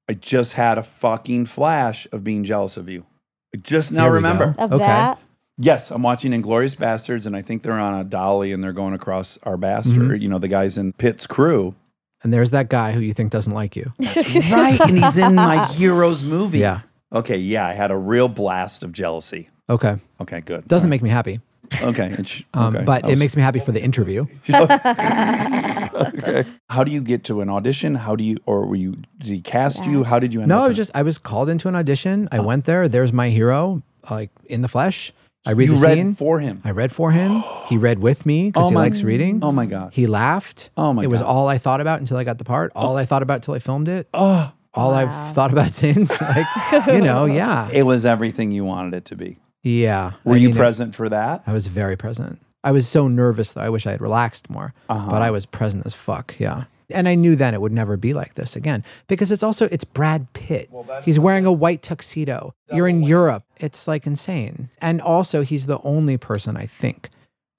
[SPEAKER 6] I just had a fucking flash of being jealous of you. I just now
[SPEAKER 7] Here we
[SPEAKER 6] remember.
[SPEAKER 7] go.
[SPEAKER 2] of
[SPEAKER 7] Okay.
[SPEAKER 2] that.
[SPEAKER 6] Yes, I'm watching Inglorious Bastards, and I think they're on a dolly and they're going across our bastard,
[SPEAKER 7] Mm-hmm.
[SPEAKER 6] you know, the guys in Pitt's crew.
[SPEAKER 7] and there's that guy who you think doesn't like you
[SPEAKER 6] Right. and he's in my hero's movie.
[SPEAKER 7] yeah
[SPEAKER 6] Okay. Yeah. I had a real blast of jealousy.
[SPEAKER 7] okay
[SPEAKER 6] Okay. Good.
[SPEAKER 7] doesn't make me happy
[SPEAKER 6] Okay. it sh-
[SPEAKER 7] um,
[SPEAKER 6] okay.
[SPEAKER 7] but
[SPEAKER 6] I
[SPEAKER 7] it
[SPEAKER 6] was-
[SPEAKER 7] makes me happy for the interview
[SPEAKER 6] How do you get to an audition? How do you, or were you, did he cast you? How did you end
[SPEAKER 7] no
[SPEAKER 6] up?
[SPEAKER 7] i was
[SPEAKER 6] in-
[SPEAKER 7] just i was called into an audition i went there there's my hero like in the flesh i read
[SPEAKER 6] you
[SPEAKER 7] the
[SPEAKER 6] read
[SPEAKER 7] scene
[SPEAKER 6] for him.
[SPEAKER 7] I read for him. He read with me because
[SPEAKER 6] Oh
[SPEAKER 7] he
[SPEAKER 6] my-
[SPEAKER 7] likes reading.
[SPEAKER 6] oh my God.
[SPEAKER 7] He laughed.
[SPEAKER 6] Oh my
[SPEAKER 7] It was
[SPEAKER 6] God. Oh.
[SPEAKER 7] all I thought about until I got the part. All I thought about till I filmed it. Oh, all I've thought about since. Like you know, yeah,
[SPEAKER 6] It was everything you wanted it to be.
[SPEAKER 7] yeah.
[SPEAKER 6] Were
[SPEAKER 7] I
[SPEAKER 6] you
[SPEAKER 7] mean, it-
[SPEAKER 6] present for that?
[SPEAKER 7] I was very present. I was so nervous though. I wish I had relaxed more,
[SPEAKER 6] Uh-huh.
[SPEAKER 7] but I was present as fuck. Yeah. And I knew then it would never be like this again because it's also it's Brad Pitt. he's wearing a white tuxedo. You're in Europe. It's like insane. And also he's the only person I think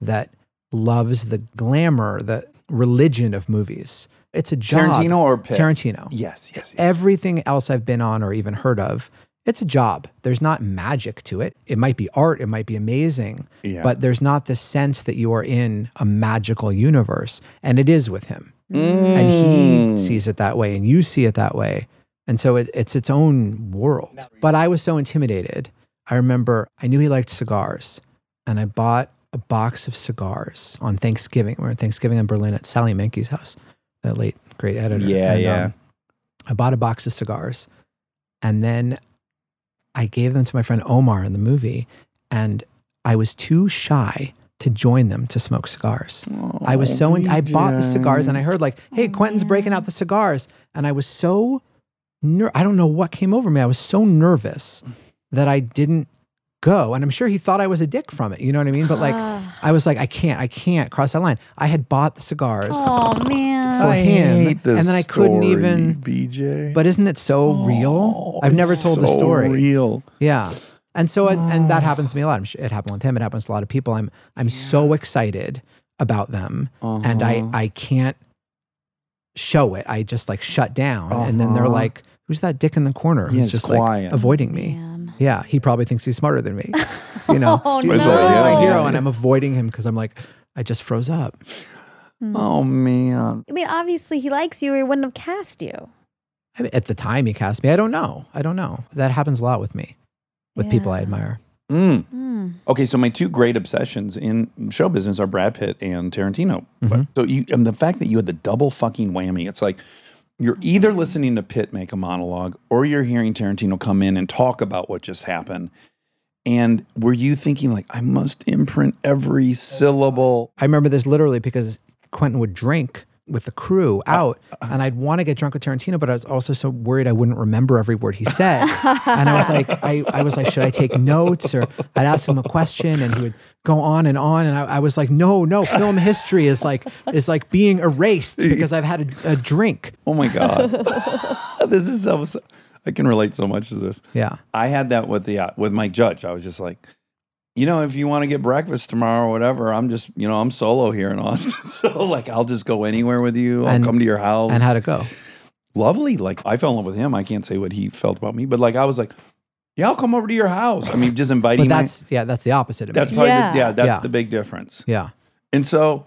[SPEAKER 7] that loves the glamour, the religion of movies. It's a job.
[SPEAKER 6] Tarantino or Pitt?
[SPEAKER 7] Tarantino.
[SPEAKER 6] Yes, yes, yes.
[SPEAKER 7] Everything else I've been on or even heard of, it's a job. There's not magic to it. It might be art, it might be amazing,
[SPEAKER 6] Yeah.
[SPEAKER 7] but there's not the sense that you are in a magical universe. And it is with him.
[SPEAKER 2] Mm.
[SPEAKER 6] Hmm.
[SPEAKER 7] And he sees it that way, and you see it that way. And so it, it's its own world. But I was so intimidated. I remember I knew he liked cigars, and I bought a box of cigars on Thanksgiving. We were at Thanksgiving in Berlin at Sally Menke's house, that late great editor.
[SPEAKER 6] Yeah,
[SPEAKER 7] And, um,
[SPEAKER 6] yeah.
[SPEAKER 7] I bought a box of cigars, and then I gave them to my friend Omar in the movie, and I was too shy to join them to smoke cigars. I
[SPEAKER 6] Oh,
[SPEAKER 7] was so in- I bought the cigars and I heard like, "Hey, Quentin's breaking out the cigars," and I was so ner- I don't know what came over me. I was so nervous that I didn't go, and I'm sure he thought I was a dick from it. You know what I mean? But like,
[SPEAKER 2] Ah.
[SPEAKER 7] I was like, I can't, I can't cross that line. I had bought the cigars.
[SPEAKER 2] Oh man.
[SPEAKER 7] for
[SPEAKER 6] I
[SPEAKER 7] him,
[SPEAKER 6] hate this
[SPEAKER 7] and then I couldn't
[SPEAKER 6] story,
[SPEAKER 7] even-
[SPEAKER 6] BJ.
[SPEAKER 7] But isn't it so real? I've never told the
[SPEAKER 6] So
[SPEAKER 7] story.
[SPEAKER 6] Real.
[SPEAKER 7] Yeah. And so, it, and that happens to me a lot. I'm su- It happened with him. It happens to a lot of people. I'm,
[SPEAKER 6] Uh-huh.
[SPEAKER 7] I'm so excited about them, and I, I can't show it. I just like shut down, and then they're like, "Who's that dick in the corner who's
[SPEAKER 6] Uh-huh. Yeah, it's
[SPEAKER 7] just
[SPEAKER 6] quiet.
[SPEAKER 7] like avoiding me?"
[SPEAKER 2] Man.
[SPEAKER 7] Yeah, he probably thinks he's smarter than me. You know,
[SPEAKER 2] Oh,
[SPEAKER 7] he's
[SPEAKER 2] Especially,
[SPEAKER 7] like
[SPEAKER 2] yeah.
[SPEAKER 7] my hero,
[SPEAKER 2] no.
[SPEAKER 7] and I'm avoiding him because I'm like, I just froze up.
[SPEAKER 6] Oh man.
[SPEAKER 2] Hmm. I mean, obviously he likes you or he wouldn't have cast you.
[SPEAKER 7] I mean, at the time he cast me, I don't know. I don't know. That happens a lot with me, with people I
[SPEAKER 2] Yeah.
[SPEAKER 7] admire.
[SPEAKER 6] Mm.
[SPEAKER 2] Mm.
[SPEAKER 6] Okay, so my two great obsessions in show business are Brad Pitt and Tarantino. But, so you and the fact that you had the double fucking whammy, it's like you're either listening to Pitt make a monologue or you're hearing Tarantino come in and talk about what just happened. And were you thinking like I must imprint every syllable?
[SPEAKER 7] I remember this literally because Quentin would drink with the crew out, and I'd want to get drunk with Tarantino, but I was also so worried I wouldn't remember every word he said. and I was like, I, I was like, should I take notes? Or I'd ask him a question, and he would go on and on, and I, I was like, no, no, film history is like is like being erased because I've had a, a drink.
[SPEAKER 6] Oh my god. this is so, so I can relate so much to this.
[SPEAKER 7] Yeah,
[SPEAKER 6] I had that with the uh, with Mike Judge. I was just like, you know, if you want to get breakfast tomorrow or whatever, I'm just, you know, I'm solo here in Austin, so like I'll just go anywhere with you. I'll
[SPEAKER 7] And-
[SPEAKER 6] come to your house.
[SPEAKER 7] and how'd it go?
[SPEAKER 6] Lovely. Like I fell in love with him. I can't say what he felt about me, but like I was like, yeah, I'll come over to your house. I mean, just
[SPEAKER 7] But
[SPEAKER 6] inviting. my-
[SPEAKER 7] that's yeah, that's the opposite of
[SPEAKER 6] that's
[SPEAKER 7] me.
[SPEAKER 6] probably
[SPEAKER 2] Yeah.
[SPEAKER 6] The, yeah. That's
[SPEAKER 7] Yeah.
[SPEAKER 6] the big difference.
[SPEAKER 7] yeah.
[SPEAKER 6] And so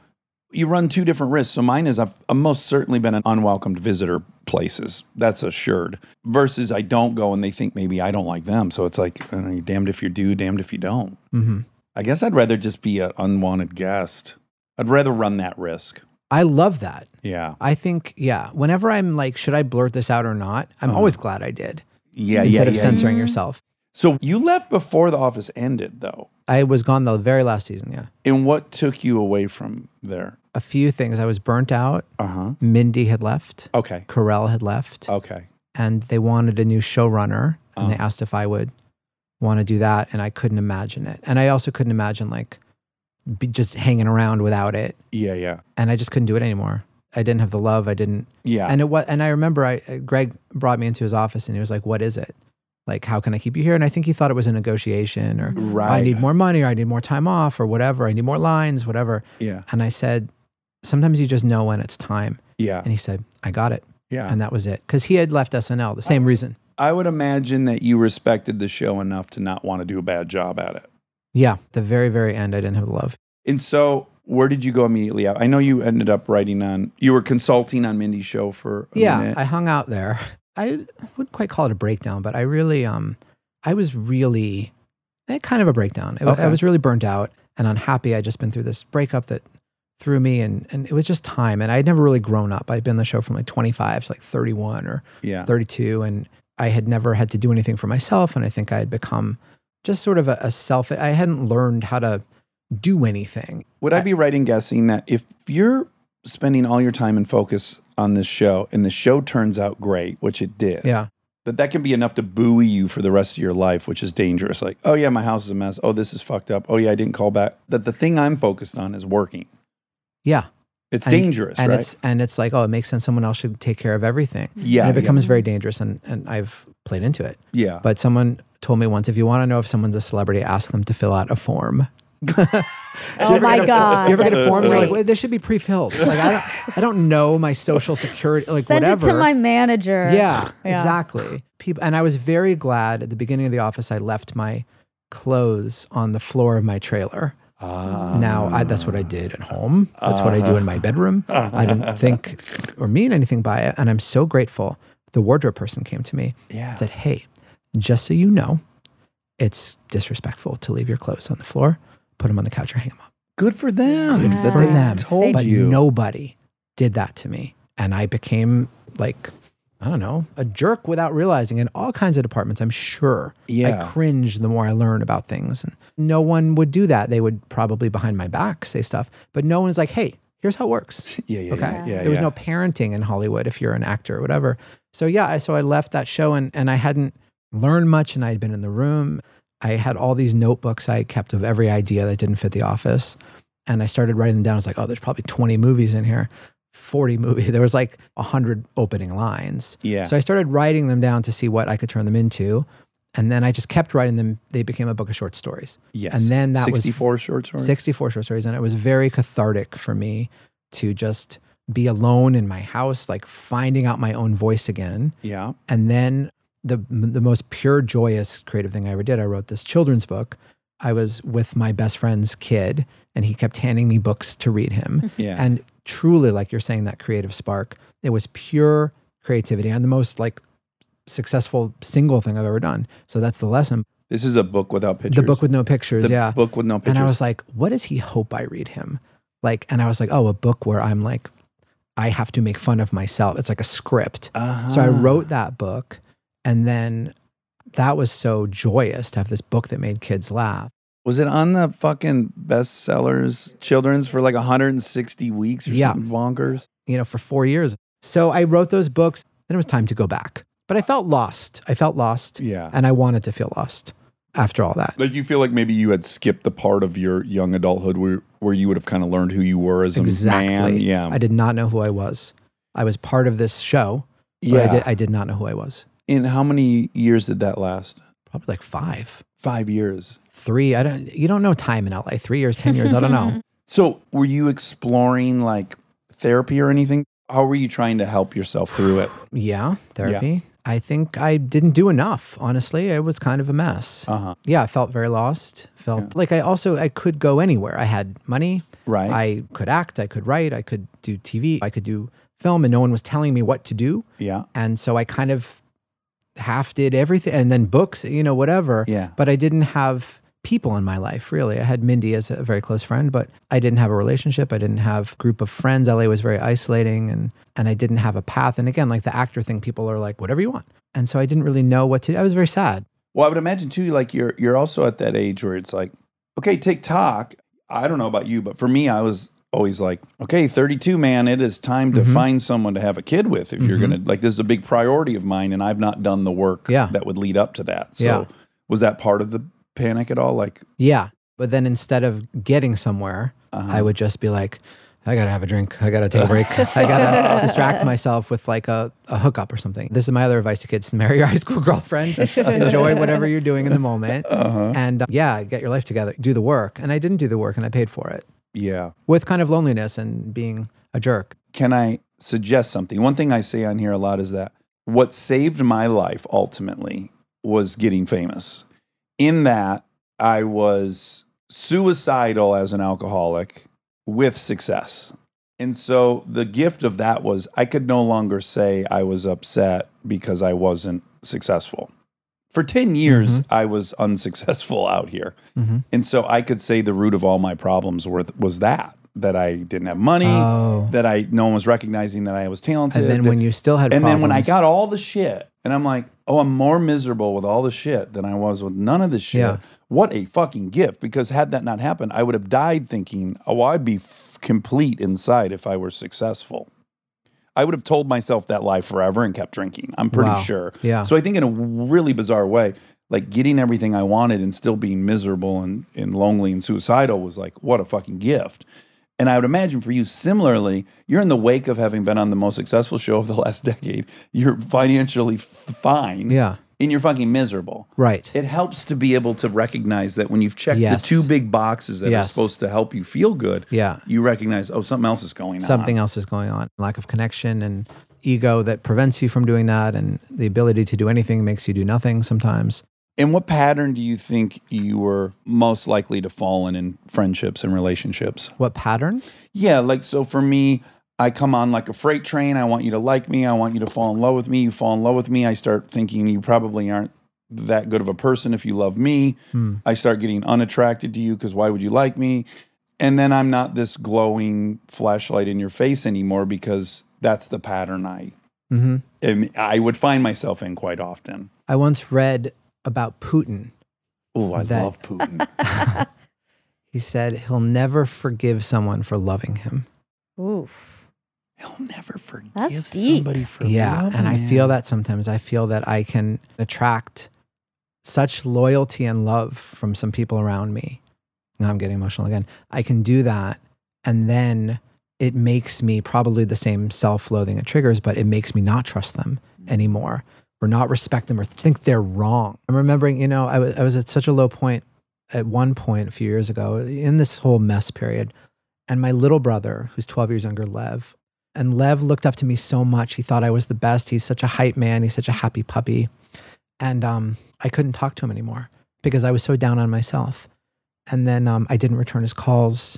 [SPEAKER 6] you run two different risks. So mine is I've, I've most certainly been an unwelcomed visitor places. That's assured. Versus I don't go and they think maybe I don't like them. So it's like, I don't know, you're damned if you do, damned if you don't.
[SPEAKER 7] hmm
[SPEAKER 6] I guess I'd rather just be an unwanted guest. I'd rather run that risk.
[SPEAKER 7] I love that.
[SPEAKER 6] Yeah.
[SPEAKER 7] I think yeah. Whenever I'm like, should I blurt this out or not? I'm always glad I did.
[SPEAKER 6] Yeah.
[SPEAKER 7] instead
[SPEAKER 6] yeah,
[SPEAKER 7] of
[SPEAKER 6] yeah,
[SPEAKER 7] censoring yourself.
[SPEAKER 6] So you left before The Office ended, though.
[SPEAKER 7] I was gone the very last season, yeah.
[SPEAKER 6] And what took you away from there?
[SPEAKER 7] A few things. I was burnt out.
[SPEAKER 6] Uh huh.
[SPEAKER 7] Mindy had left.
[SPEAKER 6] Okay.
[SPEAKER 7] Carell had left.
[SPEAKER 6] Okay.
[SPEAKER 7] And they wanted a new showrunner. And they
[SPEAKER 6] Oh.
[SPEAKER 7] asked if I would want to do that. And I couldn't imagine it. And I also couldn't imagine like be just hanging around without it.
[SPEAKER 6] Yeah. Yeah.
[SPEAKER 7] And I just couldn't do it anymore. I didn't have the love. I didn't.
[SPEAKER 6] Yeah.
[SPEAKER 7] And it was, and I remember I, uh, Greg brought me into his office and he was like, what is it? Like, how can I keep you here? And I think he thought it was a negotiation or
[SPEAKER 6] right.
[SPEAKER 7] I need more money or I need more time off or whatever. I need more lines, whatever.
[SPEAKER 6] Yeah.
[SPEAKER 7] And I said, sometimes you just know when it's time.
[SPEAKER 6] Yeah.
[SPEAKER 7] And he said, I got it.
[SPEAKER 6] Yeah. Oh.
[SPEAKER 7] And that was it. Because he had left SNL, the same reason.
[SPEAKER 6] I would imagine that you respected the show enough to not want to do a bad job at it.
[SPEAKER 7] Yeah. The very, very end, I didn't have the love.
[SPEAKER 6] And so, where did you go immediately out? I know you ended up writing on, you were consulting on Mindy's show for a
[SPEAKER 7] yeah.
[SPEAKER 6] minute.
[SPEAKER 7] I hung out there. I wouldn't quite call it a breakdown, but I really, um, I was really, eh, kind of a breakdown. I- I
[SPEAKER 6] Okay.
[SPEAKER 7] was really burnt out and unhappy. I'd just been through this breakup that threw me and, and it was just time. And I'd never really grown up. I'd been on the show from like 25 to like 31 or
[SPEAKER 6] yeah.
[SPEAKER 7] 32 and i had never had to do anything for myself and i think i had become just sort of a, a self i hadn't learned how to do anything
[SPEAKER 6] Would I be right in guessing that if you're spending all your time and focus on this show and the show turns out great, which it did,
[SPEAKER 7] yeah
[SPEAKER 6] that that can be enough to buoy you for the rest of your life, which is dangerous? Like, oh, yeah, my house is a mess. Oh, this is fucked up. Oh, yeah, I didn't call back. That the thing I'm focused on is working.
[SPEAKER 7] yeah
[SPEAKER 6] It's
[SPEAKER 7] And-
[SPEAKER 6] dangerous,
[SPEAKER 7] and
[SPEAKER 6] right?
[SPEAKER 7] it's and it's like oh it makes sense someone else should take care of everything
[SPEAKER 6] yeah.
[SPEAKER 7] and it
[SPEAKER 6] yeah,
[SPEAKER 7] becomes very dangerous and and i've played into it
[SPEAKER 6] yeah.
[SPEAKER 7] but someone told me once if you want to know if someone's a celebrity ask them to fill out a form
[SPEAKER 2] Oh my god!
[SPEAKER 7] you ever get a
[SPEAKER 2] that's
[SPEAKER 7] form and you're like
[SPEAKER 6] Uh,
[SPEAKER 2] great.
[SPEAKER 7] wait, this should be pre-filled like i don't i don't know my social security like
[SPEAKER 2] Send
[SPEAKER 7] whatever
[SPEAKER 2] it to my manager.
[SPEAKER 7] Yeah,
[SPEAKER 2] Yeah.
[SPEAKER 7] exactly. People, and I was very glad at the beginning of the office. I left my clothes on the floor of my trailer. now I, that's
[SPEAKER 6] Ah.
[SPEAKER 7] what I did at home. That's what I do in my bedroom. I didn't think or mean anything by it, and I'm so grateful. The wardrobe person came to me
[SPEAKER 6] Yeah.
[SPEAKER 7] and said, "Hey, just so you know, it's disrespectful to leave your clothes on the floor. Put them on the couch or hang them up."
[SPEAKER 6] Good for them.
[SPEAKER 7] Good
[SPEAKER 6] that
[SPEAKER 7] for
[SPEAKER 6] they
[SPEAKER 7] them.
[SPEAKER 6] Told
[SPEAKER 7] but
[SPEAKER 6] you.
[SPEAKER 7] nobody did that to me and i became like i don't know a jerk without realizing in all kinds of departments i'm sure
[SPEAKER 6] Yeah.
[SPEAKER 7] i cringe the more i learn about things and no one would do that they would probably behind my back say stuff but no one's like hey here's how it works
[SPEAKER 6] Yeah, yeah,
[SPEAKER 7] okay
[SPEAKER 6] yeah, yeah.
[SPEAKER 7] there was
[SPEAKER 6] yeah.
[SPEAKER 7] no parenting in hollywood if you're an actor or whatever so yeah I, so i left that show and, and i hadn't learned much and i had been in the room i had all these notebooks i kept of every idea that didn't fit the office and i started writing them down i was like oh there's probably 20 movies in here 40 movies there was like 100 opening lines
[SPEAKER 6] Yeah.
[SPEAKER 7] so i started writing them down to see what i could turn them into and then i just kept writing them they became a book of short stories
[SPEAKER 6] yes.
[SPEAKER 7] and then that was
[SPEAKER 6] 64 short stories.
[SPEAKER 7] 64 short stories and it was very cathartic for me to just be alone in my house, like finding out my own voice again.
[SPEAKER 6] Yeah.
[SPEAKER 7] And then the the most pure joyous creative thing I ever did, I wrote this children's book. I was with my best friend's kid and he kept handing me books to read him.
[SPEAKER 6] Yeah.
[SPEAKER 7] And truly like you're saying that creative spark, it was pure creativity and the most like successful single thing I've ever done. So that's the lesson.
[SPEAKER 6] This is a book without pictures.
[SPEAKER 7] The book with no pictures,
[SPEAKER 6] The
[SPEAKER 7] yeah.
[SPEAKER 6] book with no pictures.
[SPEAKER 7] And I was like, what does he hope I read him? Like, and I was like, oh, a book where I'm like, I have to make fun of myself. It's like a script. So I
[SPEAKER 6] Ah.
[SPEAKER 7] wrote that book. And then that was so joyous to have this book that made kids laugh.
[SPEAKER 6] Was it on the fucking bestsellers, children's for like 160 weeks or
[SPEAKER 7] Yeah.
[SPEAKER 6] something bonkers?
[SPEAKER 7] you know, for four years. So I wrote those books. Then it was time to go back. But I felt lost. I felt lost.
[SPEAKER 6] Yeah.
[SPEAKER 7] And I wanted to feel lost after all that.
[SPEAKER 6] Like you feel like maybe you had skipped the part of your young adulthood where, where you would have kind of learned who you were as a
[SPEAKER 7] exactly.
[SPEAKER 6] man. Yeah.
[SPEAKER 7] I did not know who I was. I was part of this show. but
[SPEAKER 6] yeah.
[SPEAKER 7] I did, I did not know who I was.
[SPEAKER 6] and how many years did that last?
[SPEAKER 7] Probably like five,
[SPEAKER 6] Five years.
[SPEAKER 7] three. I don't, you don't know time in LA. Three years, 10 years. I don't know.
[SPEAKER 6] So were you exploring like therapy or anything? How were you trying to help yourself through it?
[SPEAKER 7] Yeah. Therapy. I think I didn't do enough. Honestly, I was kind of a mess.
[SPEAKER 6] Uh huh.
[SPEAKER 7] yeah, I felt very lost. Felt like I also I could go anywhere. I had money.
[SPEAKER 6] Right.
[SPEAKER 7] I could act, I could write, I could do TV, I could do film and no one was telling me what to do.
[SPEAKER 6] Yeah.
[SPEAKER 7] And so I kind of half did everything and then books, you know, whatever.
[SPEAKER 6] Yeah.
[SPEAKER 7] But I didn't have people in my life really. I had Mindy as a very close friend, but I didn't have a relationship. I didn't have group of friends. LA was very isolating and and I didn't have a path. And again, like the actor thing, people are like, whatever you want. And so I didn't really know what to do. I was very sad.
[SPEAKER 6] Well, I would imagine too, like you're you're also at that age where it's like, okay, TikTok. I don't know about you, but for me, I was always like, okay, 32 man, it is time
[SPEAKER 7] Mm-hmm.
[SPEAKER 6] to find someone to have a kid with if you're gonna like this is a big priority of mine and I've not done the work
[SPEAKER 7] Yeah.
[SPEAKER 6] that would lead up to that. So
[SPEAKER 7] Yeah.
[SPEAKER 6] was that part of the panic at all? Like
[SPEAKER 7] Yeah. But then instead of getting somewhere,
[SPEAKER 6] Uh-huh.
[SPEAKER 7] I would just be like, I gotta have a drink. I gotta take a break. I gotta distract myself with like a, a hookup or something. This is my other advice to kids marry your high school girlfriend. Enjoy whatever you're doing in the moment.
[SPEAKER 6] Uh-huh.
[SPEAKER 7] And uh, yeah, get your life together, do the work. And I didn't do the work and I paid for it
[SPEAKER 6] yeah.
[SPEAKER 7] with kind of loneliness and being a jerk.
[SPEAKER 6] Can I suggest something? One thing I say on here a lot is that what saved my life ultimately was getting famous. In that I was suicidal as an alcoholic with success. And so the gift of that was I could no longer say I was upset because I wasn't successful. For 10 years, I was unsuccessful out here.
[SPEAKER 7] Mhm.
[SPEAKER 6] And so I could say the root of all my problems were, was that, that I didn't have money,
[SPEAKER 7] Oh.
[SPEAKER 6] that I no one was recognizing that I was talented.
[SPEAKER 7] And then
[SPEAKER 6] that-
[SPEAKER 7] when you still had
[SPEAKER 6] and then when I
[SPEAKER 7] problems-
[SPEAKER 6] got all the shit, and I'm like, oh, I'm more miserable with all the shit than I was with none of the shit.
[SPEAKER 7] Yeah.
[SPEAKER 6] What a fucking gift! Because had that not happened, I would have died thinking, oh, I'd be f- complete inside if I were successful. I would have told myself that lie forever and kept drinking. I'm pretty
[SPEAKER 7] Wow.
[SPEAKER 6] sure.
[SPEAKER 7] Yeah.
[SPEAKER 6] So I think in a really bizarre way, like getting everything I wanted and still being miserable and, and lonely and suicidal was like, what a fucking gift. And I would imagine for you, similarly, you're in the wake of having been on the most successful show of the last decade. You're financially f- fine.
[SPEAKER 7] Yeah.
[SPEAKER 6] And you're fucking miserable.
[SPEAKER 7] Right.
[SPEAKER 6] It helps to be able to recognize that when you've checked
[SPEAKER 7] Yes.
[SPEAKER 6] the two big boxes that
[SPEAKER 7] Yes.
[SPEAKER 6] are supposed to help you feel good,
[SPEAKER 7] Yeah.
[SPEAKER 6] you recognize, oh, something else is going on.
[SPEAKER 7] something else is going on lack of connection and ego that prevents you from doing that and the ability to do anything makes you do nothing sometimes
[SPEAKER 6] And what pattern do you think you were most likely to fall in in friendships and relationships?
[SPEAKER 7] what pattern
[SPEAKER 6] Yeah, like so for me, I come on like a freight train. I want you to like me. I want you to fall in love with me. You fall in love with me. I start thinking you probably aren't that good of a person if you love me.
[SPEAKER 7] Hmm.
[SPEAKER 6] I start getting unattracted to you because why would you like me? And then I'm not this glowing flashlight in your face anymore because that's the pattern I
[SPEAKER 7] hmm
[SPEAKER 6] am, I would find myself in quite often.
[SPEAKER 7] i once read about putin
[SPEAKER 6] Oh, I
[SPEAKER 7] That-
[SPEAKER 6] love Putin.
[SPEAKER 7] he said he'll never forgive someone for loving him
[SPEAKER 2] Oof.
[SPEAKER 6] He'll never forgive
[SPEAKER 2] That's deep.
[SPEAKER 6] somebody for
[SPEAKER 7] yeah
[SPEAKER 6] loving
[SPEAKER 7] and i
[SPEAKER 6] him.
[SPEAKER 7] feel that sometimes i feel that i can attract such loyalty and love from some people around me now i'm getting emotional again i can do that and then it makes me probably the same self-loathing it triggers but it makes me not trust them anymore or not respect them or think they're wrong i'm remembering you know i was, I was at such a low point at one point a few years ago in this whole mess period and my little brother who's 12 years younger lev And Lev looked up to me so much. He thought I was the best. He's such a hype man. He's such a happy puppy. And um, I couldn't talk to him anymore because I was so down on myself. And then um, I didn't return his calls.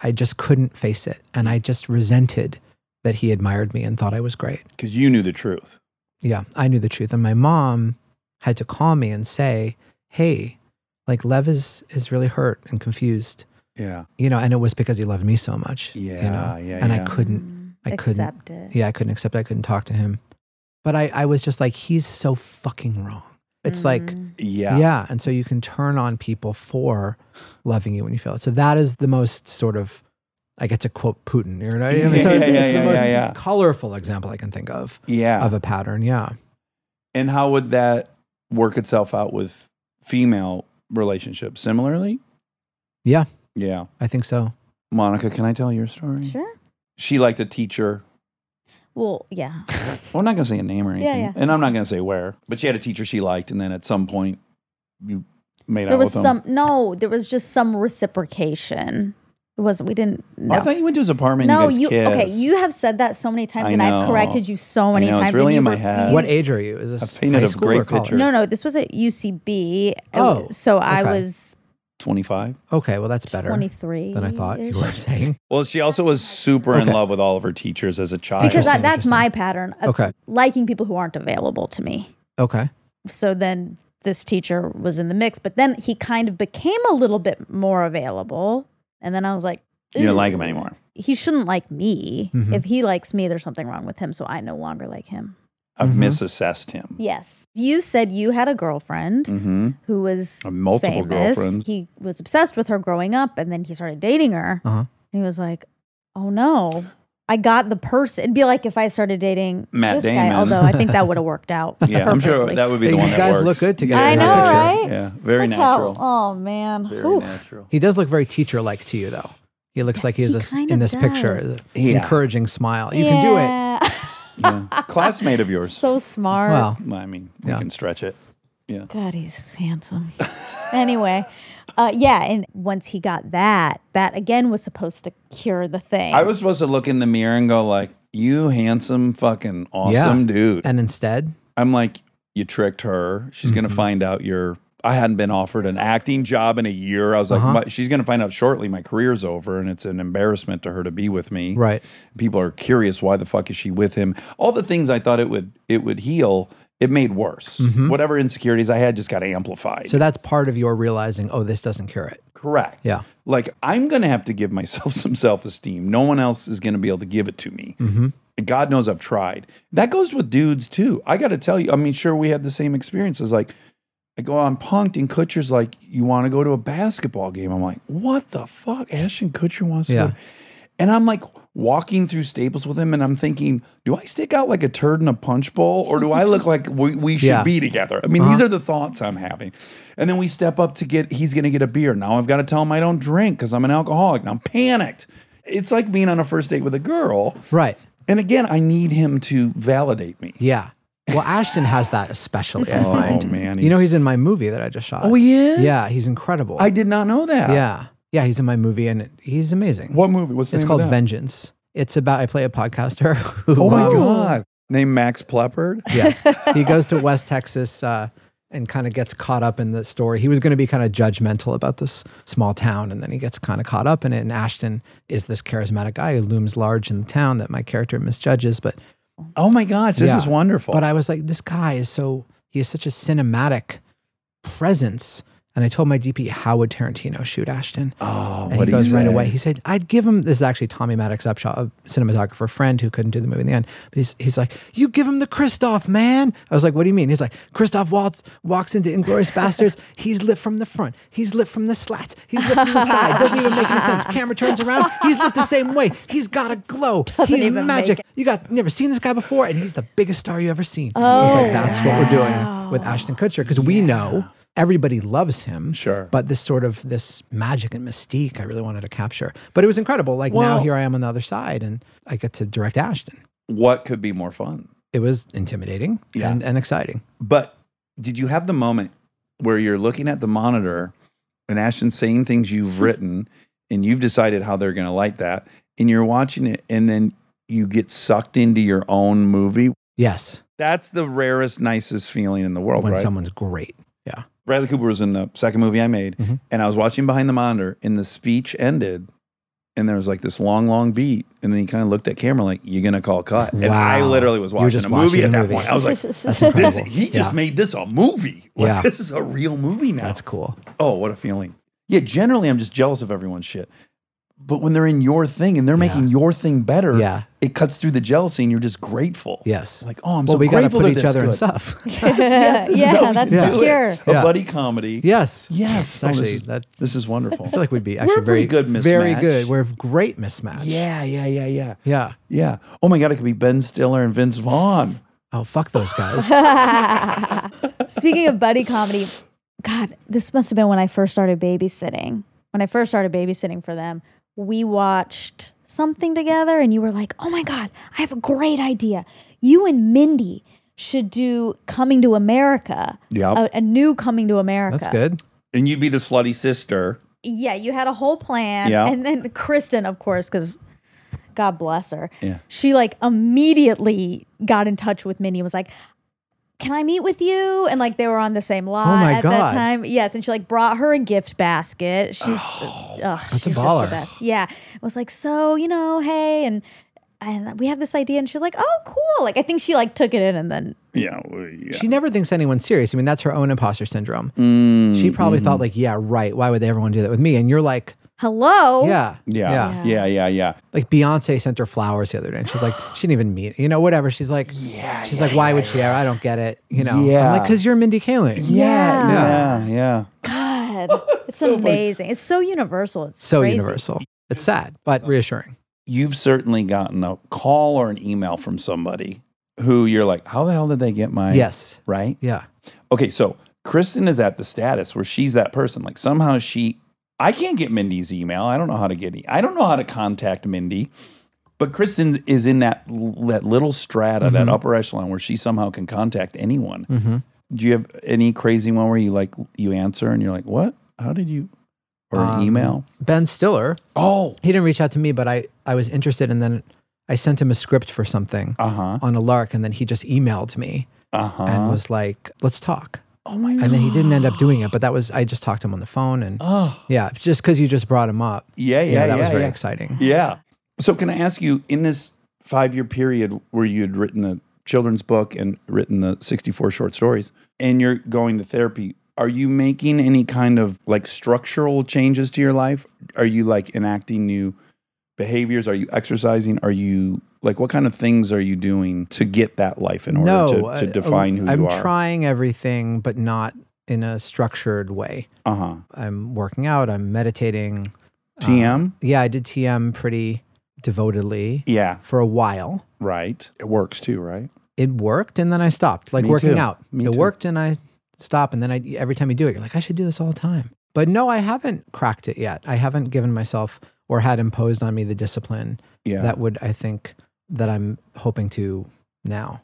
[SPEAKER 7] I just couldn't face it. And I just resented that he admired me and thought I was great.
[SPEAKER 6] because you knew the truth.
[SPEAKER 7] Yeah, I knew the truth. And my mom had to call me and say, hey, like Lev is, is really hurt and confused,
[SPEAKER 6] Yeah.
[SPEAKER 7] you know, and it was because he loved me so much.
[SPEAKER 6] Yeah.
[SPEAKER 7] You know?
[SPEAKER 6] Yeah.
[SPEAKER 7] and
[SPEAKER 6] yeah.
[SPEAKER 7] I couldn't, I couldn't.
[SPEAKER 2] accept it.
[SPEAKER 7] yeah, I couldn't accept it. I couldn't talk to him. But I, I was just like, he's so fucking wrong. It's like,
[SPEAKER 2] Mhm.
[SPEAKER 6] Yeah.
[SPEAKER 7] yeah. And so you can turn on people for loving you when you feel it. So that is the most sort of, I get to quote Putin. You know, what I mean? so
[SPEAKER 6] Yeah,
[SPEAKER 7] it's,
[SPEAKER 6] yeah,
[SPEAKER 7] it's
[SPEAKER 6] yeah,
[SPEAKER 7] the most
[SPEAKER 6] yeah, yeah.
[SPEAKER 7] colorful example I can think of
[SPEAKER 6] Yeah.
[SPEAKER 7] of a pattern. Yeah.
[SPEAKER 6] and how would that work itself out with female relationships similarly?
[SPEAKER 7] Yeah.
[SPEAKER 6] Yeah.
[SPEAKER 7] I think so.
[SPEAKER 6] Monica, can I tell your story?
[SPEAKER 2] Sure.
[SPEAKER 6] She liked a teacher.
[SPEAKER 2] Well, yeah.
[SPEAKER 6] Well, I'm not going to say a name or
[SPEAKER 2] Yeah,
[SPEAKER 6] anything.
[SPEAKER 2] yeah.
[SPEAKER 6] And I'm not going to say where, but she had a teacher she liked. And then at some point, you made
[SPEAKER 2] There
[SPEAKER 6] out
[SPEAKER 2] was
[SPEAKER 6] with him.
[SPEAKER 2] some no, there was just some reciprocation. It wasn't we didn't
[SPEAKER 7] Oh,
[SPEAKER 2] no.
[SPEAKER 6] I thought you went to his apartment.
[SPEAKER 2] no,
[SPEAKER 6] and
[SPEAKER 2] you
[SPEAKER 6] you, guys
[SPEAKER 2] okay.
[SPEAKER 6] kissed.
[SPEAKER 2] You have said that so many times,
[SPEAKER 6] I
[SPEAKER 2] and I've
[SPEAKER 6] know.
[SPEAKER 2] corrected you so
[SPEAKER 6] I
[SPEAKER 2] many
[SPEAKER 6] know, it's
[SPEAKER 2] times.
[SPEAKER 6] really
[SPEAKER 2] and you
[SPEAKER 6] in my head.
[SPEAKER 7] What
[SPEAKER 2] refused-
[SPEAKER 7] age are you? Is this
[SPEAKER 6] I've painted
[SPEAKER 7] high
[SPEAKER 6] a
[SPEAKER 7] school
[SPEAKER 6] great
[SPEAKER 7] or college?
[SPEAKER 6] picture.
[SPEAKER 2] No, no, this was at UCB.
[SPEAKER 7] Oh,
[SPEAKER 2] so I
[SPEAKER 7] okay.
[SPEAKER 2] was
[SPEAKER 6] 25.
[SPEAKER 7] Okay. Well, that's better
[SPEAKER 2] twenty three
[SPEAKER 7] than I thought you were saying.
[SPEAKER 6] Well, she also was super in
[SPEAKER 7] Okay.
[SPEAKER 6] love with all of her teachers as a child.
[SPEAKER 2] Because
[SPEAKER 7] Interesting,
[SPEAKER 2] that, that's
[SPEAKER 7] interesting.
[SPEAKER 2] my pattern of
[SPEAKER 7] Okay.
[SPEAKER 2] liking people who aren't available to me.
[SPEAKER 7] Okay.
[SPEAKER 2] So then this teacher was in the mix, but then he kind of became a little bit more available, and then I was like,
[SPEAKER 6] you didn't like
[SPEAKER 2] "Ew,
[SPEAKER 6] him anymore. Mm-hmm.
[SPEAKER 2] He shouldn't like me.
[SPEAKER 7] Mhm.
[SPEAKER 2] If he likes me, there's something wrong with him. So I no longer like him.
[SPEAKER 6] I've
[SPEAKER 7] Mhm.
[SPEAKER 6] misassessed him.
[SPEAKER 2] Yes, you said you had a girlfriend
[SPEAKER 6] Mm-hmm.
[SPEAKER 2] who was
[SPEAKER 6] Multiple
[SPEAKER 2] famous.
[SPEAKER 6] girlfriends.
[SPEAKER 2] He was obsessed with her growing up, and then he started dating her.
[SPEAKER 7] Uh-huh.
[SPEAKER 2] And he was like, "Oh no, I got the person." It'd be like if I started dating
[SPEAKER 6] Matt
[SPEAKER 2] this
[SPEAKER 6] Damon.
[SPEAKER 2] guy. Although I think that would have worked out.
[SPEAKER 6] Yeah, I'm sure
[SPEAKER 2] perfectly.
[SPEAKER 6] that would be
[SPEAKER 7] Hey,
[SPEAKER 6] the one
[SPEAKER 7] you
[SPEAKER 6] that
[SPEAKER 7] guys
[SPEAKER 6] works.
[SPEAKER 7] look good together
[SPEAKER 2] I
[SPEAKER 7] in that
[SPEAKER 2] know,
[SPEAKER 7] picture.
[SPEAKER 2] right?
[SPEAKER 6] Yeah, very
[SPEAKER 2] Look how-
[SPEAKER 6] natural.
[SPEAKER 2] oh man,
[SPEAKER 6] very
[SPEAKER 2] Oof.
[SPEAKER 6] natural.
[SPEAKER 7] He does look very teacher like to you, though. He looks like he is
[SPEAKER 2] he
[SPEAKER 7] a s-
[SPEAKER 2] kind
[SPEAKER 7] in
[SPEAKER 2] of
[SPEAKER 7] this picture.
[SPEAKER 6] Yeah.
[SPEAKER 7] Encouraging smile. You can do it.
[SPEAKER 6] Yeah. Classmate of yours.
[SPEAKER 2] so smart.
[SPEAKER 7] Well,
[SPEAKER 6] I mean, we
[SPEAKER 7] Yeah.
[SPEAKER 6] can stretch it.
[SPEAKER 2] God, he's handsome. anyway, uh, yeah, and once he got that, that again was supposed to cure the thing.
[SPEAKER 6] I was supposed to look in the mirror and go like, "You handsome, fucking awesome dude."
[SPEAKER 7] and instead,
[SPEAKER 6] I'm like, "You tricked her. She's
[SPEAKER 7] Mm-hmm.
[SPEAKER 6] gonna find out you're." I hadn't been offered an acting job in a year. I was like,
[SPEAKER 7] Uh-huh.
[SPEAKER 6] my, "She's gonna find out shortly. My career's over, and it's an embarrassment to her to be with me."
[SPEAKER 7] right.
[SPEAKER 6] People are curious. Why the fuck is she with him? All the things I thought it would it would heal, it made worse. Whatever insecurities I had just got amplified.
[SPEAKER 7] Mm-hmm. So that's part of your realizing, oh, this doesn't cure it.
[SPEAKER 6] Correct.
[SPEAKER 7] Yeah.
[SPEAKER 6] Like I'm going to have to give myself some self esteem. No one else is going to be able to give it to me.
[SPEAKER 7] Mm-hmm.
[SPEAKER 6] And God knows I've tried. That goes with dudes too. I got to tell you, I mean, sure, we had the same experiences. Like, I go on punked, and Kutcher's like, You want to go to a basketball game? I'm like, What the fuck? Ashton Kutcher wants to
[SPEAKER 7] Yeah.
[SPEAKER 6] go. And I'm like, Walking through Staples with him, and I'm thinking, do I stick out like a turd in a punch bowl, or do I look like we, we should
[SPEAKER 7] Yeah. Uh-huh.
[SPEAKER 6] be together? I mean, these are the thoughts I'm having. And then we step up to get, he's going to get a beer. Now I've got to tell him I don't drink because I'm an alcoholic. Now I'm panicked. It's like being on a first date with a girl.
[SPEAKER 7] Right.
[SPEAKER 6] And again, I need him to validate me.
[SPEAKER 7] Yeah. Well, Ashton has that especially. I
[SPEAKER 6] Oh,
[SPEAKER 7] find.
[SPEAKER 6] man,
[SPEAKER 7] You know, he's
[SPEAKER 6] he's-
[SPEAKER 7] in my movie that I just shot.
[SPEAKER 6] Oh, he is?
[SPEAKER 7] Yeah. He's incredible.
[SPEAKER 6] I did not know that.
[SPEAKER 7] yeah. Yeah. He's in my movie and it- he's amazing.
[SPEAKER 6] What movie? What's the
[SPEAKER 7] It's
[SPEAKER 6] name of
[SPEAKER 7] called
[SPEAKER 6] that?
[SPEAKER 7] Vengeance. It's about, I play a podcaster who.
[SPEAKER 6] Oh my
[SPEAKER 7] um,
[SPEAKER 6] God. Named Max Pleppard.
[SPEAKER 7] Yeah. he goes to West Texas uh, and kind of gets caught up in the story. He was going to be kind of judgmental about this small town, and then he gets kind of caught up in it. And Ashton is this charismatic guy who looms large in the town that my character misjudges. But
[SPEAKER 6] Oh my gosh. This
[SPEAKER 7] Yeah.
[SPEAKER 6] is wonderful.
[SPEAKER 7] but I was like, this guy is so he is such a cinematic presence. And I told my DP, how would Tarantino shoot Ashton?
[SPEAKER 6] oh,
[SPEAKER 7] And
[SPEAKER 6] what
[SPEAKER 7] he
[SPEAKER 6] do you
[SPEAKER 7] goes right
[SPEAKER 6] say?
[SPEAKER 7] away. He said, I'd give him this is actually Tommy Maddox Upshaw, a cinematographer friend who couldn't do the movie in the end. But he's he's like, You give him the Christoph, man. I was like, What do you mean? He's like, Christoph Waltz walks into Inglorious Bastards. He's lit from the front. He's lit from the slats. He's lit from the side. Doesn't even make any sense. Camera turns around. He's lit the same way. He's got a glow. he's
[SPEAKER 2] even make
[SPEAKER 7] magic.
[SPEAKER 2] it.
[SPEAKER 7] You got never seen this guy before, and he's the biggest star you ever seen. he's like, That's what we're doing with Ashton Kutcher. Because we know everybody loves him
[SPEAKER 6] Sure.
[SPEAKER 7] but this sort of this magic and mystique I really wanted to capture. But it was incredible. Like
[SPEAKER 6] Well-
[SPEAKER 7] now here I am on the other side and I get to direct Ashton.
[SPEAKER 6] What could be more fun?
[SPEAKER 7] It was intimidating
[SPEAKER 6] Yeah.
[SPEAKER 7] and, and exciting.
[SPEAKER 6] But did you have the moment where you're looking at the monitor and Ashton's saying things you've written and you've decided how they're going to like that and you're watching it and then you get sucked into your own movie.
[SPEAKER 7] Yes.
[SPEAKER 6] That's the rarest, nicest feeling in the world,
[SPEAKER 7] When
[SPEAKER 6] right?
[SPEAKER 7] someone's great. Yeah.
[SPEAKER 6] Bradley Cooper was in the second movie I made,
[SPEAKER 7] Mhm.
[SPEAKER 6] and I was watching behind the monitor, and the speech ended, and there was like this long, long beat, and then he kind of looked at camera like, "You're gonna call cut," and I
[SPEAKER 7] Wow.
[SPEAKER 6] literally was
[SPEAKER 7] You were
[SPEAKER 6] watching
[SPEAKER 7] just
[SPEAKER 6] a movie
[SPEAKER 7] watching
[SPEAKER 6] at
[SPEAKER 7] a
[SPEAKER 6] that
[SPEAKER 7] movie.
[SPEAKER 6] point. I was like,
[SPEAKER 7] That's
[SPEAKER 6] "This,
[SPEAKER 7] incredible.
[SPEAKER 6] he just
[SPEAKER 7] Yeah.
[SPEAKER 6] made this a movie. Like
[SPEAKER 7] Yeah.
[SPEAKER 6] this is a real movie now."
[SPEAKER 7] That's cool.
[SPEAKER 6] oh, what a feeling. Yeah, generally I'm just jealous of everyone's shit, but when they're in your thing and they're making your thing better,
[SPEAKER 7] Yeah.
[SPEAKER 6] it cuts through the jealousy, and you're just grateful.
[SPEAKER 7] Yes.
[SPEAKER 6] like oh, I'm
[SPEAKER 7] well,
[SPEAKER 6] so
[SPEAKER 7] we gotta
[SPEAKER 6] grateful
[SPEAKER 7] put
[SPEAKER 6] they're
[SPEAKER 7] each
[SPEAKER 6] this
[SPEAKER 7] other in
[SPEAKER 6] good.
[SPEAKER 7] stuff.
[SPEAKER 6] Yes, this is how
[SPEAKER 2] yeah,
[SPEAKER 6] we
[SPEAKER 2] that's
[SPEAKER 6] do
[SPEAKER 2] the
[SPEAKER 6] it.
[SPEAKER 2] cure.
[SPEAKER 6] A
[SPEAKER 7] Yeah.
[SPEAKER 6] buddy comedy.
[SPEAKER 7] yes.
[SPEAKER 6] Yes.
[SPEAKER 7] It's
[SPEAKER 6] Oh, this
[SPEAKER 7] actually,
[SPEAKER 6] is-
[SPEAKER 7] that,
[SPEAKER 6] this is wonderful.
[SPEAKER 7] I feel like we'd be actually
[SPEAKER 6] We're a
[SPEAKER 7] very
[SPEAKER 6] pretty good
[SPEAKER 7] Very
[SPEAKER 6] mismatch.
[SPEAKER 7] good. We're a great mismatch.
[SPEAKER 6] Yeah, yeah, yeah, yeah,
[SPEAKER 7] Yeah.
[SPEAKER 6] yeah. Oh my god, it could be Ben Stiller and Vince Vaughn.
[SPEAKER 7] Oh, fuck those guys.
[SPEAKER 2] Speaking of buddy comedy, God, this must have been when I first started babysitting. When I first started babysitting for them, we watched something together, and you were like, "Oh my God, I have a great idea! You and Mindy should do Coming to America,
[SPEAKER 6] Yeah.
[SPEAKER 2] a, a new Coming to America."
[SPEAKER 7] That's good.
[SPEAKER 6] and you'd be the slutty sister.
[SPEAKER 2] Yeah, you had a whole plan,
[SPEAKER 6] Yeah.
[SPEAKER 2] and then Kristen, of course, because God bless her,
[SPEAKER 6] Yeah.
[SPEAKER 2] she like immediately got in touch with Minnie and was like, "Can I meet with you?" And like they were on the same lot
[SPEAKER 7] Oh my
[SPEAKER 2] at
[SPEAKER 7] God.
[SPEAKER 2] that time. Yes, and she like brought her a gift basket. She's uh, ugh, she's just the
[SPEAKER 7] Oh, baller.
[SPEAKER 2] best. Yeah, It was like, so you know, hey, and and we have this idea, and she's like, "Oh, cool!" Like I think she like took it in, and then
[SPEAKER 6] Yeah, well, yeah.
[SPEAKER 7] She never thinks anyone's serious. I mean, that's her own imposter syndrome.
[SPEAKER 6] Mm, Mm-hmm.
[SPEAKER 7] she probably thought, like, yeah, right. Why would everyone do that with me? And you're like,
[SPEAKER 2] hello,
[SPEAKER 7] yeah,
[SPEAKER 6] yeah, yeah, yeah, yeah, yeah.
[SPEAKER 7] Like Beyonce sent her flowers the other day, and she's like, she didn't even meet, you know, whatever. She's like, yeah, she's like, why would she? ever? I don't get it, you know.
[SPEAKER 6] Yeah.
[SPEAKER 7] I'm like, because you're Mindy Kaling.
[SPEAKER 2] Yeah.
[SPEAKER 6] yeah, yeah.
[SPEAKER 2] God, it's amazing. It's so universal. It's
[SPEAKER 7] Oh so
[SPEAKER 2] crazy.
[SPEAKER 7] universal. It's sad, but reassuring.
[SPEAKER 6] You've certainly gotten a call or an email from somebody who you're like, how the hell did they get my
[SPEAKER 7] Yes.
[SPEAKER 6] right?
[SPEAKER 7] Yeah.
[SPEAKER 6] Okay, so Kristen is at the status where she's that person. Like somehow she, I can't get Mindy's email. I don't know how to get. e- I don't know how to contact Mindy. But Kristen is in that l- that little strata,
[SPEAKER 7] Mm-hmm.
[SPEAKER 6] that upper echelon where she somehow can contact anyone. Do you have any crazy one where you like you answer and you're like, what? How did you? Or an
[SPEAKER 7] Um,
[SPEAKER 6] email?
[SPEAKER 7] Ben Stiller,
[SPEAKER 6] Oh,
[SPEAKER 7] he didn't reach out to me, but I, I was interested, and then I sent him a script for something
[SPEAKER 6] uh huh,
[SPEAKER 7] on a lark, and then he just emailed me
[SPEAKER 6] uh huh.
[SPEAKER 7] and was like, let's talk.
[SPEAKER 6] oh my
[SPEAKER 7] and then he didn't end up doing it. But that was I just talked to him on the phone, and
[SPEAKER 6] Oh,
[SPEAKER 7] yeah, just because you just brought him up,
[SPEAKER 6] yeah, yeah,
[SPEAKER 7] yeah, that
[SPEAKER 6] yeah,
[SPEAKER 7] was very
[SPEAKER 6] yeah.
[SPEAKER 7] exciting.
[SPEAKER 6] Yeah. So can I ask you in this five year period where you had written the children's book and written the 64 short stories and you're going to therapy, are you making any kind of like structural changes to your life? Are you like enacting new behaviors? Are you exercising? Are you like what kind of things are you doing to get that life in order
[SPEAKER 7] no,
[SPEAKER 6] to,
[SPEAKER 7] I-
[SPEAKER 6] to define who
[SPEAKER 7] I'm
[SPEAKER 6] you are?
[SPEAKER 7] trying everything, but not in a structured way.
[SPEAKER 6] uh huh.
[SPEAKER 7] I'm working out. I'm meditating. um,
[SPEAKER 6] TM?
[SPEAKER 7] yeah, I did TM pretty devotedly
[SPEAKER 6] yeah.
[SPEAKER 7] for a while.
[SPEAKER 6] Right. It works too, right?
[SPEAKER 7] It worked, and then I stopped. Like
[SPEAKER 6] Me
[SPEAKER 7] working
[SPEAKER 6] too.
[SPEAKER 7] out,
[SPEAKER 6] Me
[SPEAKER 7] it
[SPEAKER 6] too.
[SPEAKER 7] worked, and I stopped. And then I every time you do it, you're like, I should do this all the time. But no, I haven't cracked it yet. I haven't given myself or had imposed on me the discipline
[SPEAKER 6] Yeah.
[SPEAKER 7] that would I think that I'm hoping to now.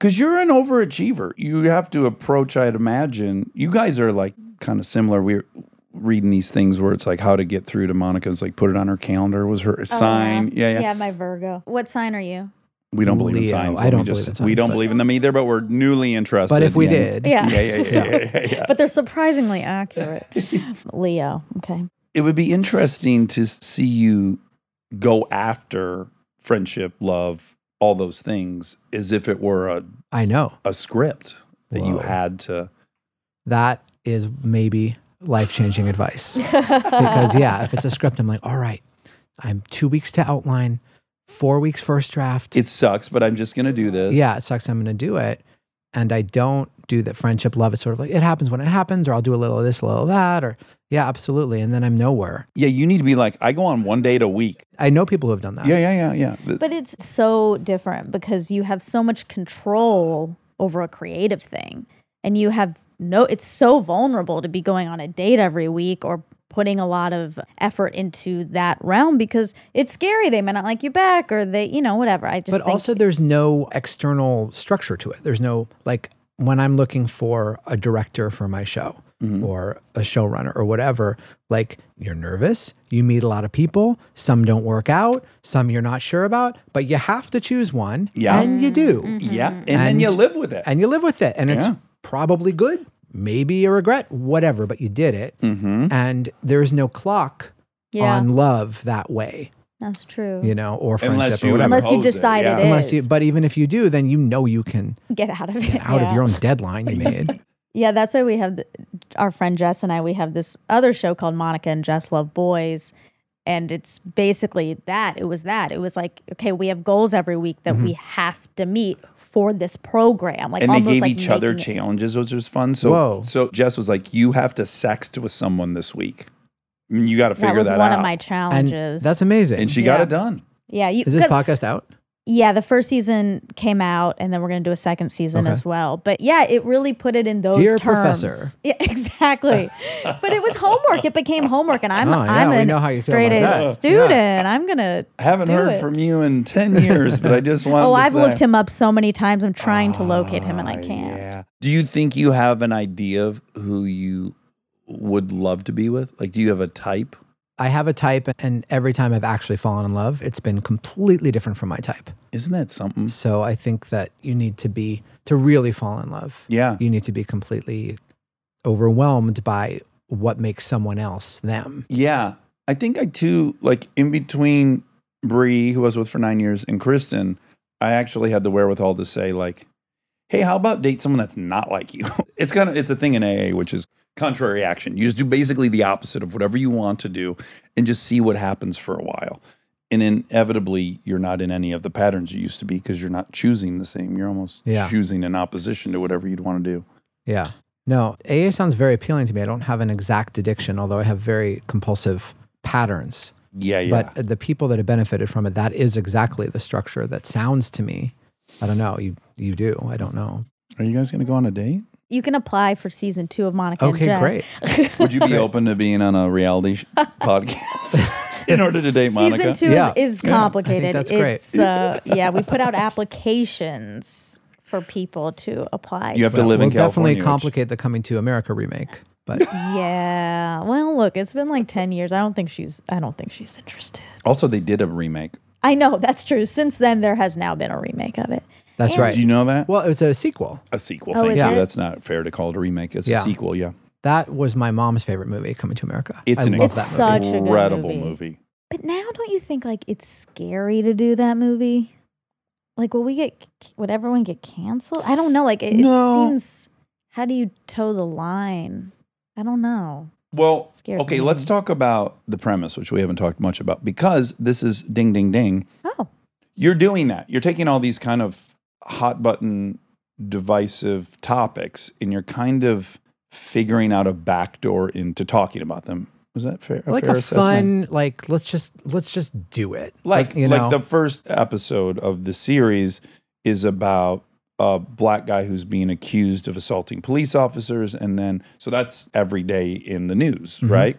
[SPEAKER 6] Because you're an overachiever. You have to approach, I'd imagine. You guys are like kind of similar. We're reading these things where it's like how to get through to Monica. It's like put it on her calendar, was her
[SPEAKER 2] Oh,
[SPEAKER 6] sign. Yeah, yeah.
[SPEAKER 2] yeah, my Virgo. What sign are you?
[SPEAKER 6] We don't believe in
[SPEAKER 7] Leo.
[SPEAKER 6] signs.
[SPEAKER 7] I
[SPEAKER 6] let me
[SPEAKER 7] don't believe in
[SPEAKER 6] We
[SPEAKER 7] signs,
[SPEAKER 6] don't
[SPEAKER 7] but-
[SPEAKER 6] believe in them either, but we're newly interested.
[SPEAKER 7] But if we
[SPEAKER 6] in-
[SPEAKER 7] did,
[SPEAKER 2] Yeah.
[SPEAKER 6] Yeah, yeah, yeah, yeah, yeah, yeah.
[SPEAKER 2] but they're surprisingly accurate. Leo. Okay.
[SPEAKER 6] It would be interesting to see you go after friendship, love, all those things as if it were a,
[SPEAKER 7] I know
[SPEAKER 6] a script that you
[SPEAKER 7] Whoa.
[SPEAKER 6] had to.
[SPEAKER 7] that is maybe life changing advice because yeah, if it's a script, I'm like, all right, I'm two weeks to outline, four weeks first draft.
[SPEAKER 6] It sucks, but I'm just going to do this.
[SPEAKER 7] yeah, it sucks. I'm going to do it, and I don't do that. Friendship, love. It's sort of like it happens when it happens, or I'll do a little of this, a little of that, or yeah, absolutely, and then I'm nowhere.
[SPEAKER 6] Yeah, you need to be like, I go on one date a week.
[SPEAKER 7] I know people who have done that.
[SPEAKER 6] Yeah, yeah, yeah, yeah. Th-
[SPEAKER 2] But it's so different because you have so much control over a creative thing. And you have no, it's so vulnerable to be going on a date every week or putting a lot of effort into that realm because it's scary. They may not like you back or they, you know, whatever. I just
[SPEAKER 7] but
[SPEAKER 2] think
[SPEAKER 7] also there's no external structure to it there's no like when I'm looking for a director for my show
[SPEAKER 6] Mm-hmm.
[SPEAKER 7] or a showrunner or whatever, like you're nervous, you meet a lot of people, some don't work out, some you're not sure about, but you have to choose one.
[SPEAKER 6] Yeah.
[SPEAKER 7] And you do.
[SPEAKER 2] Mm-hmm.
[SPEAKER 6] Yeah. And, then you
[SPEAKER 7] And-
[SPEAKER 6] live with it.
[SPEAKER 7] And you live with it. And it's
[SPEAKER 6] Yeah.
[SPEAKER 7] probably good, maybe a regret, whatever, but you did it.
[SPEAKER 6] Mm-hmm.
[SPEAKER 7] And there's no clock
[SPEAKER 2] Yeah,
[SPEAKER 7] on love that way,
[SPEAKER 2] that's true.
[SPEAKER 7] you know, or friendship
[SPEAKER 6] Unless
[SPEAKER 7] or
[SPEAKER 6] you
[SPEAKER 7] whatever.
[SPEAKER 2] Unless you
[SPEAKER 6] Propose it,
[SPEAKER 2] decide
[SPEAKER 6] yeah.
[SPEAKER 2] it is.
[SPEAKER 7] Unless you, but even if you do, then you know you can
[SPEAKER 2] get out of it.
[SPEAKER 7] get out
[SPEAKER 2] yeah.
[SPEAKER 7] of your own deadline you made.
[SPEAKER 2] Yeah, that's why we have the, our friend Jess and I. We have this other show called Monica and Jess Love Boys, and it's basically that. It was that. It was like, okay, we have goals every week that we have to meet for this program. Like,
[SPEAKER 6] Mm-hmm. and they
[SPEAKER 2] almost
[SPEAKER 6] gave
[SPEAKER 2] like
[SPEAKER 6] each other
[SPEAKER 2] making it-
[SPEAKER 6] challenges, which was fun. So,
[SPEAKER 7] Whoa.
[SPEAKER 6] so Jess was like, "You have to sext with someone this week. I mean, You got to
[SPEAKER 2] That
[SPEAKER 6] figure
[SPEAKER 2] was
[SPEAKER 6] that,
[SPEAKER 2] one
[SPEAKER 6] out."
[SPEAKER 2] of my
[SPEAKER 7] and
[SPEAKER 2] challenges.
[SPEAKER 7] that's amazing.
[SPEAKER 6] and she got
[SPEAKER 2] Yeah.
[SPEAKER 6] it done.
[SPEAKER 2] yeah. You,
[SPEAKER 7] Is this
[SPEAKER 2] 'cause-
[SPEAKER 7] podcast out?
[SPEAKER 2] Yeah, the first season came out, and then we're going to do a second season
[SPEAKER 7] Okay.
[SPEAKER 2] as well. But yeah, it really put it in those
[SPEAKER 7] Dear
[SPEAKER 2] terms.
[SPEAKER 7] professor.
[SPEAKER 2] Yeah, exactly. but it was homework. It became homework, and I'm
[SPEAKER 7] Oh, yeah,
[SPEAKER 2] I'm
[SPEAKER 7] we
[SPEAKER 2] a
[SPEAKER 7] know how you feel
[SPEAKER 2] straight A
[SPEAKER 7] about that.
[SPEAKER 2] student. I'm gonna.
[SPEAKER 6] I haven't
[SPEAKER 2] do
[SPEAKER 6] heard
[SPEAKER 2] it.
[SPEAKER 6] from you in ten years, but I just wanted.
[SPEAKER 2] Oh,
[SPEAKER 6] to
[SPEAKER 2] I've
[SPEAKER 6] say-
[SPEAKER 2] looked him up so many times. I'm trying to locate him, and I
[SPEAKER 6] Ah,
[SPEAKER 2] can't.
[SPEAKER 6] Yeah. Do you think you have an idea of who you would love to be with? Like, do you have a type?
[SPEAKER 7] I have a type, and every time I've actually fallen in love, it's been completely different from my type.
[SPEAKER 6] Isn't that something?
[SPEAKER 7] So I think that you need to be, to really fall in love,
[SPEAKER 6] Yeah.
[SPEAKER 7] you need to be completely overwhelmed by what makes someone else them.
[SPEAKER 6] Yeah. I think I too, like in between Bree, who I was with for nine years, and Kristen, I actually had the wherewithal to say, like, hey, how about date someone that's not like you? it's kind of it's a thing in AA, which is contrary action. You just do basically the opposite of whatever you want to do and just see what happens for a while. And inevitably, you're not in any of the patterns you used to be because you're not choosing the same. You're almost
[SPEAKER 7] Yeah.
[SPEAKER 6] choosing in opposition to whatever you'd want to do.
[SPEAKER 7] Yeah. No, AA sounds very appealing to me. I don't have an exact addiction, although I have very compulsive patterns.
[SPEAKER 6] Yeah, Uh, yeah.
[SPEAKER 7] But the people that have benefited from it, that is exactly the structure that sounds to me. I don't know. You you do. I don't know.
[SPEAKER 6] Are you guys going to go on a date?
[SPEAKER 2] You can apply for season two of Monica.
[SPEAKER 7] Okay,
[SPEAKER 2] and Jess.
[SPEAKER 7] great.
[SPEAKER 6] Would you be open to being on a reality sh- podcast in order to date
[SPEAKER 2] Season
[SPEAKER 6] Monica?
[SPEAKER 2] two
[SPEAKER 7] Yeah.
[SPEAKER 2] is, is
[SPEAKER 7] Yeah.
[SPEAKER 2] complicated.
[SPEAKER 7] I think that's great.
[SPEAKER 2] It's uh, yeah, we put out applications for people to apply.
[SPEAKER 6] You have to
[SPEAKER 7] Well,
[SPEAKER 6] live in
[SPEAKER 7] we'll definitely
[SPEAKER 6] California. which-
[SPEAKER 7] complicate the Coming to America remake. But
[SPEAKER 2] Yeah. Well, look, it's been like 10 years. I don't think she's I don't think she's interested.
[SPEAKER 6] also, they did a remake.
[SPEAKER 2] I know, that's true. Since then there has now been a remake of it.
[SPEAKER 7] that's right.
[SPEAKER 6] Do you know that?
[SPEAKER 7] well, it's a sequel.
[SPEAKER 6] a sequel.
[SPEAKER 2] Oh,
[SPEAKER 6] thank
[SPEAKER 2] is
[SPEAKER 6] you.
[SPEAKER 2] it?
[SPEAKER 6] That's not fair to call it a remake. It's
[SPEAKER 7] Yeah.
[SPEAKER 6] a sequel. Yeah,
[SPEAKER 7] That was my mom's favorite movie, Coming to America.
[SPEAKER 6] it's
[SPEAKER 7] I
[SPEAKER 6] an
[SPEAKER 7] love
[SPEAKER 2] It's
[SPEAKER 7] that
[SPEAKER 2] such
[SPEAKER 7] movie.
[SPEAKER 2] a good
[SPEAKER 6] incredible
[SPEAKER 2] movie.
[SPEAKER 6] movie.
[SPEAKER 2] But now don't you think like it's scary to do that movie? Like will we get would everyone get canceled? I don't know. Like it, it
[SPEAKER 6] No.
[SPEAKER 2] seems how do you toe the line? I don't know.
[SPEAKER 6] Well,
[SPEAKER 2] Scares
[SPEAKER 6] okay,
[SPEAKER 2] me.
[SPEAKER 6] let's talk about the premise, which we haven't talked much about, because this is ding, ding, ding.
[SPEAKER 2] Oh.
[SPEAKER 6] You're doing that. You're taking all these kind of hot button, divisive topics, and you're kind of figuring out a backdoor into talking about them. Was that fair?
[SPEAKER 7] Like
[SPEAKER 6] fair
[SPEAKER 7] a fun, like let's just let's just do it.
[SPEAKER 6] like
[SPEAKER 7] you know,
[SPEAKER 6] like the first episode of the series is about a black guy who's being accused of assaulting police officers and then so that's every day in the news
[SPEAKER 7] Mm-hmm.
[SPEAKER 6] right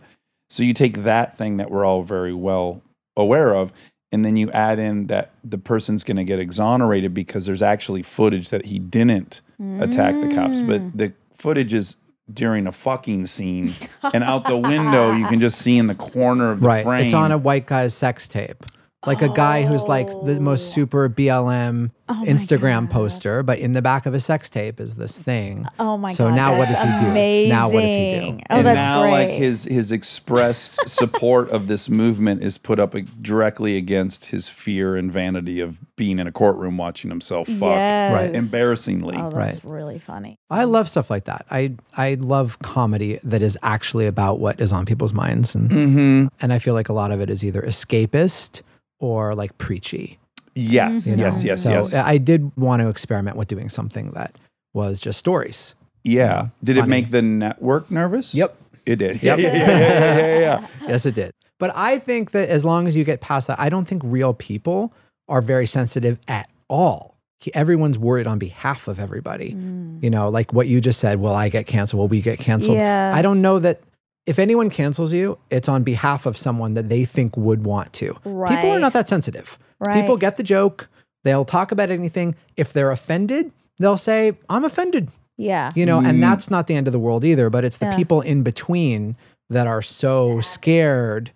[SPEAKER 6] so you take that thing that we're all very well aware of and then you add in that the person's going to get exonerated because there's actually footage that he didn't attack the cops
[SPEAKER 7] Mm.
[SPEAKER 2] Mm.
[SPEAKER 6] but the footage is during a fucking scene and out the window you can just see in the corner of the
[SPEAKER 7] right.
[SPEAKER 6] frame
[SPEAKER 7] It's on a white guy's sex tape. Like a guy who's like the
[SPEAKER 2] Oh.
[SPEAKER 7] most super BLM Instagram poster, but in the back of a sex tape is this thing.
[SPEAKER 2] Oh my
[SPEAKER 7] So
[SPEAKER 2] god.
[SPEAKER 7] now what
[SPEAKER 2] that's
[SPEAKER 7] does he do? Now what does he do?
[SPEAKER 2] amazing. Oh,
[SPEAKER 6] and
[SPEAKER 2] that's
[SPEAKER 6] now
[SPEAKER 2] great.
[SPEAKER 6] like his his expressed support of this movement is put up directly against his fear and vanity of being in a courtroom watching himself fuck
[SPEAKER 2] yes.
[SPEAKER 7] Right.
[SPEAKER 6] embarrassingly
[SPEAKER 2] Oh, that's
[SPEAKER 7] Right.
[SPEAKER 2] really funny.
[SPEAKER 7] I love stuff like that. I I love comedy that is actually about what is on people's minds, and
[SPEAKER 6] Mm-hmm.
[SPEAKER 7] and I feel like a lot of it is either escapist or like preachy.
[SPEAKER 6] yes
[SPEAKER 2] Mm-hmm.
[SPEAKER 7] you know?
[SPEAKER 6] yes yes
[SPEAKER 7] So uh,
[SPEAKER 6] yes
[SPEAKER 7] I did want to experiment with doing something that was just stories.
[SPEAKER 6] yeah did it
[SPEAKER 7] Funny.
[SPEAKER 6] make the network nervous
[SPEAKER 7] Yep.
[SPEAKER 6] it did
[SPEAKER 7] Yep.
[SPEAKER 6] yeah, yeah, yeah, yeah, yeah, yeah.
[SPEAKER 7] Yes, it did. But I think that as long as you get past that, I don't think real people are very sensitive at all. Everyone's worried on behalf of everybody.
[SPEAKER 2] Mm.
[SPEAKER 7] You know, like what you just said, will I get canceled? Will we get canceled?
[SPEAKER 2] Yeah.
[SPEAKER 7] I don't know that if anyone cancels you, it's on behalf of someone that they think would want to. People are
[SPEAKER 2] Right.
[SPEAKER 7] not that sensitive.
[SPEAKER 2] Right.
[SPEAKER 7] People get the joke. They'll talk about anything. If they're offended, they'll say, I'm offended.
[SPEAKER 2] Yeah.
[SPEAKER 7] you know
[SPEAKER 6] Mm.
[SPEAKER 7] and that's not the end of the world either but it's the
[SPEAKER 2] Yeah.
[SPEAKER 7] people in between that are so scared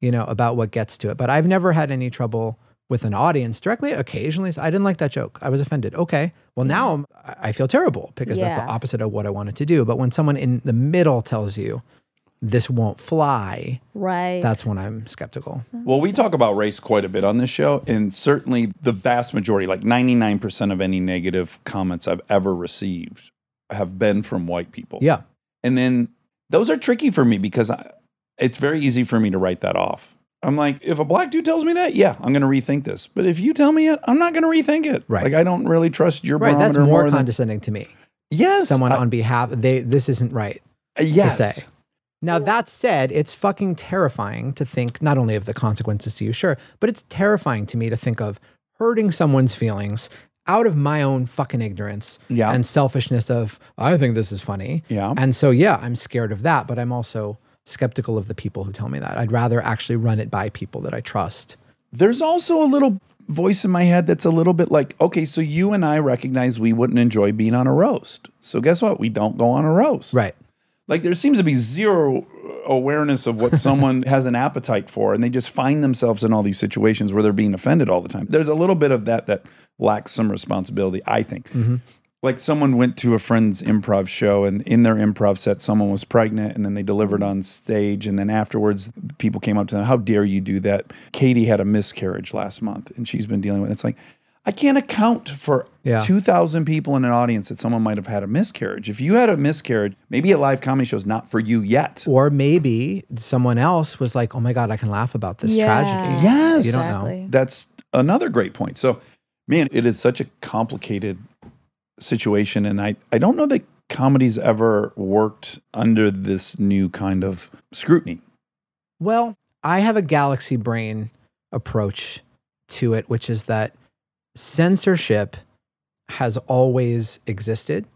[SPEAKER 7] you know about what gets to it but i've never had any trouble with an audience directly occasionally i didn't like that joke i was offended okay well now I'm, i I feel terrible because that's the
[SPEAKER 2] Yeah.
[SPEAKER 7] opposite of what i wanted to do but when someone in the middle tells you this won't fly
[SPEAKER 2] Right.
[SPEAKER 7] that's when i'm skeptical
[SPEAKER 6] Well, we talk about race quite a bit on this show, and certainly the vast majority, like 99% of any negative comments I've ever received, have been from white people.
[SPEAKER 7] yeah
[SPEAKER 6] And then those are tricky for me because I, it's very easy for me to write that off. I'm like, if a black dude tells me that, yeah, I'm going to rethink this. But if you tell me it, I'm not going to rethink it.
[SPEAKER 7] Right.
[SPEAKER 6] Like, I don't really trust your
[SPEAKER 7] right that's
[SPEAKER 6] barometer
[SPEAKER 7] more,
[SPEAKER 6] than-
[SPEAKER 7] condescending to me
[SPEAKER 6] yes.
[SPEAKER 7] someone
[SPEAKER 6] I- uh,
[SPEAKER 7] on behalf they this isn't right
[SPEAKER 6] yes.
[SPEAKER 7] say. Now, that said, it's fucking terrifying to think not only of the consequences to you, sure, but it's terrifying to me to think of hurting someone's feelings out of my own fucking ignorance
[SPEAKER 6] Yeah.
[SPEAKER 7] and selfishness of, I think this is funny.
[SPEAKER 6] Yeah.
[SPEAKER 7] And so, yeah, I'm scared of that, but I'm also skeptical of the people who tell me that. I'd rather actually run it by people that I trust.
[SPEAKER 6] There's also a little voice in my head that's a little bit like, okay, so you and I recognize we wouldn't enjoy being on a roast. So guess what? We don't go on a roast.
[SPEAKER 7] Right.
[SPEAKER 6] Like there seems to be zero awareness of what someone has an appetite for, and they just find themselves in all these situations where they're being offended all the time. There's a little bit of that that lacks some responsibility, I think. Like someone went to a friend's improv show, and in their improv set, someone was pregnant, and then they delivered on stage, and then afterwards, people came up to them, "How dare you do that?" Katie had a miscarriage last month, and she's been dealing with. It. It's like. I can't account for
[SPEAKER 7] Yeah.
[SPEAKER 6] two 2,000 people in an audience that someone might have had a miscarriage. If you had a miscarriage, maybe a live comedy show is not for you yet.
[SPEAKER 7] Or maybe someone else was like, oh my God, I can laugh about this
[SPEAKER 2] Yeah.
[SPEAKER 7] tragedy.
[SPEAKER 6] Yes.
[SPEAKER 7] You don't know.
[SPEAKER 2] Exactly.
[SPEAKER 6] That's another great point. So, man, it is such a complicated situation. And I, I don't know that comedy's ever worked under this new kind of scrutiny.
[SPEAKER 7] Well, I have a galaxy brain approach to it, which is that censorship has always existed.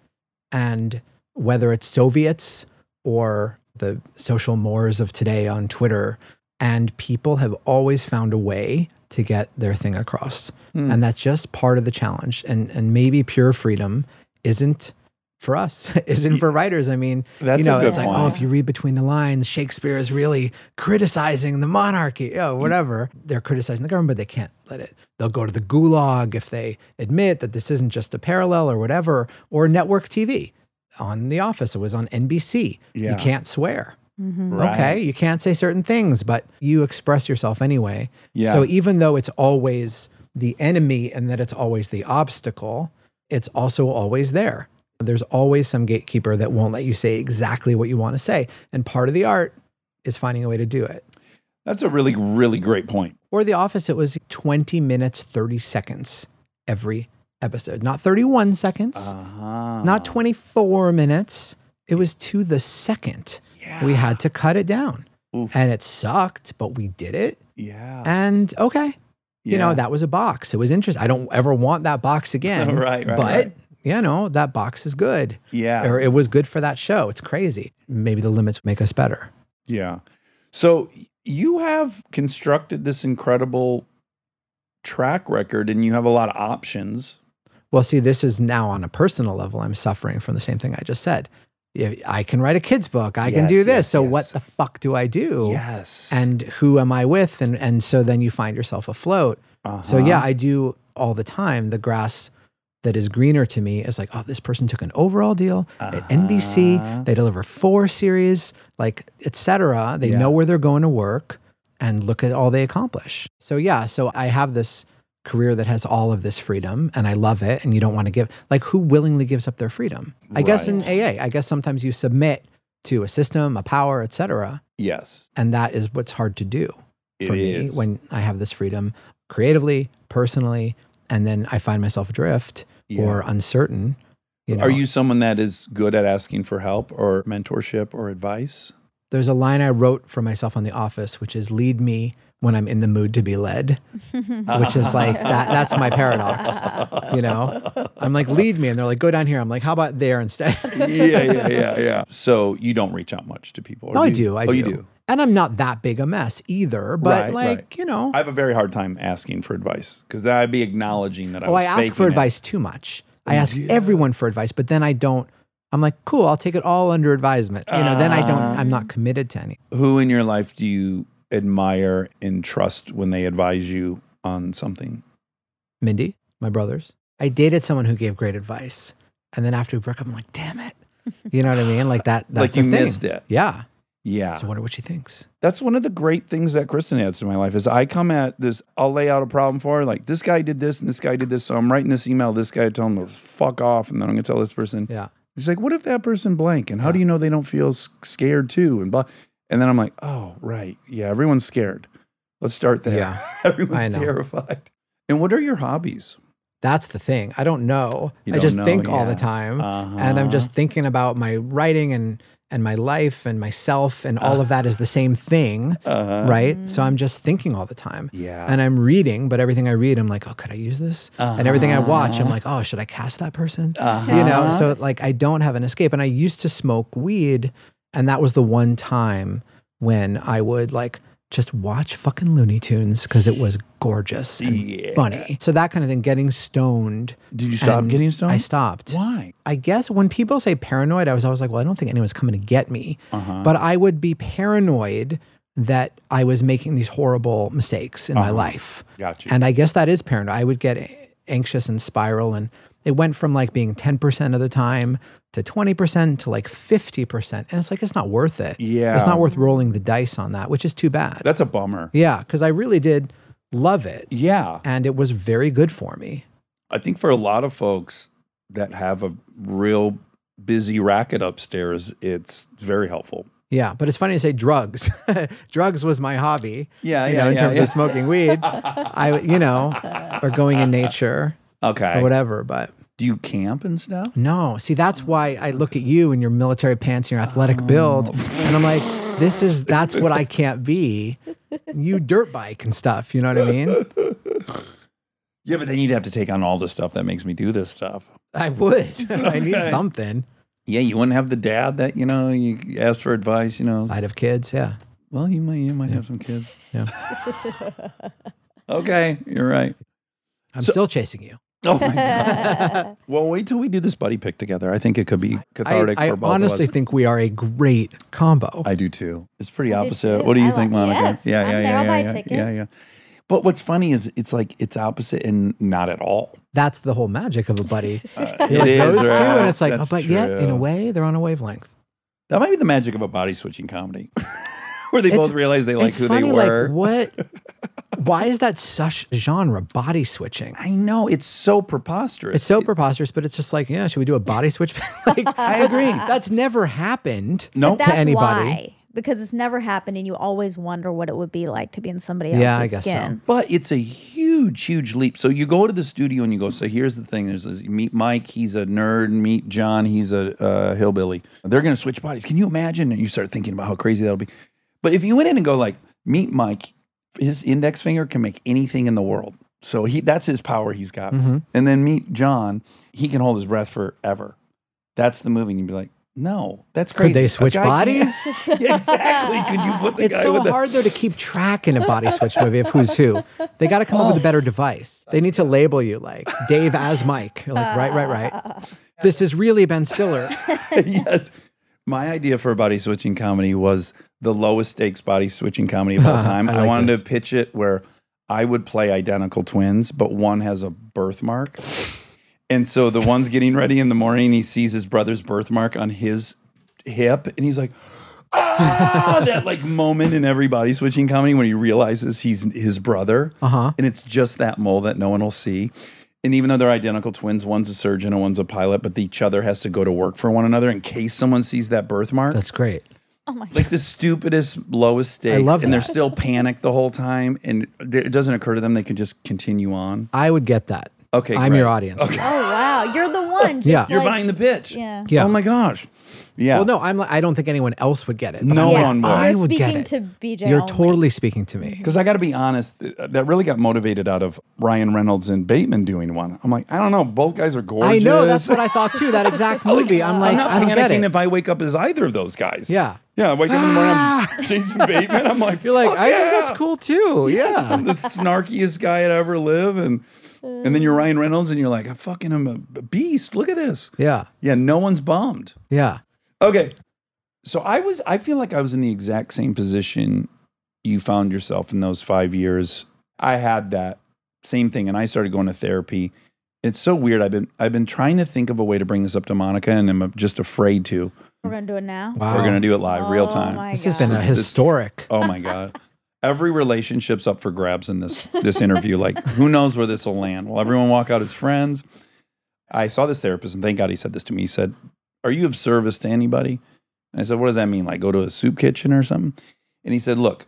[SPEAKER 7] And whether it's Soviets or the social mores of today on Twitter, and people have always found a way to get their thing across.
[SPEAKER 6] Hmm.
[SPEAKER 7] And that's just part of the challenge. And and maybe pure freedom isn't for us, isn't for writers. I mean,
[SPEAKER 6] That's
[SPEAKER 7] you
[SPEAKER 6] a
[SPEAKER 7] know,
[SPEAKER 6] good
[SPEAKER 7] it's like,
[SPEAKER 6] point.
[SPEAKER 7] oh, if you read between the lines, Shakespeare is really criticizing the monarchy.
[SPEAKER 6] Mm.
[SPEAKER 7] Oh, whatever. They're criticizing the government, but they can't let it. They'll go to the gulag if they admit that this isn't just a parallel or whatever, or network TV. On The Office, it was on NBC.
[SPEAKER 6] Yeah.
[SPEAKER 7] You can't swear.
[SPEAKER 6] Right.
[SPEAKER 7] Okay. You can't say certain things, but you express yourself anyway.
[SPEAKER 6] Yeah.
[SPEAKER 7] So even though it's always the enemy and that it's always the obstacle, it's also always there. There's always some gatekeeper that won't let you say exactly what you want to say. And part of the art is finding a way to do it.
[SPEAKER 6] That's a really, really great point.
[SPEAKER 7] Or The Office, it was 20 minutes, 30 seconds every episode, not 31 seconds,
[SPEAKER 6] Uh-huh.
[SPEAKER 7] not 24 minutes. It was to the second. We had to cut it down.
[SPEAKER 6] Oof.
[SPEAKER 7] And it sucked, but we did it.
[SPEAKER 6] Yeah.
[SPEAKER 7] And okay, you
[SPEAKER 6] Yeah.
[SPEAKER 7] know, that was a box. It was interesting. I don't ever want that box again.
[SPEAKER 6] Right, right,
[SPEAKER 7] But,
[SPEAKER 6] right.
[SPEAKER 7] you know, that box is good.
[SPEAKER 6] Yeah.
[SPEAKER 7] Or it was good for that show. It's crazy. Maybe the limits make us better.
[SPEAKER 6] Yeah. So you have constructed this incredible track record and you have a lot of options.
[SPEAKER 7] Well, see, this is now on a personal level. I'm suffering from the same thing I just said. If I can write a kid's book. I can
[SPEAKER 6] Yes,
[SPEAKER 7] do this.
[SPEAKER 6] yes,
[SPEAKER 7] so what
[SPEAKER 6] yes.
[SPEAKER 7] the fuck do I do?
[SPEAKER 6] Yes.
[SPEAKER 7] And who am I with? And and so then you find yourself afloat.
[SPEAKER 6] Uh-huh.
[SPEAKER 7] So yeah, I do all the time. The grass that is greener to me is like, oh, this person took an overall deal at NBC. They deliver four series, like etc. They know where they're going to work, and look at all they accomplish. So yeah, so I have this career that has all of this freedom and I love it and you don't want to give like who willingly gives up their freedom? I guess in AA, I guess sometimes you submit to a system, a power, etc
[SPEAKER 6] yes.
[SPEAKER 7] and that is what's hard to do
[SPEAKER 6] It
[SPEAKER 7] for me
[SPEAKER 6] is.
[SPEAKER 7] when I have this freedom creatively, personally, and then I find myself adrift
[SPEAKER 6] Yeah.
[SPEAKER 7] or uncertain. You know,
[SPEAKER 6] Are you someone that is good at asking for help or mentorship or advice?
[SPEAKER 7] There's a line I wrote for myself on The Office, which is "Lead me when I'm in the mood to be led," which is like that. That's my paradox. You know, I'm like, "Lead me," and they're like, "Go down here." I'm like, "How about there instead?"
[SPEAKER 6] yeah, yeah, yeah, yeah. So you don't reach out much to people. or
[SPEAKER 7] no, I
[SPEAKER 6] you-
[SPEAKER 7] do. I
[SPEAKER 6] oh,
[SPEAKER 7] do.
[SPEAKER 6] you do.
[SPEAKER 7] And I'm not that big a mess either. But
[SPEAKER 6] Right,
[SPEAKER 7] like,
[SPEAKER 6] right.
[SPEAKER 7] you know,
[SPEAKER 6] I have a very hard time asking for advice because then I'd be acknowledging that I
[SPEAKER 7] Oh,
[SPEAKER 6] was
[SPEAKER 7] I ask
[SPEAKER 6] faking
[SPEAKER 7] for
[SPEAKER 6] it.
[SPEAKER 7] advice too much. I ask everyone for advice, but then I don't I'm like, cool, I'll take it all under advisement. You know, then I don't, I'm
[SPEAKER 6] Um.
[SPEAKER 7] not committed to any.
[SPEAKER 6] Who in your life do you admire and trust when they advise you on something?
[SPEAKER 7] Mindy, my brothers. I dated someone who gave great advice. And then after we broke up, I'm like, damn it. You know what I mean? Like that, that's
[SPEAKER 6] Like
[SPEAKER 7] a
[SPEAKER 6] you
[SPEAKER 7] thing.
[SPEAKER 6] missed it.
[SPEAKER 7] Yeah.
[SPEAKER 6] Yeah.
[SPEAKER 7] So I wonder what she thinks.
[SPEAKER 6] That's one of the great things that Kristen adds to my life is I come at this, I'll lay out a problem for her, like this guy did this and this guy did this. So I'm writing this email, this guy tell him to fuck off, and then I'm gonna tell this person.
[SPEAKER 7] Yeah.
[SPEAKER 6] She's like, what if that person blank? And how do you know they don't feel s- scared too? And blah. And then I'm like, oh, right. Yeah, everyone's scared. Let's start there.
[SPEAKER 7] Yeah, I
[SPEAKER 6] everyone's
[SPEAKER 7] know.
[SPEAKER 6] terrified. And what are your hobbies?
[SPEAKER 7] That's the thing. I don't know.
[SPEAKER 6] You
[SPEAKER 7] I
[SPEAKER 6] don't
[SPEAKER 7] just
[SPEAKER 6] know,
[SPEAKER 7] think all the
[SPEAKER 6] yeah. Uh-huh.
[SPEAKER 7] time. And I'm just thinking about my writing and, and my life and myself and all of that is the same thing.
[SPEAKER 6] Uh,
[SPEAKER 7] right? So I'm just thinking all the time.
[SPEAKER 6] Yeah.
[SPEAKER 7] And I'm reading, but everything I read, I'm like, oh, could I use this? And everything I watch,
[SPEAKER 6] Uh-huh.
[SPEAKER 7] I'm like, oh, should I cast that person? You know, so like I don't have an escape. And I used to smoke weed, and that was the one time when I would like just watch fucking Looney Tunes because it was gorgeous and funny. So that kind of thing, getting stoned.
[SPEAKER 6] Did you stop
[SPEAKER 7] And
[SPEAKER 6] getting stoned?
[SPEAKER 7] I stopped.
[SPEAKER 6] Why?
[SPEAKER 7] I guess when people say paranoid, I was always like, well, I don't think anyone's coming to get me.
[SPEAKER 6] Uh-huh.
[SPEAKER 7] But I would be paranoid that I was making these horrible mistakes in my
[SPEAKER 6] Uh-huh.
[SPEAKER 7] life.
[SPEAKER 6] Gotcha.
[SPEAKER 7] And I guess that is paranoid. I would get a- anxious and spiral. And it went from like being 10% of the time to 20% to like 50%. And it's like, it's not worth it.
[SPEAKER 6] Yeah.
[SPEAKER 7] It's not worth rolling the dice on that, which is too bad.
[SPEAKER 6] That's a bummer.
[SPEAKER 7] yeah. Cause I really did love it.
[SPEAKER 6] Yeah.
[SPEAKER 7] And it was very good for me.
[SPEAKER 6] I think for a lot of folks that have a real busy racket upstairs, it's very helpful.
[SPEAKER 7] Yeah, but it's funny to say drugs. drugs was my hobby.
[SPEAKER 6] Yeah,
[SPEAKER 7] you
[SPEAKER 6] yeah,
[SPEAKER 7] know, in
[SPEAKER 6] yeah,
[SPEAKER 7] terms
[SPEAKER 6] yeah.
[SPEAKER 7] of smoking weed, I you know, or going in nature
[SPEAKER 6] Okay.
[SPEAKER 7] or whatever. But
[SPEAKER 6] Do you camp and stuff?
[SPEAKER 7] no, see, that's why I look at you in your military pants and your
[SPEAKER 6] Oh.
[SPEAKER 7] athletic build, and I'm like, this is that's what I can't be. You dirt bike and stuff. You know what I mean?
[SPEAKER 6] Yeah, but then you'd have to take on all the stuff that makes me do this stuff.
[SPEAKER 7] I would. I need something.
[SPEAKER 6] Yeah, you wouldn't have the dad that you know you ask for advice. You know,
[SPEAKER 7] I'd have kids. Yeah.
[SPEAKER 6] well, you might you might have some kids.
[SPEAKER 7] Yeah.
[SPEAKER 6] Okay, you're right.
[SPEAKER 7] I'm still chasing you.
[SPEAKER 6] Oh my god. well, wait till we do this buddy pick together. I think it could be cathartic
[SPEAKER 7] I, I
[SPEAKER 6] for both
[SPEAKER 7] honestly
[SPEAKER 6] of us.
[SPEAKER 7] think we are a great combo.
[SPEAKER 6] I do too. It's pretty
[SPEAKER 2] do
[SPEAKER 6] opposite.
[SPEAKER 2] too.
[SPEAKER 6] What do you
[SPEAKER 2] I
[SPEAKER 6] think,
[SPEAKER 2] like-
[SPEAKER 6] Monica?
[SPEAKER 2] yes,
[SPEAKER 6] yeah,
[SPEAKER 2] I'm
[SPEAKER 6] yeah,
[SPEAKER 2] there.
[SPEAKER 6] yeah,
[SPEAKER 2] I'll buy a
[SPEAKER 6] yeah, yeah,
[SPEAKER 2] ticket.
[SPEAKER 6] yeah, yeah. But what's funny is it's like it's opposite and not at all.
[SPEAKER 7] that's the whole magic of a buddy.
[SPEAKER 6] It
[SPEAKER 7] You're like
[SPEAKER 6] is,
[SPEAKER 7] those two,
[SPEAKER 6] right?
[SPEAKER 7] and it's like, oh,
[SPEAKER 6] That's
[SPEAKER 7] but yet in
[SPEAKER 6] true.
[SPEAKER 7] a way, they're on a wavelength.
[SPEAKER 6] That might be the magic of a body switching comedy, where they
[SPEAKER 7] It's-
[SPEAKER 6] both realize they like
[SPEAKER 7] it's
[SPEAKER 6] who
[SPEAKER 7] funny,
[SPEAKER 6] they were.
[SPEAKER 7] like what? why is that such a genre? Body switching.
[SPEAKER 6] I know it's so preposterous.
[SPEAKER 7] It's so preposterous, but it's just like, yeah, should we do a body switch? like, I
[SPEAKER 6] agree.
[SPEAKER 7] That's never happened.
[SPEAKER 6] no,
[SPEAKER 2] That's
[SPEAKER 7] to anybody.
[SPEAKER 2] why. Because it's never happened, and you always wonder what it would be like to be in somebody else's
[SPEAKER 7] Yeah, I guess so.
[SPEAKER 2] skin.
[SPEAKER 6] but it's a huge, huge leap. So you go to the studio and you go. So here's the thing: there's this, you meet Mike, he's a nerd. Meet John, he's a uh, hillbilly. They're gonna switch bodies. Can you imagine? And you start thinking about how crazy that'll be. But if you went in and go like, meet Mike, his index finger can make anything in the world. So he that's his power he's got.
[SPEAKER 7] Mm-hmm.
[SPEAKER 6] And then meet John, he can hold his breath forever. That's the movie. And you'd be like, no, that's crazy.
[SPEAKER 7] Could they
[SPEAKER 6] A
[SPEAKER 7] switch
[SPEAKER 6] guy can't-
[SPEAKER 7] bodies?
[SPEAKER 6] Yeah, exactly. Could you put the
[SPEAKER 7] It's
[SPEAKER 6] guy
[SPEAKER 7] so
[SPEAKER 6] with the
[SPEAKER 7] hard though to keep track in a body switch movie of who's who. They got to come up with a better device. They need to label you like Dave as Mike. You're like, right, right, right. This is really Ben Stiller.
[SPEAKER 6] yes. My idea for a body switching comedy was the lowest stakes body switching comedy of all time.
[SPEAKER 7] I
[SPEAKER 6] I,
[SPEAKER 7] like
[SPEAKER 6] wanted
[SPEAKER 7] this.
[SPEAKER 6] to pitch it where I would play identical twins, but one has a birthmark. And so the one's getting ready in the morning, he sees his brother's birthmark on his hip, and he's like, ah, that like moment in every body switching comedy when he realizes he's his brother. Uh-huh. And it's just that mole that no one will see. And even though they're identical twins, one's a surgeon and one's a pilot, but each other has to go to work for one another in case someone sees that birthmark.
[SPEAKER 7] That's great.
[SPEAKER 6] like the stupidest, lowest stakes.
[SPEAKER 7] love
[SPEAKER 6] and they're
[SPEAKER 7] that.
[SPEAKER 6] still panicked the whole time. And it doesn't occur to them they can just continue on.
[SPEAKER 7] I would get that.
[SPEAKER 6] Okay,
[SPEAKER 7] I'm
[SPEAKER 6] great.
[SPEAKER 7] your audience.
[SPEAKER 2] Oh wow, you're the one. Just
[SPEAKER 7] Yeah.
[SPEAKER 2] like,
[SPEAKER 6] You're buying the pitch.
[SPEAKER 2] Yeah.
[SPEAKER 7] Yeah.
[SPEAKER 6] Oh my gosh. Yeah.
[SPEAKER 7] Well, no, I'm. Like, I don't think anyone else would get it. but
[SPEAKER 6] No
[SPEAKER 7] I'm like,
[SPEAKER 6] one would.
[SPEAKER 2] You're
[SPEAKER 7] I would
[SPEAKER 2] speaking
[SPEAKER 7] get it.
[SPEAKER 2] to BJ.
[SPEAKER 7] You're
[SPEAKER 2] only.
[SPEAKER 7] totally speaking to me.
[SPEAKER 6] Because I got to be honest, th- uh, that really got motivated out of Ryan Reynolds and Bateman doing one. I'm like, I don't know. Both guys are
[SPEAKER 7] I
[SPEAKER 6] gorgeous.
[SPEAKER 7] know that's what I thought too. That exact movie. I'm like,
[SPEAKER 6] I'm not
[SPEAKER 7] I don't get
[SPEAKER 6] panicking
[SPEAKER 7] it.
[SPEAKER 6] if I wake up as either of those guys.
[SPEAKER 7] Yeah. Ah!
[SPEAKER 6] Yeah. I wake up in the morning, I'm Jason Bateman. I'm like,
[SPEAKER 7] You're like,
[SPEAKER 6] "Fuck
[SPEAKER 7] I
[SPEAKER 6] yeah.
[SPEAKER 7] think that's cool too.
[SPEAKER 6] Yes,
[SPEAKER 7] Yeah.
[SPEAKER 6] I'm the snarkiest guy I'd ever live. And
[SPEAKER 2] uh,
[SPEAKER 6] And then you're Ryan Reynolds and you're like, I fucking am a beast. Look at this.
[SPEAKER 9] Yeah.
[SPEAKER 6] Yeah, no one's bummed.
[SPEAKER 9] Yeah.
[SPEAKER 6] Okay. So I was I feel like I was in the exact same position you found yourself in those 5 years. I had that same thing and I started going to therapy. It's so weird. I've been I've been trying to think of a way to bring this up to Monica and I'm just afraid to.
[SPEAKER 2] We're gonna do it now.
[SPEAKER 9] Wow.
[SPEAKER 6] We're going to do it live real
[SPEAKER 2] Oh
[SPEAKER 6] time.
[SPEAKER 2] my
[SPEAKER 9] this has been
[SPEAKER 2] God.
[SPEAKER 9] a historic.
[SPEAKER 6] Oh my god. Every relationship's up for grabs in this this interview. Like, who knows where this will land? Will everyone walk out as friends? I saw this therapist, and thank God he said this to me. He said, "Are you of service to anybody?" And I said, "What does that mean? Like, go to a soup kitchen or something?" And he said, "Look,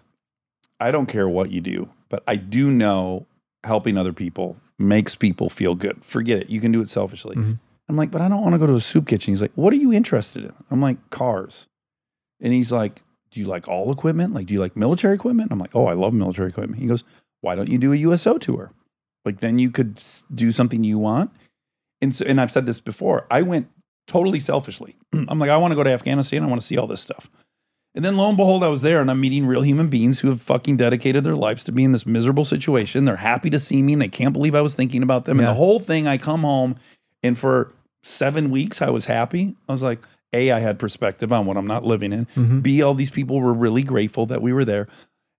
[SPEAKER 6] I don't care what you do, but I do know helping other people makes people feel good. Forget it. You can do it selfishly."
[SPEAKER 9] Mhm.
[SPEAKER 6] I'm like, "But I don't want to go to a soup kitchen." He's like, "What are you interested in?" I'm like, "Cars." And he's like, do you like all equipment? Like, do you like military equipment? I'm like, oh, I love military equipment. He goes, why don't you do a USO tour? Like, then you could s- do something you want. And so, and I've said this before. I went totally selfishly. I'm like, I want to go to Afghanistan. I want to see all this stuff. And then lo and behold, I was there and I'm meeting real human beings who have fucking dedicated their lives to me in this miserable situation. They're happy to see me and they can't believe I was thinking about them. And
[SPEAKER 9] Yeah.
[SPEAKER 6] the whole thing, I come home and for seven weeks, I was happy. I was like, A, I had perspective on what I'm not living in.
[SPEAKER 9] Mm-hmm.
[SPEAKER 6] B, all these people were really grateful that we were there.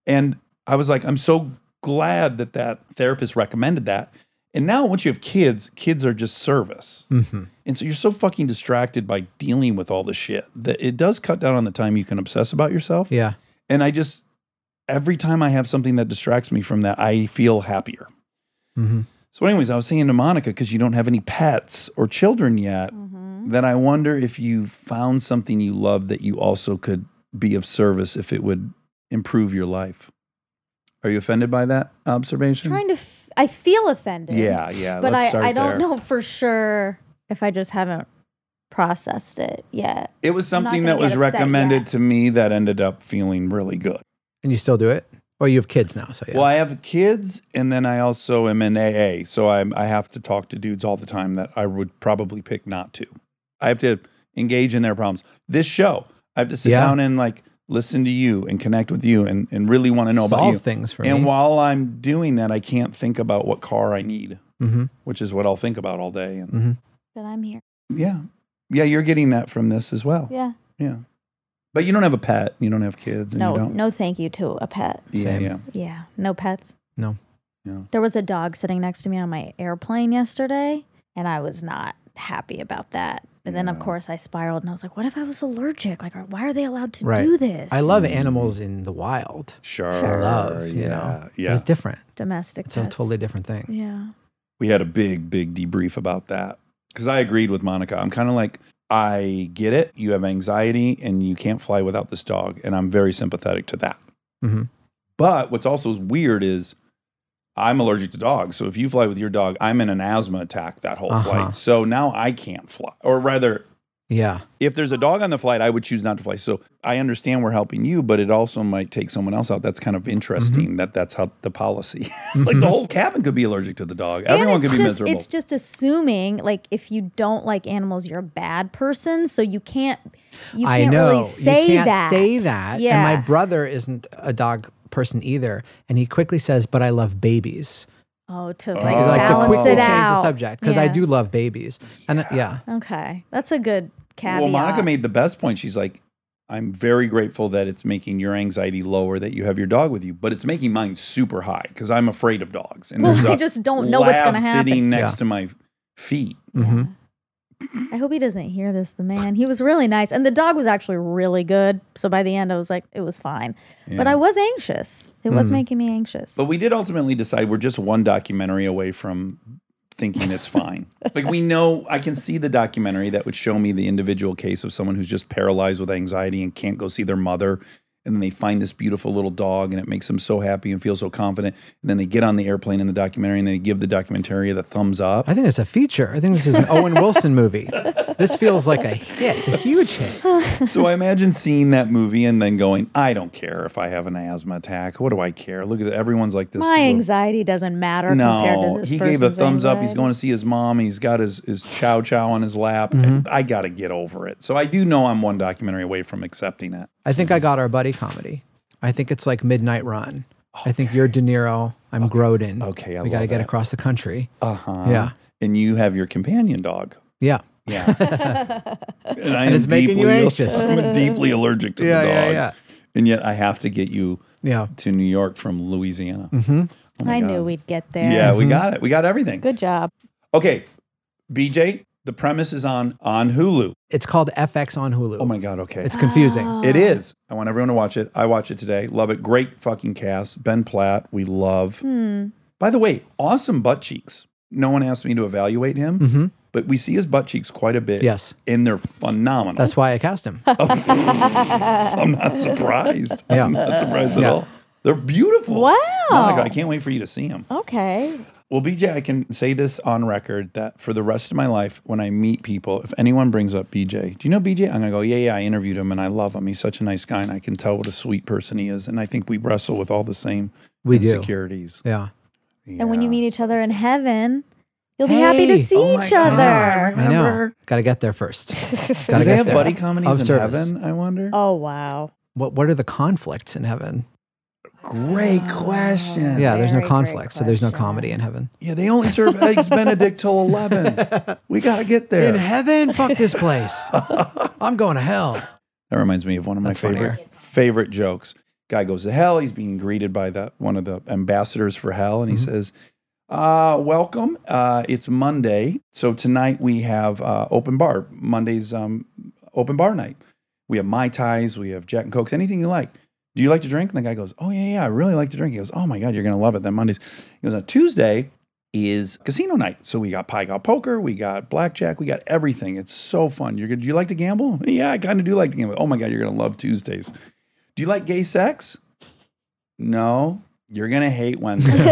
[SPEAKER 6] And I was like, I'm so glad that that therapist recommended that. And now, once you have kids, kids are just service.
[SPEAKER 9] Mm-hmm.
[SPEAKER 6] And so you're so fucking distracted by dealing with all this shit that it does cut down on the time you can obsess about yourself.
[SPEAKER 9] Yeah.
[SPEAKER 6] And I just, every time I have something that distracts me from that, I feel happier.
[SPEAKER 9] Mhm.
[SPEAKER 6] So, anyways, I was saying to Monica, because you don't have any pets or children yet,
[SPEAKER 2] Mm-hmm.
[SPEAKER 6] then I wonder if you found something you love that you also could be of service if it would improve your life. Are you offended by that observation?
[SPEAKER 2] trying to. F- I feel offended.
[SPEAKER 6] yeah, yeah.
[SPEAKER 2] but
[SPEAKER 6] let's
[SPEAKER 2] I,
[SPEAKER 6] start
[SPEAKER 2] I don't
[SPEAKER 6] there.
[SPEAKER 2] know for sure if I just haven't processed it yet.
[SPEAKER 6] It was
[SPEAKER 2] I'm not
[SPEAKER 6] something
[SPEAKER 2] gonna
[SPEAKER 6] that
[SPEAKER 2] get
[SPEAKER 6] was
[SPEAKER 2] upset
[SPEAKER 6] recommended
[SPEAKER 2] yet.
[SPEAKER 6] to me that ended up feeling really good.
[SPEAKER 9] And you still do it? Well, you have kids now, so yeah.
[SPEAKER 6] Well, I have kids, and then I also am in AA, so I I have to talk to dudes all the time that I would probably pick not to. I have to engage in their problems. This show, I have to sit
[SPEAKER 9] Yeah.
[SPEAKER 6] down and like listen to you and connect with you and and really want to know about
[SPEAKER 9] Solve
[SPEAKER 6] you.
[SPEAKER 9] things for
[SPEAKER 6] and
[SPEAKER 9] me.
[SPEAKER 6] while I'm doing that, I can't think about what car I need,
[SPEAKER 9] Mhm.
[SPEAKER 6] which is what I'll think about all day. And
[SPEAKER 9] Mm-hmm.
[SPEAKER 2] But I'm here.
[SPEAKER 6] yeah, yeah, you're getting that from this as well.
[SPEAKER 2] Yeah.
[SPEAKER 6] Yeah. But you don't have a pet. You don't have kids. And
[SPEAKER 2] No,
[SPEAKER 6] You don't.
[SPEAKER 2] no thank you to a pet.
[SPEAKER 6] Yeah,
[SPEAKER 9] Same.
[SPEAKER 6] yeah.
[SPEAKER 2] Yeah. No pets.
[SPEAKER 9] No.
[SPEAKER 6] Yeah.
[SPEAKER 2] There was a dog sitting next to me on my airplane yesterday, and I was not happy about that. And then, of
[SPEAKER 6] Yeah.
[SPEAKER 2] course, I spiraled and I was like, what if I was allergic? Like, why are they allowed to
[SPEAKER 9] Right.
[SPEAKER 2] do this?
[SPEAKER 9] I love animals in the wild.
[SPEAKER 6] Sure.
[SPEAKER 9] I love, you know. But It's different.
[SPEAKER 2] domestic
[SPEAKER 9] It's a
[SPEAKER 2] pets.
[SPEAKER 9] totally different thing.
[SPEAKER 2] Yeah.
[SPEAKER 6] we had a big, big debrief about that because I agreed with Monica. I'm kind of like, I get it. You have anxiety and you can't fly without this dog. And I'm very sympathetic to that.
[SPEAKER 9] Mhm.
[SPEAKER 6] But what's also weird is I'm allergic to dogs. So if you fly with your dog, I'm in an asthma attack that whole
[SPEAKER 9] Uh-huh.
[SPEAKER 6] flight. So now I can't fly. Or rather,
[SPEAKER 9] Yeah.
[SPEAKER 6] if there's a dog on the flight, I would choose not to fly. So I understand we're helping you, but it also might take someone else out. That's kind of interesting
[SPEAKER 2] Mm-hmm.
[SPEAKER 6] that that's how the policy.
[SPEAKER 9] Mm-hmm.
[SPEAKER 6] like the whole cabin could be allergic to the dog. Everyone
[SPEAKER 2] and it's
[SPEAKER 6] could be
[SPEAKER 2] just,
[SPEAKER 6] miserable.
[SPEAKER 2] It's just assuming, like, if you don't like animals, you're a bad person. So you can't, you
[SPEAKER 9] I
[SPEAKER 2] can't
[SPEAKER 9] know.
[SPEAKER 2] really say
[SPEAKER 9] you can't
[SPEAKER 2] that.
[SPEAKER 9] say that.
[SPEAKER 2] Yeah.
[SPEAKER 9] And my brother isn't a dog person either. And he quickly says, But I love babies.
[SPEAKER 2] oh, to like,
[SPEAKER 9] I like to
[SPEAKER 2] balance
[SPEAKER 9] quickly
[SPEAKER 2] it
[SPEAKER 9] change
[SPEAKER 2] out.
[SPEAKER 9] the subject because I
[SPEAKER 2] Yeah.
[SPEAKER 9] do love babies. And uh, yeah.
[SPEAKER 2] Okay, that's a good caveat.
[SPEAKER 6] Well, Monica made the best point. She's like, I'm very grateful that it's making your anxiety lower that you have your dog with you, but it's making mine super high because I'm afraid of dogs. And
[SPEAKER 2] Well,
[SPEAKER 6] there's
[SPEAKER 2] I
[SPEAKER 6] a
[SPEAKER 2] just don't know what's
[SPEAKER 6] lab
[SPEAKER 2] gonna happen.
[SPEAKER 6] Sitting next
[SPEAKER 9] Yeah.
[SPEAKER 6] to my feet.
[SPEAKER 9] Mhm.
[SPEAKER 2] I hope he doesn't hear this. The man, he was really nice, and the dog was actually really good. So by the end, I was like, it was fine, but I was anxious. It was making me anxious.
[SPEAKER 6] Hmm. But we did ultimately decide we're just one documentary away from thinking it's fine. like we know I can see the documentary that would show me the individual case of someone who's just paralyzed with anxiety and can't go see their mother. And then they find this beautiful little dog and it makes them so happy and feel so confident. And then they get on the airplane in the documentary and they give the documentary the thumbs up.
[SPEAKER 9] I think it's a feature. I think this is an Owen Wilson movie. This feels like a hit, It's a huge hit.
[SPEAKER 6] so I imagine seeing that movie and then going, I don't care if I have an asthma attack. What do I care? Look at everyone's like this.
[SPEAKER 2] My
[SPEAKER 6] little-
[SPEAKER 2] anxiety doesn't matter compared to this.
[SPEAKER 6] he gave a
[SPEAKER 2] person's
[SPEAKER 6] thumbs up. He's
[SPEAKER 2] anxiety.
[SPEAKER 6] going to see his mom. He's got his his chow chow on his lap. And I got to get over it. So I do know I'm one documentary away from accepting it.
[SPEAKER 9] I think I got our buddy comedy. I think it's like Midnight Run. I think you're De Niro. I'm Groden.
[SPEAKER 6] Okay, I
[SPEAKER 9] we got to
[SPEAKER 6] love
[SPEAKER 9] get
[SPEAKER 6] that.
[SPEAKER 9] across the country.
[SPEAKER 6] Uh
[SPEAKER 7] Uh-huh.
[SPEAKER 6] huh.
[SPEAKER 9] Yeah.
[SPEAKER 6] And you have your companion dog.
[SPEAKER 9] Yeah.
[SPEAKER 6] Yeah. and I
[SPEAKER 9] And it's
[SPEAKER 6] am
[SPEAKER 9] making you
[SPEAKER 6] deeply-
[SPEAKER 9] anxious.
[SPEAKER 6] I'm deeply allergic to
[SPEAKER 9] Yeah,
[SPEAKER 6] the
[SPEAKER 9] yeah,
[SPEAKER 6] dog.
[SPEAKER 9] yeah.
[SPEAKER 6] And yet I have to get you
[SPEAKER 9] Yeah. Mm-hmm.
[SPEAKER 6] to New York from Louisiana. Oh my
[SPEAKER 2] I
[SPEAKER 6] God.
[SPEAKER 2] knew we'd get there.
[SPEAKER 6] Yeah, we got it. We got everything.
[SPEAKER 2] Good job.
[SPEAKER 6] Okay, BJ, the premise is on on Hulu.
[SPEAKER 9] It's called FX on Hulu.
[SPEAKER 6] Oh my God. Okay.
[SPEAKER 9] It's confusing.
[SPEAKER 2] Ah.
[SPEAKER 6] It is. I want everyone to watch it. I watch it today. Love it. Great fucking cast. Ben Platt, we love. By the way, awesome butt cheeks. No one asked me to evaluate him, but we see his butt cheeks quite a bit.
[SPEAKER 9] Mm-hmm. Yes.
[SPEAKER 6] And they're phenomenal.
[SPEAKER 9] That's why I cast him.
[SPEAKER 6] I'm not surprised.
[SPEAKER 9] Yeah.
[SPEAKER 6] I'm not surprised at
[SPEAKER 9] Yeah.
[SPEAKER 6] all. They're beautiful.
[SPEAKER 2] Wow.
[SPEAKER 6] Monica, I can't wait for you to see them.
[SPEAKER 2] Okay.
[SPEAKER 6] Well, BJ, I can say this on record that for the rest of my life, when I meet people, if anyone brings up BJ, do you know BJ? I'm going to go, yeah, yeah, I interviewed him and I love him. He's such a nice guy and I can tell what a sweet person he is. And I think we wrestle with all the same
[SPEAKER 9] We do.
[SPEAKER 6] insecurities.
[SPEAKER 9] Yeah.
[SPEAKER 2] And when you meet each other in heaven, you'll be
[SPEAKER 9] Hey.
[SPEAKER 2] happy to see
[SPEAKER 6] Oh my
[SPEAKER 2] each
[SPEAKER 6] God.
[SPEAKER 2] other.
[SPEAKER 9] I know. Got to get there first.
[SPEAKER 6] Do
[SPEAKER 9] Gotta
[SPEAKER 6] they
[SPEAKER 9] get
[SPEAKER 6] have
[SPEAKER 9] there.
[SPEAKER 6] buddy comedies
[SPEAKER 9] Of
[SPEAKER 6] in
[SPEAKER 9] service.
[SPEAKER 6] heaven, I wonder?
[SPEAKER 2] Oh wow.
[SPEAKER 9] What What are the conflicts in heaven?
[SPEAKER 6] Great
[SPEAKER 2] Oh.
[SPEAKER 6] question.
[SPEAKER 9] Yeah, there's no
[SPEAKER 2] Very great
[SPEAKER 9] conflict, so there's no
[SPEAKER 2] question.
[SPEAKER 9] comedy in heaven.
[SPEAKER 6] Yeah, they only serve eggs Benedict till 11. We got to get there.
[SPEAKER 9] In heaven, fuck this place. I'm going to hell.
[SPEAKER 6] That reminds me of one of my
[SPEAKER 9] That's
[SPEAKER 6] favorite favorite jokes. Guy goes to hell. He's being greeted by the one of the ambassadors for hell, and he
[SPEAKER 9] Mm-hmm.
[SPEAKER 6] says, uh, "Welcome. Uh, it's Monday, so tonight we have uh, open bar. Monday's um, open bar night. We have mai tais, we have Jack and Cokes, anything you like. Do you like to drink?" And the guy goes, "Oh yeah, yeah, I really like to drink." He goes, "Oh my god, you're gonna love it." Then Mondays, he goes, "On Tuesday." Is casino night. So we got pie, got poker, we got blackjack, we got everything. It's so fun. You're good. Do you like to gamble? Yeah, I kind of do like to gamble. Oh my God, you're going to love Tuesdays. Do you like gay sex? No, you're going to hate Wednesdays.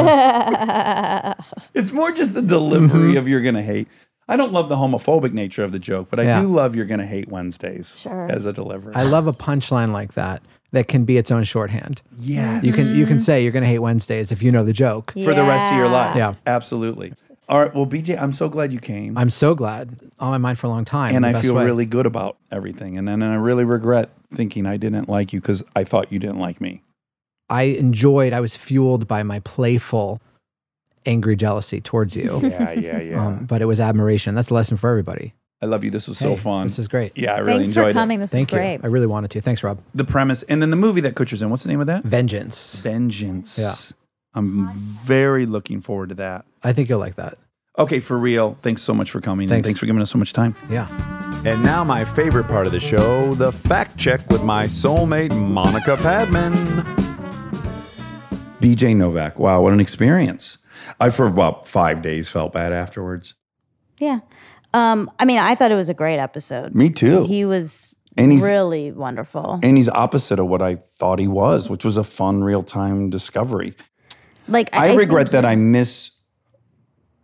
[SPEAKER 6] it's more just the delivery
[SPEAKER 9] Mm-hmm.
[SPEAKER 6] of you're going to hate. I don't love the homophobic nature of the joke, but I
[SPEAKER 9] Yeah.
[SPEAKER 6] do love you're going to hate Wednesdays
[SPEAKER 2] Sure.
[SPEAKER 6] as a delivery.
[SPEAKER 9] I love a punchline like that that can be its own shorthand.
[SPEAKER 6] yes.
[SPEAKER 9] You can you can
[SPEAKER 2] Mm-hmm.
[SPEAKER 9] say you're going to hate Wednesdays if you know the joke.
[SPEAKER 6] for the rest of your life.
[SPEAKER 9] Yeah.
[SPEAKER 6] Absolutely. All right. Well, BJ, I'm so glad you came.
[SPEAKER 9] I'm so glad. On my mind for a long time.
[SPEAKER 6] and
[SPEAKER 9] the
[SPEAKER 6] I
[SPEAKER 9] best
[SPEAKER 6] feel
[SPEAKER 9] way.
[SPEAKER 6] really good about everything. And then and I really regret thinking I didn't like you because I thought you didn't like me.
[SPEAKER 9] I enjoyed. I was fueled by my playful, angry jealousy towards you.
[SPEAKER 6] Yeah, yeah, yeah.
[SPEAKER 9] um, but it was admiration. That's a lesson for everybody.
[SPEAKER 6] I love you. This was so
[SPEAKER 9] Hey,
[SPEAKER 6] fun.
[SPEAKER 9] This is great.
[SPEAKER 6] yeah, I really
[SPEAKER 2] Thanks
[SPEAKER 6] enjoyed
[SPEAKER 2] for
[SPEAKER 6] it.
[SPEAKER 2] coming. This
[SPEAKER 9] Thank
[SPEAKER 2] is
[SPEAKER 9] you.
[SPEAKER 2] great.
[SPEAKER 9] I really wanted to. Thanks, Rob.
[SPEAKER 6] the premise and then the movie that Kutcher's in. What's the name of that?
[SPEAKER 9] Vengeance.
[SPEAKER 6] Vengeance.
[SPEAKER 9] Yeah.
[SPEAKER 6] I'm very looking forward to that.
[SPEAKER 9] I think you'll like that.
[SPEAKER 6] Okay, for real. Thanks so much for coming. And
[SPEAKER 9] Thanks.
[SPEAKER 6] thanks for giving us so much time.
[SPEAKER 9] Yeah.
[SPEAKER 1] And now, my favorite part of the show the fact check with my soulmate, Monica Padman.
[SPEAKER 6] BJ Novak. Wow, what an experience. I for about five days felt bad afterwards.
[SPEAKER 2] Yeah. Um, I mean, I thought it was a great episode.
[SPEAKER 6] Me too.
[SPEAKER 2] He was
[SPEAKER 6] And he's-
[SPEAKER 2] really wonderful.
[SPEAKER 6] and he's opposite of what I thought he was, which was a fun real time discovery.
[SPEAKER 2] like
[SPEAKER 6] I, regret
[SPEAKER 2] think-
[SPEAKER 6] that I misread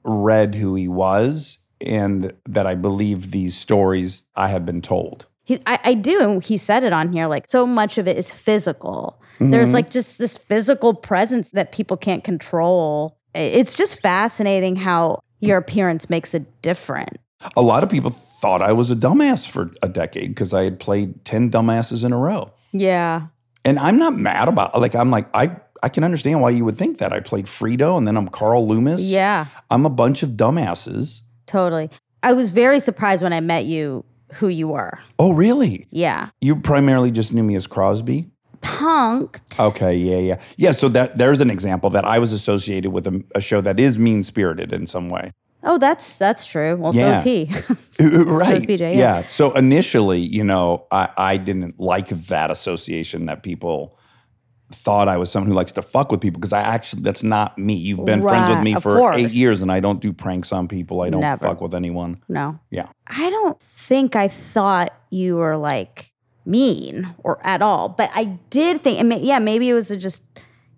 [SPEAKER 6] who he was and that I believed these stories I had been told.
[SPEAKER 2] He, I, I do, and he said it on here. Like so much of it is physical.
[SPEAKER 6] Mm-hmm.
[SPEAKER 2] There's like just this physical presence that people can't control. I- It's just fascinating how your appearance makes it different.
[SPEAKER 6] A lot of people thought I was a dumbass for a decade because I had played 10 dumbasses in a row.
[SPEAKER 2] Yeah.
[SPEAKER 6] And I'm not mad about like I'm like I I can understand why you would think that. I played Frito and then I'm Carl Loomis.
[SPEAKER 2] Yeah.
[SPEAKER 6] I'm a bunch of dumbasses.
[SPEAKER 2] Totally. I was very surprised when I met you who you were.
[SPEAKER 6] Oh, really?
[SPEAKER 2] Yeah.
[SPEAKER 6] You primarily just knew me as Crosby?
[SPEAKER 2] Punked.
[SPEAKER 6] Okay, yeah, yeah. Yeah, so that there's an example that I was associated with a, a show that is mean-spirited in some way.
[SPEAKER 2] Oh, that's that's true. Well,
[SPEAKER 6] Yeah.
[SPEAKER 2] so is he.
[SPEAKER 6] right.
[SPEAKER 2] Says BJ,
[SPEAKER 6] yeah.
[SPEAKER 2] yeah.
[SPEAKER 6] So initially, you know, I, I didn't like that association that people thought I was someone who likes to fuck with people because I actually, that's not me. You've been friends with
[SPEAKER 2] Right,
[SPEAKER 6] me
[SPEAKER 2] of
[SPEAKER 6] for eight
[SPEAKER 2] course.
[SPEAKER 6] years and I don't do pranks on people. I don't
[SPEAKER 2] Never.
[SPEAKER 6] fuck with anyone.
[SPEAKER 2] no.
[SPEAKER 6] Yeah.
[SPEAKER 2] I don't think I thought you were like mean or at all, but I did think, I mean, yeah, maybe it was just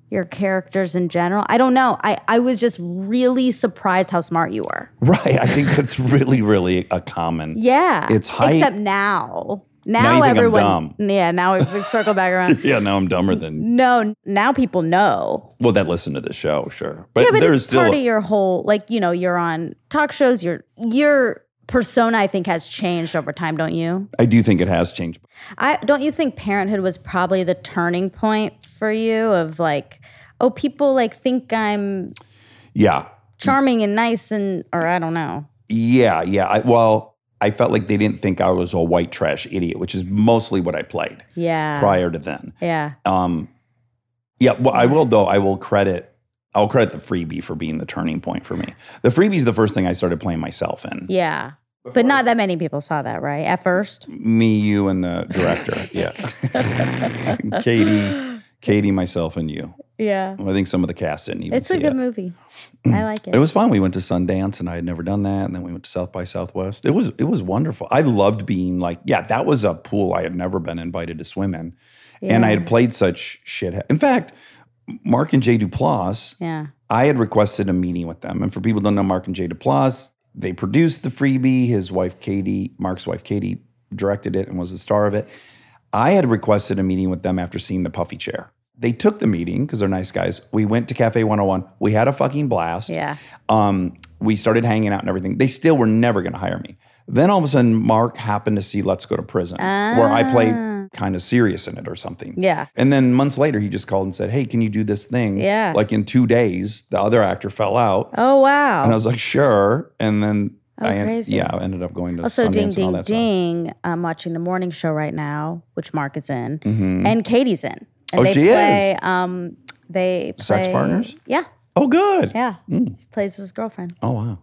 [SPEAKER 2] your characters in general. I don't know. I, I was just really surprised how smart you were.
[SPEAKER 6] Right. I think that's really, really a common.
[SPEAKER 2] Yeah.
[SPEAKER 6] It's high-
[SPEAKER 2] Except now.
[SPEAKER 6] Now
[SPEAKER 2] Now,
[SPEAKER 6] you think I'm
[SPEAKER 2] everyone.
[SPEAKER 6] dumb.
[SPEAKER 2] Yeah. Now we we circle back around.
[SPEAKER 6] Yeah, now I'm dumber than
[SPEAKER 2] No, now people know.
[SPEAKER 6] well that listen to the show, sure. But,
[SPEAKER 2] yeah, but
[SPEAKER 6] there's
[SPEAKER 2] it's
[SPEAKER 6] still
[SPEAKER 2] part
[SPEAKER 6] a-
[SPEAKER 2] of your whole like you know you're on talk shows. Your your persona I think has changed over time, don't you?
[SPEAKER 6] I do think it has changed.
[SPEAKER 2] I don't you think parenthood was probably the turning point for you of like oh, people like think I'm
[SPEAKER 6] Yeah.
[SPEAKER 2] charming and nice and or I don't know.
[SPEAKER 6] Yeah. Yeah. I, well, I felt like they didn't think I was a white trash idiot, which is mostly what I played
[SPEAKER 2] Yeah.
[SPEAKER 6] prior to then.
[SPEAKER 2] Yeah.
[SPEAKER 6] Um, yeah, well, I will though. I will credit. I'll credit the freebie for being the turning point for me. The freebie's the first thing I started playing myself in.
[SPEAKER 2] Yeah. But not that many people saw that, right? At first.
[SPEAKER 6] Me, you, and the director. yeah, Katie, Katie, myself, and you.
[SPEAKER 2] Yeah.
[SPEAKER 6] Well, I think some of the cast didn't even
[SPEAKER 2] It's
[SPEAKER 6] see
[SPEAKER 2] a good
[SPEAKER 6] it.
[SPEAKER 2] movie. I like
[SPEAKER 6] It
[SPEAKER 2] it.
[SPEAKER 6] was fun. We went to Sundance, and I had never done that. And then we went to South by Southwest. It was it was wonderful. I loved being like, yeah, that was a pool I had never been invited to swim in, and I had played such shit. In fact, Mark and Jay Duplass,
[SPEAKER 2] Yeah.
[SPEAKER 6] I had requested a meeting with them. And for people who don't know Mark and Jay Duplass, they produced the freebie. His wife Katie, Mark's wife Katie, directed it and was the star of it. I had requested a meeting with them after seeing the puffy chair. They took the meeting because they're nice guys. We went to Cafe 101. We had a fucking blast.
[SPEAKER 2] Yeah.
[SPEAKER 6] Um, we started hanging out and everything. They still were never going to hire me. Then all of a sudden, Mark happened to see Let's Go to Prison, where I played kind of serious in it or something.
[SPEAKER 2] Ah. Yeah.
[SPEAKER 6] And then months later, he just called and said, Hey, can you do this thing?
[SPEAKER 2] Yeah.
[SPEAKER 6] Like in two days, the other actor fell out.
[SPEAKER 2] Oh wow.
[SPEAKER 6] And I was like, Sure. And then I, en-
[SPEAKER 2] crazy.
[SPEAKER 6] yeah, I ended up going to
[SPEAKER 2] also,
[SPEAKER 6] Sundance
[SPEAKER 2] ding,
[SPEAKER 6] and all
[SPEAKER 2] ding,
[SPEAKER 6] that
[SPEAKER 2] ding.
[SPEAKER 6] stuff.
[SPEAKER 2] I'm watching the morning show right now, which Mark is in, and Katie's in. And
[SPEAKER 6] Mm-hmm. Oh,
[SPEAKER 2] they
[SPEAKER 6] she
[SPEAKER 2] play, Um, they play,
[SPEAKER 6] Sex partners?
[SPEAKER 2] Yeah,
[SPEAKER 6] Oh, good.
[SPEAKER 2] yeah.
[SPEAKER 6] Mm.
[SPEAKER 2] Plays his girlfriend.
[SPEAKER 6] Oh, wow.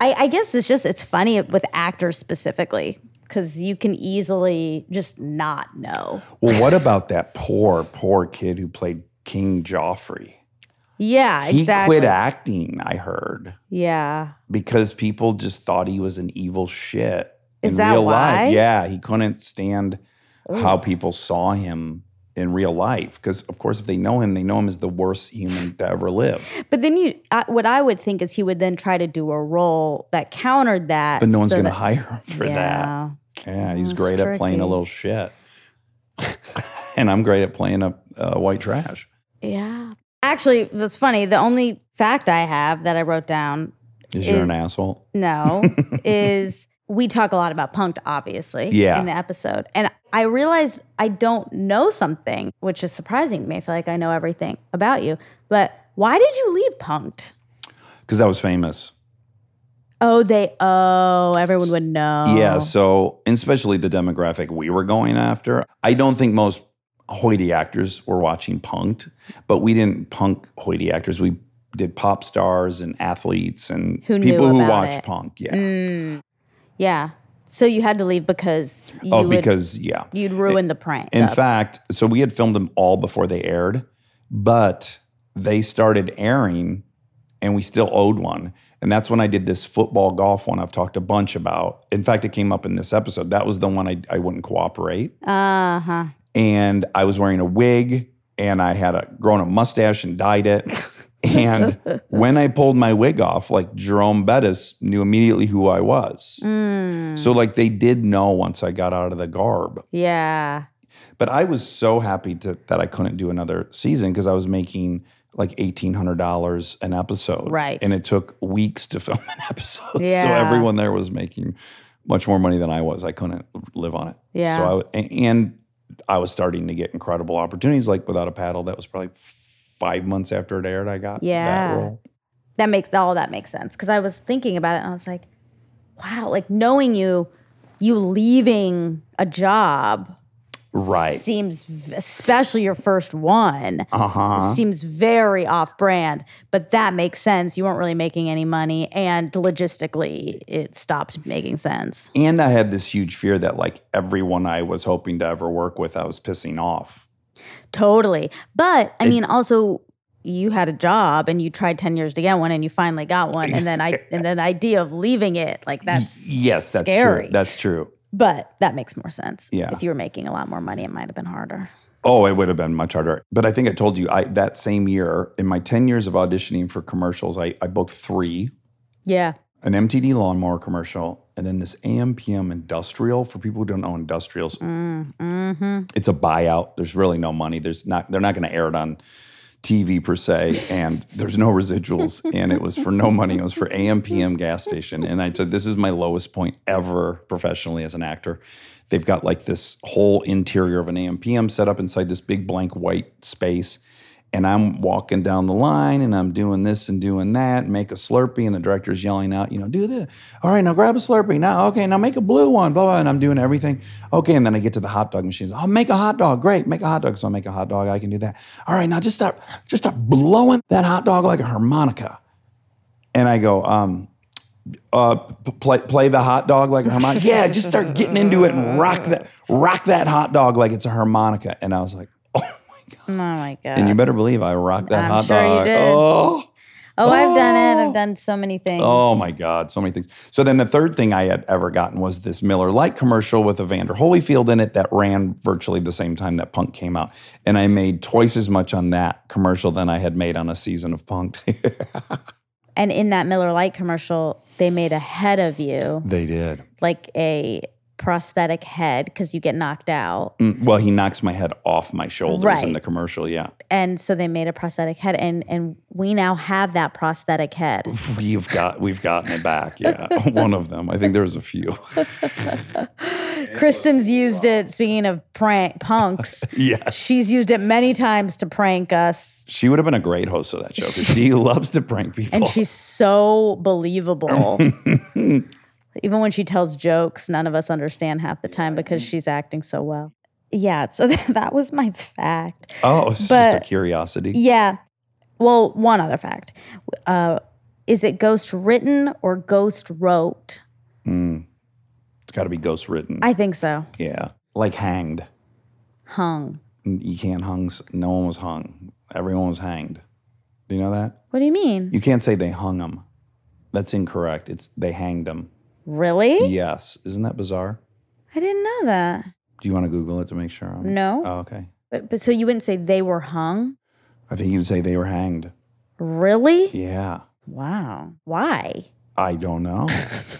[SPEAKER 2] I, I guess it's just it's funny with actors specifically because you can easily just not know.
[SPEAKER 6] Well, what about that poor, poor kid who played King Joffrey?
[SPEAKER 2] Yeah,
[SPEAKER 6] He
[SPEAKER 2] exactly.
[SPEAKER 6] quit acting, I heard.
[SPEAKER 2] Yeah,
[SPEAKER 6] because people just thought he was an evil shit
[SPEAKER 2] Is
[SPEAKER 6] in
[SPEAKER 2] that
[SPEAKER 6] real
[SPEAKER 2] why?
[SPEAKER 6] life. Yeah, he couldn't stand how people saw him in real life because, of course, if they know him, they know him as the worst human to ever live.
[SPEAKER 2] but then you, I, what I would think is he would then try to do a role that countered that.
[SPEAKER 6] But no one's
[SPEAKER 2] so
[SPEAKER 6] going to
[SPEAKER 2] that-
[SPEAKER 6] hire him for
[SPEAKER 2] Yeah.
[SPEAKER 6] that. Yeah, he's
[SPEAKER 2] That's
[SPEAKER 6] great at playing a
[SPEAKER 2] tricky.
[SPEAKER 6] little shit, and I'm great at playing a, a white trash.
[SPEAKER 2] Yeah. Actually, that's funny. The only fact I have that I wrote down,
[SPEAKER 6] Is, you're an
[SPEAKER 2] Is-
[SPEAKER 6] asshole?
[SPEAKER 2] no, is we talk a lot about punked, obviously,
[SPEAKER 6] Yeah.
[SPEAKER 2] in the episode. And I realized I don't know something, which is surprising to me. I feel like I know everything about you. But why did you leave punked?
[SPEAKER 6] Because I was famous.
[SPEAKER 2] Oh, they, oh, everyone would know.
[SPEAKER 6] Yeah. So, and especially the demographic we were going after, I don't think most hoity actors were watching punked, but we didn't punk hoity actors. We did pop stars and athletes and
[SPEAKER 2] Who knew
[SPEAKER 6] people who
[SPEAKER 2] about
[SPEAKER 6] watched
[SPEAKER 2] it. Mm,
[SPEAKER 6] punk. Yeah.
[SPEAKER 2] Yeah. So you had to leave because you
[SPEAKER 6] oh,
[SPEAKER 2] would,
[SPEAKER 6] because, yeah.
[SPEAKER 2] you'd ruin the prank.
[SPEAKER 6] In
[SPEAKER 2] of-
[SPEAKER 6] fact, so we had filmed them all before they aired, but they started airing and we still owed one. And that's when I did this football golf one I've talked a bunch about. In fact, it came up in this episode. That was the one I, I wouldn't cooperate.
[SPEAKER 2] uh-huh.
[SPEAKER 6] and I was wearing a wig and I had a grown a mustache and dyed it. and when I pulled my wig off, like Jerome Bettis knew immediately who I was. So like they did know once I got out of the garb.
[SPEAKER 2] Yeah.
[SPEAKER 6] But I was so happy to, that I couldn't do another season because I was making like eighteen hundred dollars an episode,
[SPEAKER 2] Right.
[SPEAKER 6] And it took weeks to film an episode, so
[SPEAKER 2] Yeah.
[SPEAKER 6] everyone there was making much more money than I was. I couldn't live on it.
[SPEAKER 2] Yeah.
[SPEAKER 6] So I w- a- and I was starting to get incredible opportunities, like without a paddle. That was probably f- five months after it aired. I got
[SPEAKER 2] Yeah.
[SPEAKER 6] that role.
[SPEAKER 2] that makes all that makes sense because I was thinking about it and I was like, wow, like knowing you, you leaving a job
[SPEAKER 6] Right.
[SPEAKER 2] seems v- especially your first one
[SPEAKER 6] Uh-huh.
[SPEAKER 2] seems very off brand, but that makes sense. You weren't really making any money, and logistically, it stopped making sense.
[SPEAKER 6] And I had this huge fear that like everyone I was hoping to ever work with, I was pissing off.
[SPEAKER 2] Totally, but I mean, also. You had a job and you tried ten years to get one, and you finally got one, and then I and then the idea of leaving it like that's
[SPEAKER 6] Yes, that's
[SPEAKER 2] Scary.
[SPEAKER 6] true. That's true.
[SPEAKER 2] But that makes more sense.
[SPEAKER 6] Yeah.
[SPEAKER 2] If you were making a lot more money, it might have been harder.
[SPEAKER 6] Oh, it would have been much harder. But I think I told you I that same year, in my 10 years of auditioning for commercials, I, I booked three
[SPEAKER 2] Yeah.
[SPEAKER 6] an MTD lawnmower commercial, and then this AMPM industrial. For people who don't know industrials, it's a buyout. There's really no money. There's not. They're not going to air it on TV per se, and there's no residuals. and it was for no money. It was for AMPM gas station. And I said, this is my lowest point ever professionally as an actor. They've got like this whole interior of an AMPM set up inside this big blank white space. and I'm walking down the line and I'm doing this and doing that, make a Slurpee, and the director's yelling out, you know, do this. All right, now grab a Slurpee. Now, okay, now make a blue one, blah, blah. And I'm doing everything. Okay, and then I get to the hot dog machine. I'll make a hot dog. Great, make a hot dog. So I make a hot dog. I can do that. All right, now just start, just start blowing that hot dog like a harmonica. And I go, um, uh, p- play play the hot dog like a harmonica. yeah, just start getting into it and rock that rock that hot dog like it's a harmonica. And I was like, oh
[SPEAKER 2] Oh my god.
[SPEAKER 6] and you better believe I rocked that
[SPEAKER 2] I'm
[SPEAKER 6] hot
[SPEAKER 2] sure you
[SPEAKER 6] dog.
[SPEAKER 2] did.
[SPEAKER 6] Oh,
[SPEAKER 2] oh, I've done it. I've done so many things.
[SPEAKER 6] oh my God, so many things. So then the third thing I had ever gotten was this Miller Lite commercial with Evander Holyfield in it that ran virtually the same time that Punk came out, and I made twice as much on that commercial than I had made on a season of Punk.
[SPEAKER 2] And in that Miller Lite commercial, they made a head of you,
[SPEAKER 6] they did.
[SPEAKER 2] like a prosthetic head, because you get knocked out.
[SPEAKER 6] Mm, Well, he knocks my head off my shoulders in
[SPEAKER 2] Right.
[SPEAKER 6] the commercial. Yeah,
[SPEAKER 2] And so they made a prosthetic head, and and we now have that prosthetic head.
[SPEAKER 6] we've got we've gotten it back. Yeah, one of them. I think there was a few.
[SPEAKER 2] Kristen's used it. Speaking of prank punks,
[SPEAKER 6] Yes.
[SPEAKER 2] she's used it many times to prank us,
[SPEAKER 6] She would have been a great host of that show because she loves to prank people.
[SPEAKER 2] and she's so believable. Even when she tells jokes, none of us understand half the time because she's acting so well. Yeah, so that was my fact.
[SPEAKER 6] Oh, it's just
[SPEAKER 2] But-
[SPEAKER 6] a curiosity.
[SPEAKER 2] Yeah. Well, one other fact. Uh, is it ghost written or ghost wrote?
[SPEAKER 6] It's got to be ghost written.
[SPEAKER 2] I think so.
[SPEAKER 6] yeah, like hanged.
[SPEAKER 2] Hung.
[SPEAKER 6] You can't hung. s- No one was hung. Everyone was hanged. Do you know that?
[SPEAKER 2] What do you mean?
[SPEAKER 6] You can't say they hung them. That's incorrect. It's they hanged them.
[SPEAKER 2] Really?
[SPEAKER 6] Yes, isn't that bizarre?
[SPEAKER 2] I didn't know that.
[SPEAKER 6] Do you want to Google it to make sure? I'm,
[SPEAKER 2] No.
[SPEAKER 6] Oh, okay.
[SPEAKER 2] But, but so you wouldn't say they were hung?
[SPEAKER 6] I think you would say they were hanged.
[SPEAKER 2] Really?
[SPEAKER 6] Yeah.
[SPEAKER 2] Wow. Why?
[SPEAKER 6] I don't know.
[SPEAKER 2] 'Cause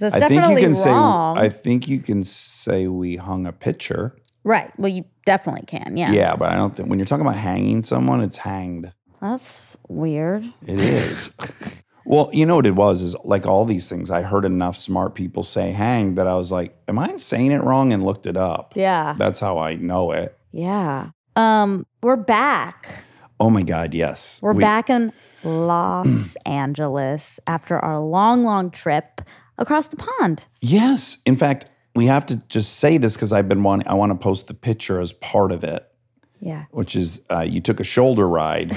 [SPEAKER 2] That's
[SPEAKER 6] I think you
[SPEAKER 2] definitely
[SPEAKER 6] can
[SPEAKER 2] wrong.
[SPEAKER 6] say. I think you can say we hung a picture.
[SPEAKER 2] right. Well, you definitely can. Yeah.
[SPEAKER 6] Yeah, but I don't think when you're talking about hanging someone, it's hanged.
[SPEAKER 2] That's weird.
[SPEAKER 6] It is. well, you know what it was is like all these things. I heard enough smart people say hang that I was like, am I saying it wrong? And looked it up.
[SPEAKER 2] Yeah.
[SPEAKER 6] That's how I know it.
[SPEAKER 2] Yeah. Um, we're back.
[SPEAKER 6] Oh my God, yes.
[SPEAKER 2] We're
[SPEAKER 6] We-
[SPEAKER 2] back in Los Angeles after our long, long trip across the pond.
[SPEAKER 6] Yes. In fact, we have to just say this because I've been wanting, I want to post the picture as part of it,
[SPEAKER 2] Yeah.
[SPEAKER 6] which is uh, you took a shoulder ride.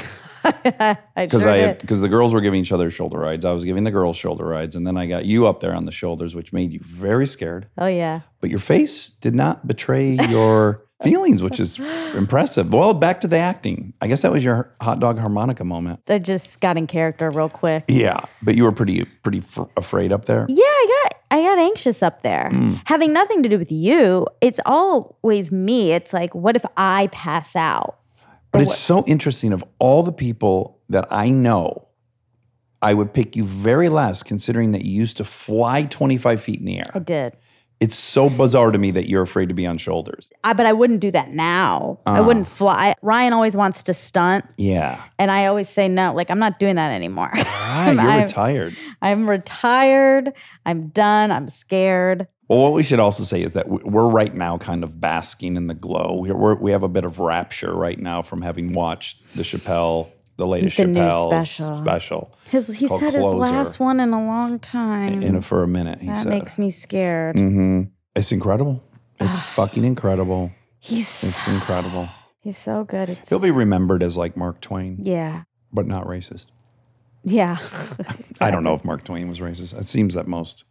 [SPEAKER 2] I
[SPEAKER 6] because
[SPEAKER 2] sure
[SPEAKER 6] I
[SPEAKER 2] did.
[SPEAKER 6] because the girls were giving each other shoulder rides. I was giving the girls shoulder rides, and then I got you up there on the shoulders, which made you very scared.
[SPEAKER 2] Oh yeah.
[SPEAKER 6] But your face did not betray your feelings, which is impressive. Well, back to the acting. I guess that was your hot dog harmonica moment.
[SPEAKER 2] I just got in character real quick.
[SPEAKER 6] Yeah, but you were pretty pretty f- afraid up there.
[SPEAKER 2] Yeah, I got I got anxious up there. Having nothing to do with you, it's always me. It's like, what if I pass out?
[SPEAKER 6] But it's so interesting. Of all the people that I know, I would pick you very last, considering that you used to fly twenty five feet in the
[SPEAKER 2] I
[SPEAKER 6] air.
[SPEAKER 2] did.
[SPEAKER 6] It's so bizarre to me that you're afraid to be on shoulders.
[SPEAKER 2] I, but I wouldn't do that now. I wouldn't fly. Ryan always wants to stunt,
[SPEAKER 6] Yeah.
[SPEAKER 2] and I always say no. Like I'm not doing that anymore.
[SPEAKER 6] Ah, you're
[SPEAKER 2] I'm-
[SPEAKER 6] retired.
[SPEAKER 2] I'm retired. I'm done. I'm scared.
[SPEAKER 6] Well, what we should also say is that we- we're right now kind of basking in the glow. We're, we're, we have a bit of rapture right now from having watched the Chappelle, the latest
[SPEAKER 2] The new
[SPEAKER 6] Chappelle
[SPEAKER 2] special.
[SPEAKER 6] special.
[SPEAKER 2] His he
[SPEAKER 6] Called
[SPEAKER 2] said his
[SPEAKER 6] Closer.
[SPEAKER 2] last one in a long time.
[SPEAKER 6] In a, Mm-hmm. for a minute, he
[SPEAKER 2] Mm. that
[SPEAKER 6] said,
[SPEAKER 2] makes me scared.
[SPEAKER 6] "It's incredible. It's
[SPEAKER 2] Ah.
[SPEAKER 6] fucking incredible.
[SPEAKER 2] He's
[SPEAKER 6] It's incredible."
[SPEAKER 2] he's so good. It's,
[SPEAKER 6] Mm. He'll be remembered as like Mark Twain,
[SPEAKER 2] yeah.
[SPEAKER 6] but not racist.
[SPEAKER 2] Yeah,
[SPEAKER 6] I don't know if Mark Twain was racist. It seems that most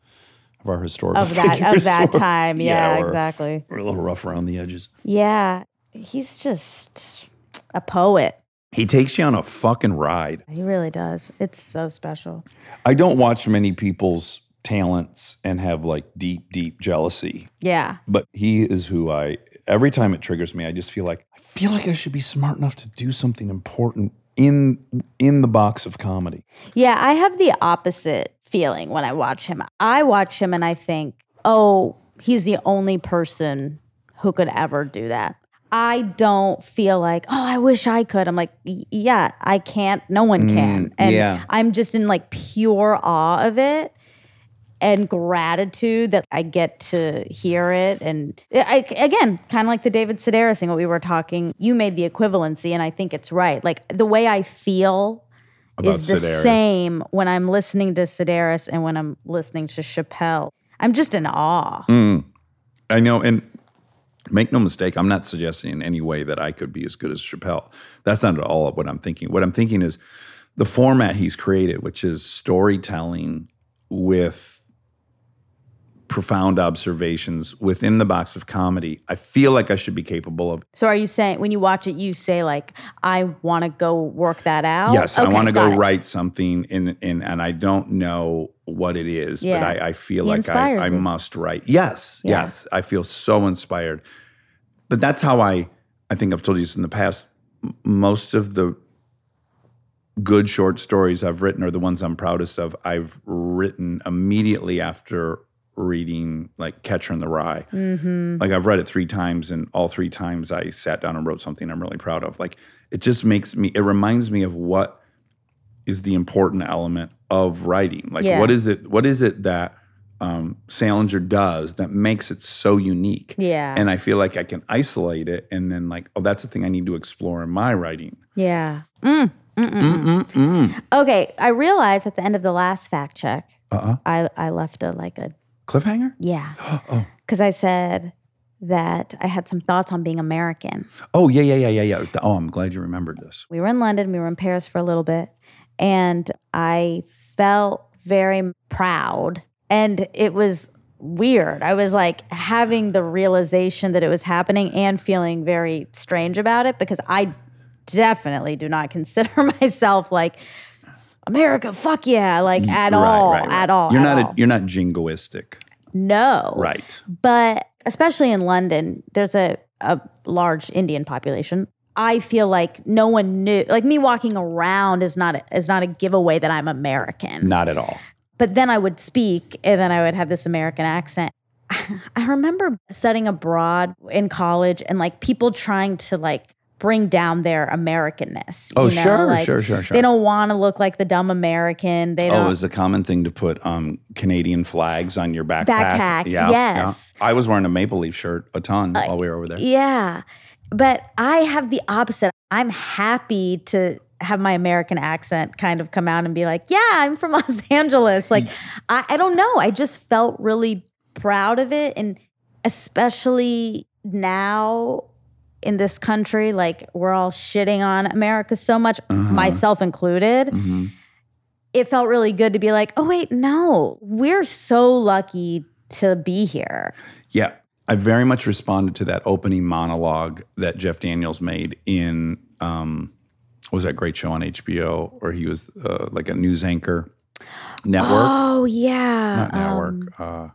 [SPEAKER 6] of our historical
[SPEAKER 2] of that of
[SPEAKER 6] figures
[SPEAKER 2] that
[SPEAKER 6] were-
[SPEAKER 2] time. Yeah,
[SPEAKER 6] yeah, were-
[SPEAKER 2] exactly.
[SPEAKER 6] were a little rough around the edges.
[SPEAKER 2] Yeah, he's just a poet.
[SPEAKER 6] He takes you on a fucking ride.
[SPEAKER 2] He really does. It's so special.
[SPEAKER 6] I don't watch many people's talents and have like deep, deep jealousy.
[SPEAKER 2] Yeah,
[SPEAKER 6] But he is who I, every time it triggers me, I just feel like, I feel like I should be smart enough to do something important in in the box of comedy.
[SPEAKER 2] yeah. I have the opposite feeling when I watch him. I watch him and I think, oh, he's the only person who could ever do that. I don't feel like, oh, I wish I could. I'm like, "Y- yeah, I can't. No one can. And
[SPEAKER 6] yeah.
[SPEAKER 2] I'm just in like pure awe of it. and gratitude that I get to hear it. And I, again, kind of like the David Sedaris thing, what we were talking, you made the equivalency, and I think it's right. Like the way I feel
[SPEAKER 6] About
[SPEAKER 2] is the
[SPEAKER 6] Sedaris.
[SPEAKER 2] same when I'm listening to Sedaris and when I'm listening to Chappelle. I'm just in awe.
[SPEAKER 6] Mm. I know, and make no mistake, I'm not suggesting in any way that I could be as good as Chappelle. That's not at all what I'm thinking. What I'm thinking is the format he's created, which is storytelling with profound observations within the box of comedy. I feel like I should be capable of.
[SPEAKER 2] So, are you saying when you watch it, you say like, "I want to go work that out"?
[SPEAKER 6] Yes, I
[SPEAKER 2] Okay,
[SPEAKER 6] want to
[SPEAKER 2] got
[SPEAKER 6] go
[SPEAKER 2] it.
[SPEAKER 6] write something, and and and I don't know what it is,
[SPEAKER 2] Yeah.
[SPEAKER 6] but I, I feel
[SPEAKER 2] He
[SPEAKER 6] like I,
[SPEAKER 2] inspires
[SPEAKER 6] I
[SPEAKER 2] you.
[SPEAKER 6] must write. Yes, yes, I feel so inspired. But that's how I I think I've told you this in the past. M- Most of the good short stories I've written are the ones I'm proudest of. I've written immediately after reading like Catcher in the Rye.
[SPEAKER 2] Mm-hmm.
[SPEAKER 6] Like I've read it three times, and all three times I sat down and wrote something I'm really proud of. Like it just makes me. It reminds me of what is the important element of writing. Like
[SPEAKER 2] Yeah.
[SPEAKER 6] what is it? What is it that um, Salinger does that makes it so unique?
[SPEAKER 2] Yeah.
[SPEAKER 6] And I feel like I can isolate it, and then like, oh, that's the thing I need to explore in my writing.
[SPEAKER 2] Yeah. Mm, mm, mm, mm. Okay. I realized at the end of the last fact check, uh-uh. I, I left a like a
[SPEAKER 6] Cliffhanger.
[SPEAKER 2] yeah.
[SPEAKER 6] Oh.
[SPEAKER 2] Because I said that I had some thoughts on being American.
[SPEAKER 6] Oh yeah, yeah, yeah, yeah, yeah. Th- Oh, I'm glad you remembered this.
[SPEAKER 2] We were in London, we were in Paris for a little bit, and I felt very proud. And it was weird. I was like having the realization that it was happening and feeling very strange about it because I definitely do not consider myself like America, fuck yeah, like at
[SPEAKER 6] Right,
[SPEAKER 2] all,
[SPEAKER 6] right, right.
[SPEAKER 2] at all.
[SPEAKER 6] You're
[SPEAKER 2] at
[SPEAKER 6] not.
[SPEAKER 2] all.
[SPEAKER 6] A, you're not jingoistic.
[SPEAKER 2] no.
[SPEAKER 6] Right.
[SPEAKER 2] But especially in London, there's a, a large Indian population. I feel like no one knew like me walking around is not a, is not a giveaway that I'm American.
[SPEAKER 6] Not at all.
[SPEAKER 2] But then I would speak and then I would have this American accent. I remember studying abroad in college and like people trying to like bring down their Americanness.
[SPEAKER 6] Oh,
[SPEAKER 2] you know?
[SPEAKER 6] sure,
[SPEAKER 2] Like,
[SPEAKER 6] sure, sure, sure.
[SPEAKER 2] They don't want to look like the dumb American. They
[SPEAKER 6] Oh,
[SPEAKER 2] don't
[SPEAKER 6] it was a common thing to put um, Canadian flags on your backpack.
[SPEAKER 2] Backpack, yes. Uh,
[SPEAKER 6] I was wearing a maple leaf shirt a ton while we were over there.
[SPEAKER 2] Yeah. But I have the opposite. I'm happy to have my American accent kind of come out and be like, yeah, I'm from Los Angeles. Like, I, I don't know. I just felt really proud of it. And especially now in this country, like, we're all shitting on America so much, myself included
[SPEAKER 6] Mm-hmm.
[SPEAKER 2] it felt really good to be like, oh, wait, no, we're so lucky to be here.
[SPEAKER 6] Yeah. I very much responded to that opening monologue that Jeff Daniels made in um, what was that great show on HBO where he was uh, like a news anchor network.
[SPEAKER 2] Oh, yeah. um,
[SPEAKER 6] Not network, uh,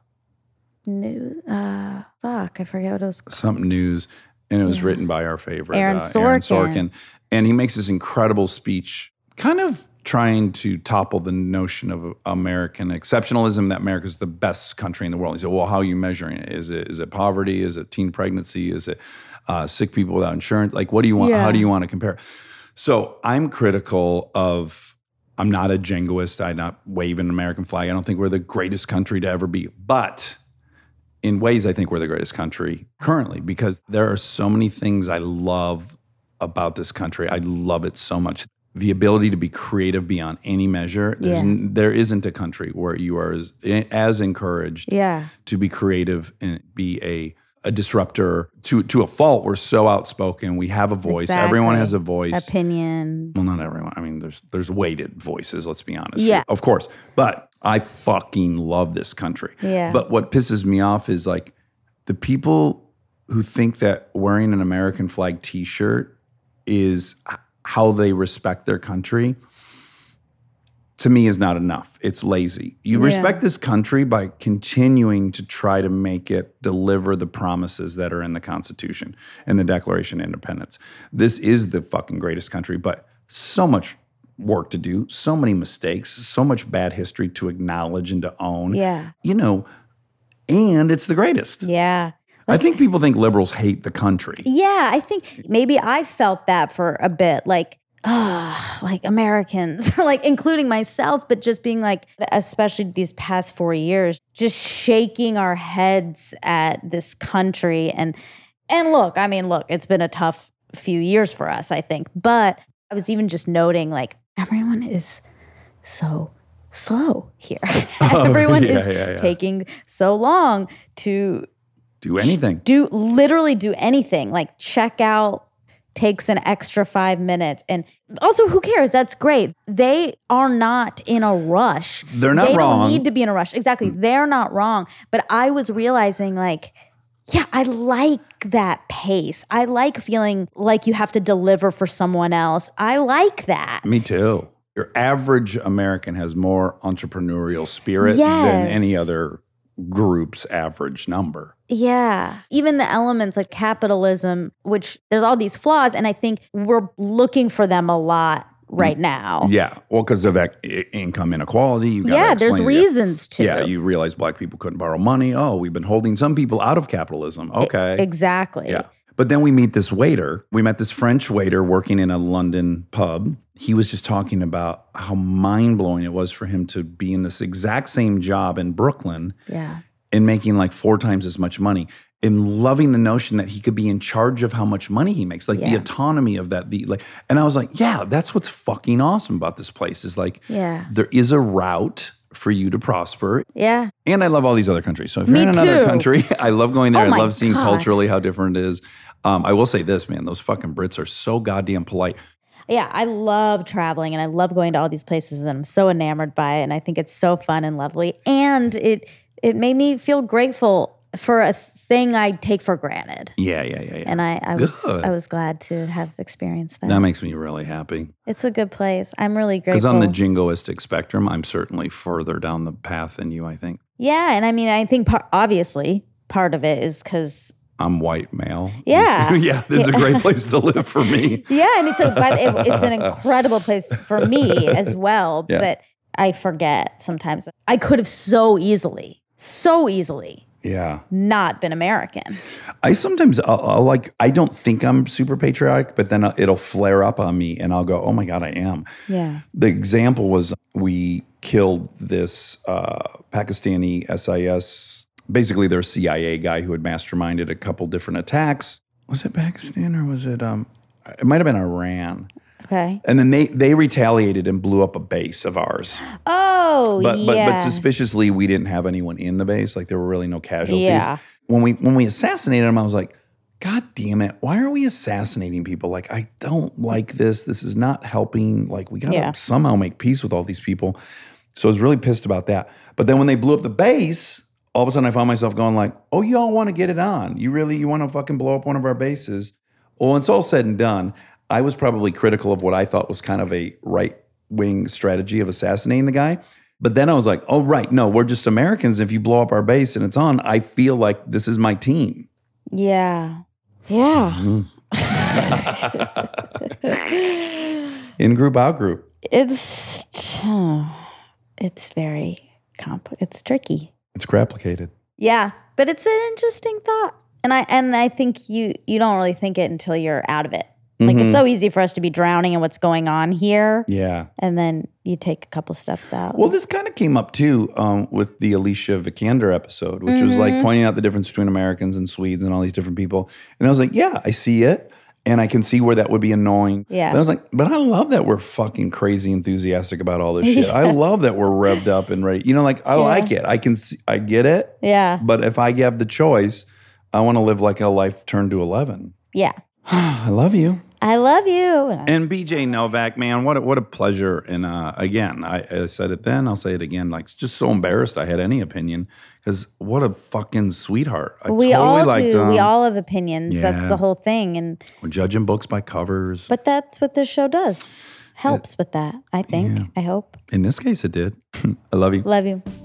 [SPEAKER 2] New, uh, fuck, I forget what it was.
[SPEAKER 6] something news. And it was written by our favorite
[SPEAKER 2] Aaron
[SPEAKER 6] uh, Aaron
[SPEAKER 2] Sorkin.
[SPEAKER 6] Sorkin. And he makes this incredible speech, kind of trying to topple the notion of American exceptionalism that America's the best country in the world. He said, Well, how are you measuring it? Is it is it poverty? Is it teen pregnancy? Is it uh, sick people without insurance? Like, what do you want? How do you want to compare? So I'm critical of. I'm not a jingoist. I not wave an American flag. I don't think we're the greatest country to ever be, but in ways I think we're the greatest country currently because there are so many things I love about this country. I love it so much. The ability to be creative beyond any measure. There's,
[SPEAKER 2] Yeah.
[SPEAKER 6] n- There isn't a country where you are as, eh, as encouraged
[SPEAKER 2] Yeah.
[SPEAKER 6] to be creative and be a a disruptor to to a fault. We're so outspoken. We have a voice. Everyone
[SPEAKER 2] Exactly.
[SPEAKER 6] has a voice.
[SPEAKER 2] Opinion.
[SPEAKER 6] Well, not everyone. I mean, there's there's weighted voices. Let's be honest.
[SPEAKER 2] Mm-hmm. Yeah.
[SPEAKER 6] of course. But I fucking love this country.
[SPEAKER 2] Yeah.
[SPEAKER 6] But what pisses me off is like the people who think that wearing an American flag T-shirt is h- how they respect their country. To me, is not enough. It's lazy. You
[SPEAKER 2] Yeah.
[SPEAKER 6] respect this country by continuing to try to make it deliver the promises that are in the Constitution and the Declaration of Independence. This is the fucking greatest country, but so much work to do, so many mistakes, so much bad history to acknowledge and to own.
[SPEAKER 2] Yeah.
[SPEAKER 6] You know, and it's the greatest.
[SPEAKER 2] Yeah.
[SPEAKER 6] I think people think liberals hate the country.
[SPEAKER 2] Yeah. I think maybe I felt that for a bit. Like, ugh, like Americans, like including myself, but just being like, especially these past four years, just shaking our heads at this country. And, and look, I mean, look, it's been a tough few years for us, I think, but I was even just noting like, everyone is so slow here. everyone is taking so long to
[SPEAKER 6] Do anything.
[SPEAKER 2] do literally do anything like checkout takes an extra five minutes and also who cares that's great they are not in a rush
[SPEAKER 6] They're not
[SPEAKER 2] they
[SPEAKER 6] wrong. Mm.
[SPEAKER 2] don't need to be in a rush exactly they're not wrong but i was realizing like yeah i like that pace i like feeling like you have to deliver for someone else i like that
[SPEAKER 6] Me too. Your average American has more entrepreneurial spirit than
[SPEAKER 2] Yes.
[SPEAKER 6] any other group's average number.
[SPEAKER 2] Yeah. Even the elements like capitalism, which there's all these flaws, and I think we're looking for them a
[SPEAKER 6] Mm.
[SPEAKER 2] lot right now.
[SPEAKER 6] Yeah. Well, because of ec- i- income inequality. You gotta
[SPEAKER 2] Yeah, there's
[SPEAKER 6] explain it.
[SPEAKER 2] reasons to.
[SPEAKER 6] Yeah, you realize black people couldn't borrow money. Oh, we've been holding some people out of
[SPEAKER 2] E-,
[SPEAKER 6] capitalism. Okay.
[SPEAKER 2] Exactly.
[SPEAKER 6] Yeah. But then we meet this waiter. We met this French waiter working in a London pub. He was just talking about how mind blowing it was for him to be in this exact same job in Brooklyn
[SPEAKER 2] Yeah.
[SPEAKER 6] and making like four times as much money and loving the notion that he could be in charge of how much money he makes like the
[SPEAKER 2] Yeah.
[SPEAKER 6] autonomy of that the like and i was like yeah that's what's fucking awesome about this place is like
[SPEAKER 2] Yeah.
[SPEAKER 6] there is a route for you to prosper
[SPEAKER 2] Yeah.
[SPEAKER 6] and I love all these other countries. So if
[SPEAKER 2] Me
[SPEAKER 6] you're in another
[SPEAKER 2] too.
[SPEAKER 6] country, I love going there.
[SPEAKER 2] Oh
[SPEAKER 6] I
[SPEAKER 2] my
[SPEAKER 6] love seeing
[SPEAKER 2] God.
[SPEAKER 6] culturally how different it is. Um, I will say this, man, those fucking Brits are so goddamn polite.
[SPEAKER 2] Yeah. I love traveling and I love going to all these places and I'm so enamored by it. And I think it's so fun and lovely. And it it made me feel grateful for a thing I take for granted.
[SPEAKER 6] Yeah, yeah, yeah, yeah.
[SPEAKER 2] And I, I was
[SPEAKER 6] Good.
[SPEAKER 2] I was glad to have experienced that.
[SPEAKER 6] that makes me really happy.
[SPEAKER 2] it's a good place. I'm really
[SPEAKER 6] Because
[SPEAKER 2] grateful.
[SPEAKER 6] on the jingoistic spectrum, I'm certainly further down the path than you, I think.
[SPEAKER 2] Yeah, and I mean, I think par- obviously part of it is because
[SPEAKER 6] I'm white male.
[SPEAKER 2] Yeah.
[SPEAKER 6] yeah, this is a great place to live for me.
[SPEAKER 2] yeah, and it's a but it, it's an incredible place for me as well. But I forget sometimes I could have so easily, so easily
[SPEAKER 6] Yeah.
[SPEAKER 2] not been American.
[SPEAKER 6] I sometimes I'll, I'll like I don't think I'm super patriotic, but then it'll flare up on me, and I'll go, "Oh my god, I am."
[SPEAKER 2] Yeah,
[SPEAKER 6] The example was we killed this uh, Pakistani SIS, basically their CIA guy who had masterminded a couple different attacks. Was it Pakistan or was it? Um, it might have been Iran.
[SPEAKER 2] okay.
[SPEAKER 6] And then they they retaliated and blew up a base of ours.
[SPEAKER 2] Oh,
[SPEAKER 6] But
[SPEAKER 2] yeah.
[SPEAKER 6] but but suspiciously, we didn't have anyone in the base. Like there were really no casualties.
[SPEAKER 2] Yeah.
[SPEAKER 6] When we when we assassinated him, I was like. God damn it. Why are we assassinating people? Like, I don't like this. This is not helping. Like, we got to
[SPEAKER 2] Yeah.
[SPEAKER 6] somehow make peace with all these people. So I was really pissed about that. But then when they blew up the base, all of a sudden I found myself going like, "Oh, y'all want to get it on? You really you want to fucking blow up one of our bases?" Well, when it's all said and done, I was probably critical of what I thought was kind of a right wing strategy of assassinating the guy. But then I was like, "Oh, right, no, we're just Americans. If you blow up our base and it's on, I feel like this is my team."
[SPEAKER 2] yeah, yeah.
[SPEAKER 6] In group, out group.
[SPEAKER 2] It's it's very complex. It's tricky.
[SPEAKER 6] It's complicated.
[SPEAKER 2] Yeah, but it's an interesting thought. And I and I think you you don't really think it until you're out of it. Like
[SPEAKER 6] Mm-hmm.
[SPEAKER 2] it's so easy for us to be drowning in what's going on here
[SPEAKER 6] Yeah.
[SPEAKER 2] and then you take a couple steps out.
[SPEAKER 6] Well, this kind of came up too um, with the Alicia Vikander episode, which was like pointing out the difference between Americans and Swedes and all these different people. And I was like, yeah, I see it. And I can see where that would be annoying.
[SPEAKER 2] Yeah.
[SPEAKER 6] But I was like, but I love that we're fucking crazy enthusiastic about all this shit. I love that we're revved up and ready. You know, like I like it. I can see, I get it.
[SPEAKER 2] yeah.
[SPEAKER 6] But if I have the choice, I want to live like a life turned to 11.
[SPEAKER 2] Yeah.
[SPEAKER 6] I love you.
[SPEAKER 2] I love you. And I-
[SPEAKER 6] And BJ Novak, man, what a, what a pleasure! And uh, again, I, I said it then, I'll say it again. Like, just so embarrassed I had any opinion because what a fucking sweetheart. I
[SPEAKER 2] we
[SPEAKER 6] totally
[SPEAKER 2] all
[SPEAKER 6] liked
[SPEAKER 2] do. We
[SPEAKER 6] him.
[SPEAKER 2] all have opinions. That's
[SPEAKER 6] Yeah.
[SPEAKER 2] the whole thing. And
[SPEAKER 6] We're judging books by covers.
[SPEAKER 2] but that's what this show does. Helps with that, I think. I hope.
[SPEAKER 6] In this case, it did. I love you.
[SPEAKER 2] Love you.